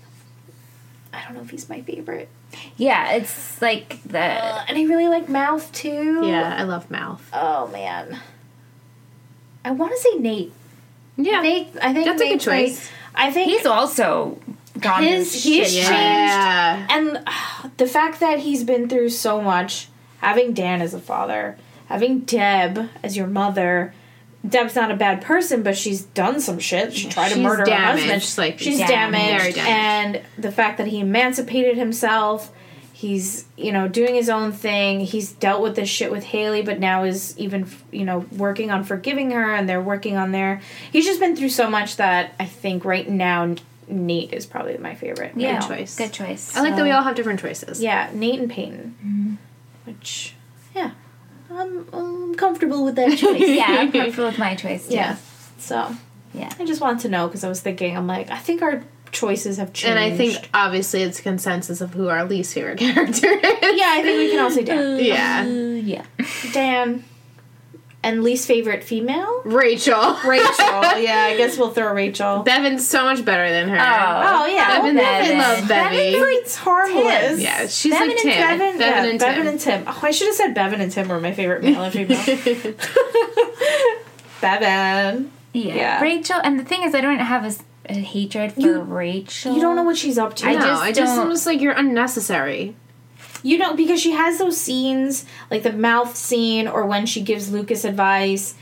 Speaker 2: I don't know if he's my favorite,
Speaker 3: yeah, it's like the.
Speaker 2: uh, and I really like Mouth too.
Speaker 1: Yeah, I love Mouth.
Speaker 2: Oh man. I want to say Nate.
Speaker 1: Yeah,
Speaker 2: Nate. I think
Speaker 1: That's a good
Speaker 2: Nate's my-
Speaker 1: choice.
Speaker 2: I think
Speaker 3: he's also gone. through
Speaker 2: His- his
Speaker 3: shit.
Speaker 2: shit-
Speaker 1: yeah.
Speaker 2: and uh, the fact that he's been through so much, having Dan as a father, having Deb as your mother. Deb's not a bad person, but she's done some shit. She tried to
Speaker 1: She's
Speaker 2: murder
Speaker 1: damaged,
Speaker 2: her husband.
Speaker 1: like,
Speaker 2: she's
Speaker 3: damaged.
Speaker 2: damaged,
Speaker 1: Very damaged.
Speaker 2: and the fact that he emancipated himself, he's you know doing his own thing. He's dealt with this shit with Haley, but now is even you know working on forgiving her, and they're working on their. He's just been through so much that I think right now Nate is probably my favorite.
Speaker 3: Yeah,
Speaker 1: Good choice.
Speaker 3: Good choice.
Speaker 1: I like that we all have different choices.
Speaker 2: Yeah, Nate and Peyton. Which, yeah, I'm, I'm comfortable with [laughs] that choice.
Speaker 3: yeah, I'm comfortable with my choice. Too.
Speaker 2: yeah. So,
Speaker 3: Yeah.
Speaker 2: I just wanted to know because I was thinking, I'm like, I think our choices have changed.
Speaker 1: And I think obviously it's consensus of who our least favorite [laughs] character is.
Speaker 2: yeah, I think we can all say [laughs] Dan.
Speaker 1: Yeah.
Speaker 3: yeah.
Speaker 2: Dan. And least favorite female?
Speaker 1: Rachel.
Speaker 2: Rachel. [laughs] yeah, I guess we'll throw
Speaker 1: [laughs]
Speaker 2: Rachel.
Speaker 1: Bevan's so much better than her.
Speaker 2: oh, yeah.
Speaker 1: Bevan,
Speaker 2: well,
Speaker 1: I
Speaker 3: Bevan.
Speaker 1: love
Speaker 2: Bevan's
Speaker 1: Bevy.
Speaker 2: like it's harmless.
Speaker 3: Tim.
Speaker 1: Yeah, she's
Speaker 3: Bevan
Speaker 1: like
Speaker 3: and
Speaker 1: Tim.
Speaker 2: Bevan,
Speaker 1: Bevan
Speaker 2: yeah,
Speaker 1: and
Speaker 2: Bevan
Speaker 1: Tim.
Speaker 2: and Tim. Oh, I should have said Bevan and Tim were my favorite male and [laughs] female.
Speaker 1: [laughs]
Speaker 2: Bevan.
Speaker 3: Yeah.
Speaker 2: Yeah.
Speaker 3: Rachel, and the thing is, I don't have a, s- a hatred for
Speaker 2: You-
Speaker 3: Rachel.
Speaker 2: You don't know what she's up to.
Speaker 1: I no,
Speaker 3: just
Speaker 1: I just
Speaker 3: don't-
Speaker 1: almost like you're unnecessary.
Speaker 2: You know, because she has those scenes, like the mouth scene or when she gives Lucas advice.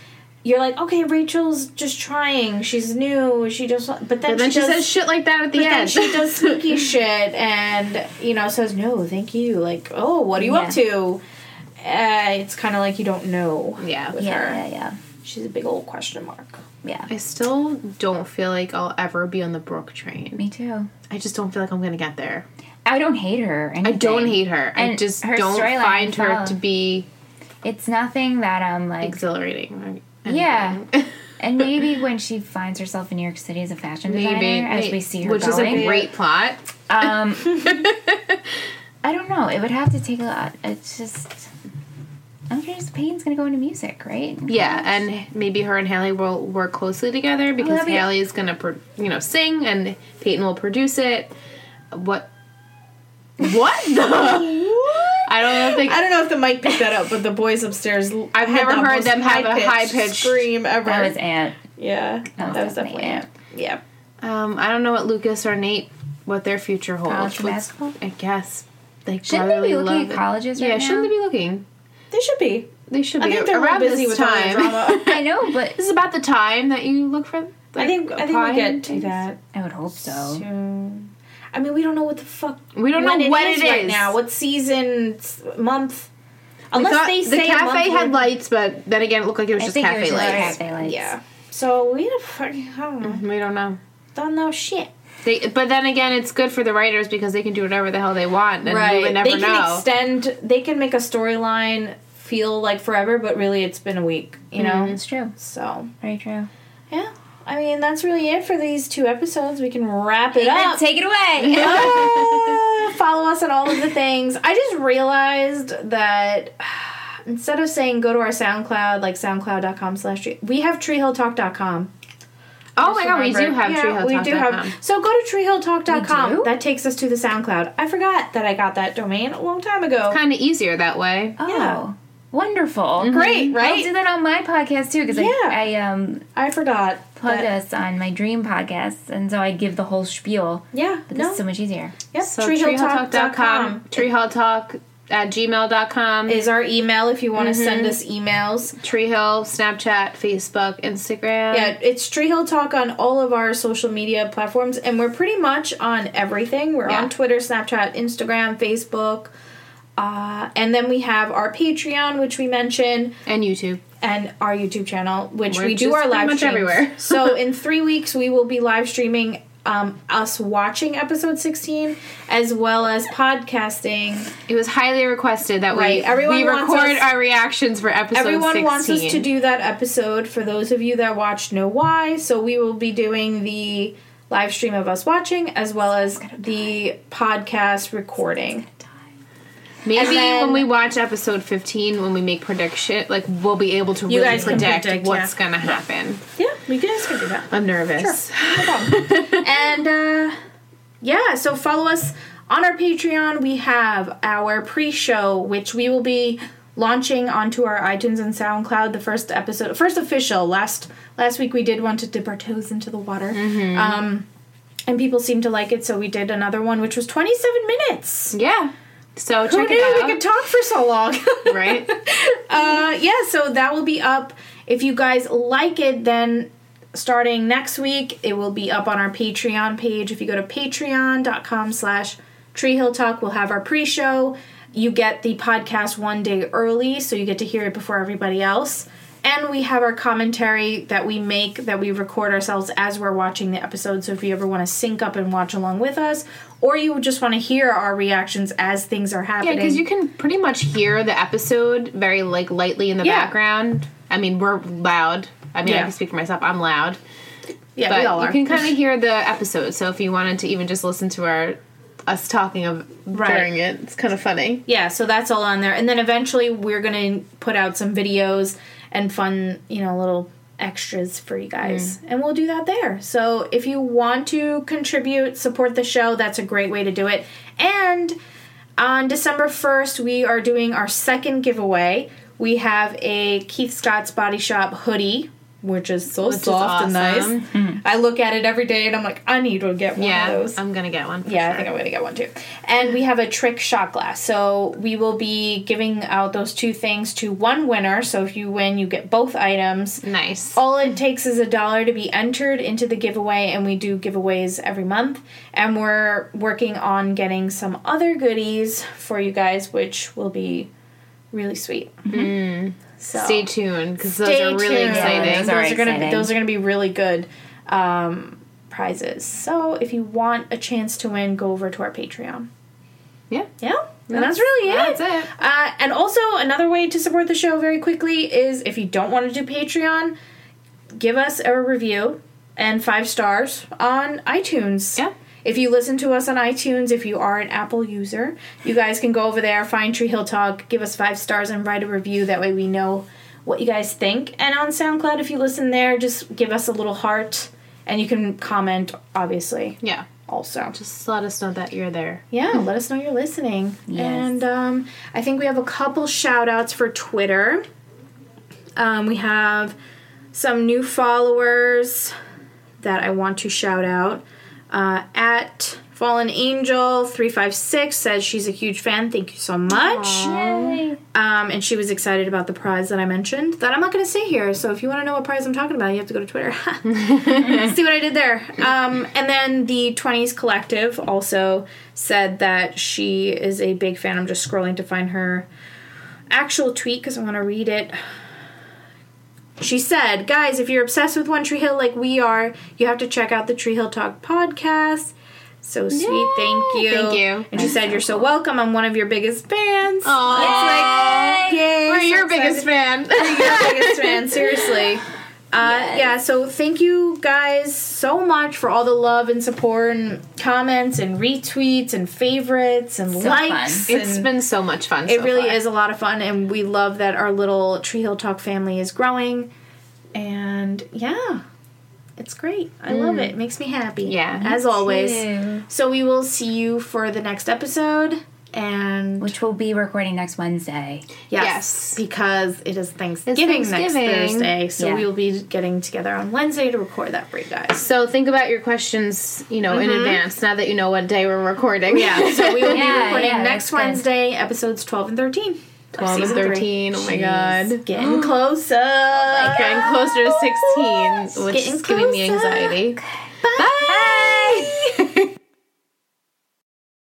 Speaker 2: You're like, okay, Rachel's just trying. She's new. She just, wa- but then,
Speaker 1: But then she,
Speaker 2: she, does,
Speaker 1: says shit like that at the
Speaker 2: but then
Speaker 1: end.
Speaker 2: she does sneaky shit, and you know, says no, thank you. Like, oh, what are you up
Speaker 3: Yeah.
Speaker 2: to? Uh, it's kind of like you don't know.
Speaker 1: [laughs] Yeah.
Speaker 2: with
Speaker 3: Yeah,
Speaker 2: her.
Speaker 3: yeah, yeah,
Speaker 2: She's a big old question mark.
Speaker 3: yeah.
Speaker 1: I still don't feel like I'll ever be on the Brooke train.
Speaker 3: Me too.
Speaker 1: I just don't feel like I'm gonna get there.
Speaker 3: I don't hate her. Or
Speaker 1: I
Speaker 3: anything.
Speaker 1: don't hate her. I
Speaker 3: And
Speaker 1: just
Speaker 3: her
Speaker 1: don't
Speaker 3: storyline
Speaker 1: find
Speaker 3: as
Speaker 1: her
Speaker 3: well.
Speaker 1: to be
Speaker 3: It's nothing that I'm like.
Speaker 1: exhilarating. or
Speaker 3: Yeah.
Speaker 1: [laughs] anything.
Speaker 3: and maybe when she finds herself in New York City as a fashion designer,
Speaker 1: maybe
Speaker 3: as we see her
Speaker 1: which is
Speaker 3: going,
Speaker 1: a great plot.
Speaker 3: um, I don't know. It would have to take a lot. It's just. I'm just Payton's gonna go into music, right?
Speaker 1: Yeah, and maybe her and Haley will work closely together because
Speaker 3: that'd be-
Speaker 1: Haley is gonna, pro- you know, sing and Peyton will produce it. what? What the? [laughs] I don't know if they.
Speaker 2: I don't know if the mic picked that up, but the boys upstairs.
Speaker 1: I've
Speaker 2: had
Speaker 1: never
Speaker 2: the
Speaker 1: heard
Speaker 2: most
Speaker 1: them have a
Speaker 2: high-pitched
Speaker 1: high-pitched-
Speaker 2: scream ever.
Speaker 3: That was Aunt.
Speaker 2: yeah,
Speaker 3: That was definitely Aunt.
Speaker 2: Yeah.
Speaker 1: Um, I don't know what Lucas or Nate what their future holds.
Speaker 3: College and
Speaker 1: What's-
Speaker 3: basketball?
Speaker 1: I guess. Like
Speaker 3: Shouldn't they be
Speaker 1: brotherly
Speaker 3: looking
Speaker 1: love
Speaker 3: at
Speaker 1: and-
Speaker 3: colleges right
Speaker 1: yeah,
Speaker 3: now?
Speaker 1: shouldn't they be looking?
Speaker 2: They should be.
Speaker 1: They should
Speaker 2: I
Speaker 1: be.
Speaker 2: think they're real
Speaker 1: around
Speaker 2: busy
Speaker 1: this
Speaker 2: with all the
Speaker 1: time. [laughs]
Speaker 2: drama.
Speaker 3: I know, but
Speaker 1: this is about the time that you look for.
Speaker 2: I
Speaker 1: like,
Speaker 2: think I think we
Speaker 1: applying
Speaker 2: get to
Speaker 1: things.
Speaker 2: that
Speaker 3: I would hope so.
Speaker 2: soon. I mean, we don't know what the fuck.
Speaker 1: We don't know what it
Speaker 2: right
Speaker 1: is.
Speaker 2: now. What season, s- month?
Speaker 1: We
Speaker 2: Unless
Speaker 1: thought
Speaker 2: they say
Speaker 1: the cafe
Speaker 2: month
Speaker 1: had
Speaker 2: would-
Speaker 1: lights, but then again, it looked like it was
Speaker 3: I
Speaker 1: just
Speaker 3: think
Speaker 1: cafe
Speaker 3: it was just
Speaker 1: lights.
Speaker 3: cafe lights.
Speaker 2: Yeah. So we don't fucking I don't know.
Speaker 1: We don't know.
Speaker 2: Don't know shit.
Speaker 1: They, but then again, it's good for the writers because they can do whatever the hell they want, and we would never
Speaker 2: they can
Speaker 1: know.
Speaker 2: extend. They can make a storyline feel like forever, but really it's been a week. You
Speaker 1: Mm.
Speaker 2: know.
Speaker 3: It's true.
Speaker 2: So
Speaker 3: Very true.
Speaker 2: yeah. I mean, that's really it for these two episodes. We can wrap it
Speaker 3: Amen,
Speaker 2: up.
Speaker 3: take it away.
Speaker 2: Ah, follow us on all of the things. I just realized that [sighs] instead of saying go to our SoundCloud, like soundcloud.com slash tree, we have treehilltalk.com.
Speaker 1: oh my god, we do
Speaker 2: Remember?
Speaker 1: have
Speaker 2: yeah, we do
Speaker 1: treehilltalk.com.
Speaker 2: have. So go to
Speaker 1: We
Speaker 2: treehilltalk.com.
Speaker 1: do?
Speaker 2: That takes us to the SoundCloud. I forgot that I got that domain a long time ago.
Speaker 1: Kind of easier that way.
Speaker 3: oh,
Speaker 2: yeah.
Speaker 3: wonderful.
Speaker 2: Great,
Speaker 3: I'll do
Speaker 2: right?
Speaker 3: that on my podcast too because
Speaker 2: Yeah.
Speaker 3: I, I um
Speaker 2: I forgot.
Speaker 3: plugged
Speaker 2: that-
Speaker 3: us on my dream podcast, and so I give the whole spiel.
Speaker 2: Yeah,
Speaker 3: But this
Speaker 2: no.
Speaker 3: is so much easier.
Speaker 2: Yep,
Speaker 1: So
Speaker 2: treehilltalk.com
Speaker 1: treehilltalk.com, treehilltalk at gmail.com,
Speaker 2: is our email if you want to
Speaker 1: Mm-hmm.
Speaker 2: send us emails.
Speaker 1: treehill, Snapchat, Facebook, Instagram.
Speaker 2: Yeah, it's Tree Hill Talk on all of our social media platforms, and we're pretty much on everything. We're
Speaker 1: Yeah.
Speaker 2: on Twitter, Snapchat, Instagram, Facebook, uh, and then we have our Patreon, which we mentioned,
Speaker 1: and YouTube.
Speaker 2: and our YouTube channel, which
Speaker 1: We're
Speaker 2: we do
Speaker 1: just
Speaker 2: our
Speaker 1: pretty
Speaker 2: live
Speaker 1: much
Speaker 2: streams.
Speaker 1: everywhere. [laughs]
Speaker 2: so in three weeks, we will be live streaming um, us watching episode sixteen, as well as podcasting.
Speaker 1: It was highly requested that
Speaker 2: Right,
Speaker 1: we
Speaker 2: everyone
Speaker 1: we
Speaker 2: wants
Speaker 1: record
Speaker 2: us-
Speaker 1: our reactions for episode.
Speaker 2: Everyone
Speaker 1: 16.
Speaker 2: wants us to do that episode. For those of you that watch, know why. So we will be doing the live stream of us watching, as well as the podcast recording.
Speaker 1: Maybe
Speaker 2: and then-
Speaker 1: when we watch episode fifteen, when we make prediction, like we'll be able to
Speaker 2: You
Speaker 1: really
Speaker 2: guys can
Speaker 1: predict,
Speaker 2: predict,
Speaker 1: what's
Speaker 2: yeah.
Speaker 1: gonna happen.
Speaker 2: Yeah, you guys can do that.
Speaker 1: I'm nervous.
Speaker 2: and uh, yeah, so follow us on our Patreon. We have our pre-show, which we will be launching onto our iTunes and SoundCloud. The first episode, first official. Last last week we did one to dip our toes into the water. Um, and people seemed to like it, so we did another one, which was 27 minutes.
Speaker 1: Yeah. So
Speaker 2: Who
Speaker 1: check
Speaker 2: knew
Speaker 1: it out.
Speaker 2: we could talk for so long?
Speaker 1: [laughs] right?
Speaker 2: uh, yeah, so that will be up. If you guys like it, then starting next week, it will be up on our Patreon page. If you go to patreon.com slash Tree Hill Talk, we'll have our pre-show. You get the podcast one day early, so you get to hear it before everybody else. And we have our commentary that we make that we record ourselves as we're watching the episode. So if you ever want to sync up and watch along with us, or you just want to hear our reactions as things are
Speaker 1: Yeah,
Speaker 2: happening.
Speaker 1: because you can pretty much hear the episode very like lightly in the
Speaker 2: Yeah.
Speaker 1: background. I mean, we're loud. I mean, I
Speaker 2: Yeah.
Speaker 1: can speak for myself. I'm loud,
Speaker 2: yeah, we all
Speaker 1: but
Speaker 2: are.
Speaker 1: you can kind of hear the episode. So if you wanted to even just listen to our us talking of during it, it's kind of funny.
Speaker 2: yeah so that's all on there and then eventually we're gonna put out some videos and fun you know little extras for you guys
Speaker 1: Mm.
Speaker 2: and we'll do that there so if you want to contribute support the show that's a great way to do it and on december 1st we are doing our second giveaway we have a keith scott's body shop hoodie which is so
Speaker 1: is
Speaker 2: soft and nice
Speaker 1: awesome.
Speaker 2: i look at it every day and i'm like i need to get one
Speaker 1: Yeah,
Speaker 2: of those
Speaker 1: I'm gonna get one. For
Speaker 2: yeah,
Speaker 1: sure.
Speaker 2: I think I'm gonna get one too. And we have a trick shot glass. So we will be giving out those two things to one winner. So if you win, you get both items.
Speaker 1: nice.
Speaker 2: All it takes is a dollar to be entered into the giveaway, and we do giveaways every month. And we're working on getting some other goodies for you guys, which will be really sweet.
Speaker 1: Mm-hmm.
Speaker 2: So
Speaker 1: Stay tuned because those
Speaker 2: stay
Speaker 1: are really
Speaker 2: tuned.
Speaker 1: exciting.
Speaker 2: Those,
Speaker 3: are
Speaker 2: are gonna be,
Speaker 3: exciting.
Speaker 2: those are gonna be really good um, prizes. So if you want a chance to win, go over to our Patreon.
Speaker 1: Yeah.
Speaker 2: Yeah, and that's really it.
Speaker 1: That's it.
Speaker 2: Uh, and also another way to support the show very quickly is if you don't want to do Patreon, give us a review and five stars on iTunes.
Speaker 1: Yeah.
Speaker 2: If you listen to us on iTunes, if you are an Apple user, you guys can go over there, find Tree Hill Talk, give us five stars, and write a review. That way we know what you guys think. And on SoundCloud, if you listen there, just give us a little heart and you can comment, obviously.
Speaker 1: Yeah.
Speaker 2: also.
Speaker 1: Just let us know that you're there.
Speaker 2: Yeah, let us know you're listening.
Speaker 3: Yes.
Speaker 2: And um, I think we have a couple shout outs for Twitter. Um, we have some new followers that I want to shout out. Uh, at Fallen Angel 356 says she's a huge fan. Thank you so much.
Speaker 3: Yay.
Speaker 2: Um, and she was excited about the prize that I mentioned that I'm not going to say here. So if you want to know what prize I'm talking about, you have to go to Twitter. [laughs] See what I did there. Um, and then the 20s Collective also said that she is a big fan. I'm just scrolling to find her actual tweet because I want to read it. She said, Guys, if you're obsessed with One Tree Hill like we are, you have to check out the Tree Hill Talk podcast. So sweet, thank you.
Speaker 1: Thank you.
Speaker 2: And she said, You're so welcome. I'm one of your biggest fans.
Speaker 1: Aww.
Speaker 2: Like, yay,
Speaker 1: We're
Speaker 2: so
Speaker 1: your
Speaker 2: excited.
Speaker 1: biggest
Speaker 2: [laughs]
Speaker 1: fan.
Speaker 2: Your biggest fan, seriously. Uh, Yeah, so thank you guys so much for all the love and support and comments and retweets and favorites and
Speaker 3: So
Speaker 2: likes.
Speaker 3: fun.
Speaker 2: and-
Speaker 1: it's been so much fun.
Speaker 2: it
Speaker 1: so
Speaker 2: really
Speaker 1: far.
Speaker 2: is a lot of fun, and we love that our little Tree Hill Talk family is growing. And yeah, it's great. I love it. It makes me happy.
Speaker 1: Mm. Yeah.
Speaker 2: As always.
Speaker 3: Two.
Speaker 2: So we will see you for the next episode. And
Speaker 3: Which we'll be recording next Wednesday.
Speaker 2: Yes,
Speaker 1: Yes.
Speaker 2: because it is Thanksgiving,
Speaker 1: Thanksgiving.
Speaker 2: next Thursday, so
Speaker 3: Yeah.
Speaker 2: we will be getting together on Wednesday to record that for you guys.
Speaker 1: So think about your questions, you know, in advance. Now that you know what day we're recording.
Speaker 2: Yeah, [laughs]
Speaker 1: [laughs]
Speaker 2: so we will be
Speaker 3: Yeah,
Speaker 2: recording
Speaker 3: yeah,
Speaker 2: next
Speaker 3: that's good.
Speaker 2: Wednesday, episodes twelve and thirteen. of
Speaker 1: 12 and
Speaker 2: season three.
Speaker 1: 13. Oh my god.
Speaker 2: Getting [gasps] closer.
Speaker 1: Getting closer to 16, which
Speaker 2: Getting [gasps]
Speaker 1: is giving me
Speaker 2: closer.
Speaker 1: anxiety.
Speaker 2: Bye.
Speaker 3: [laughs]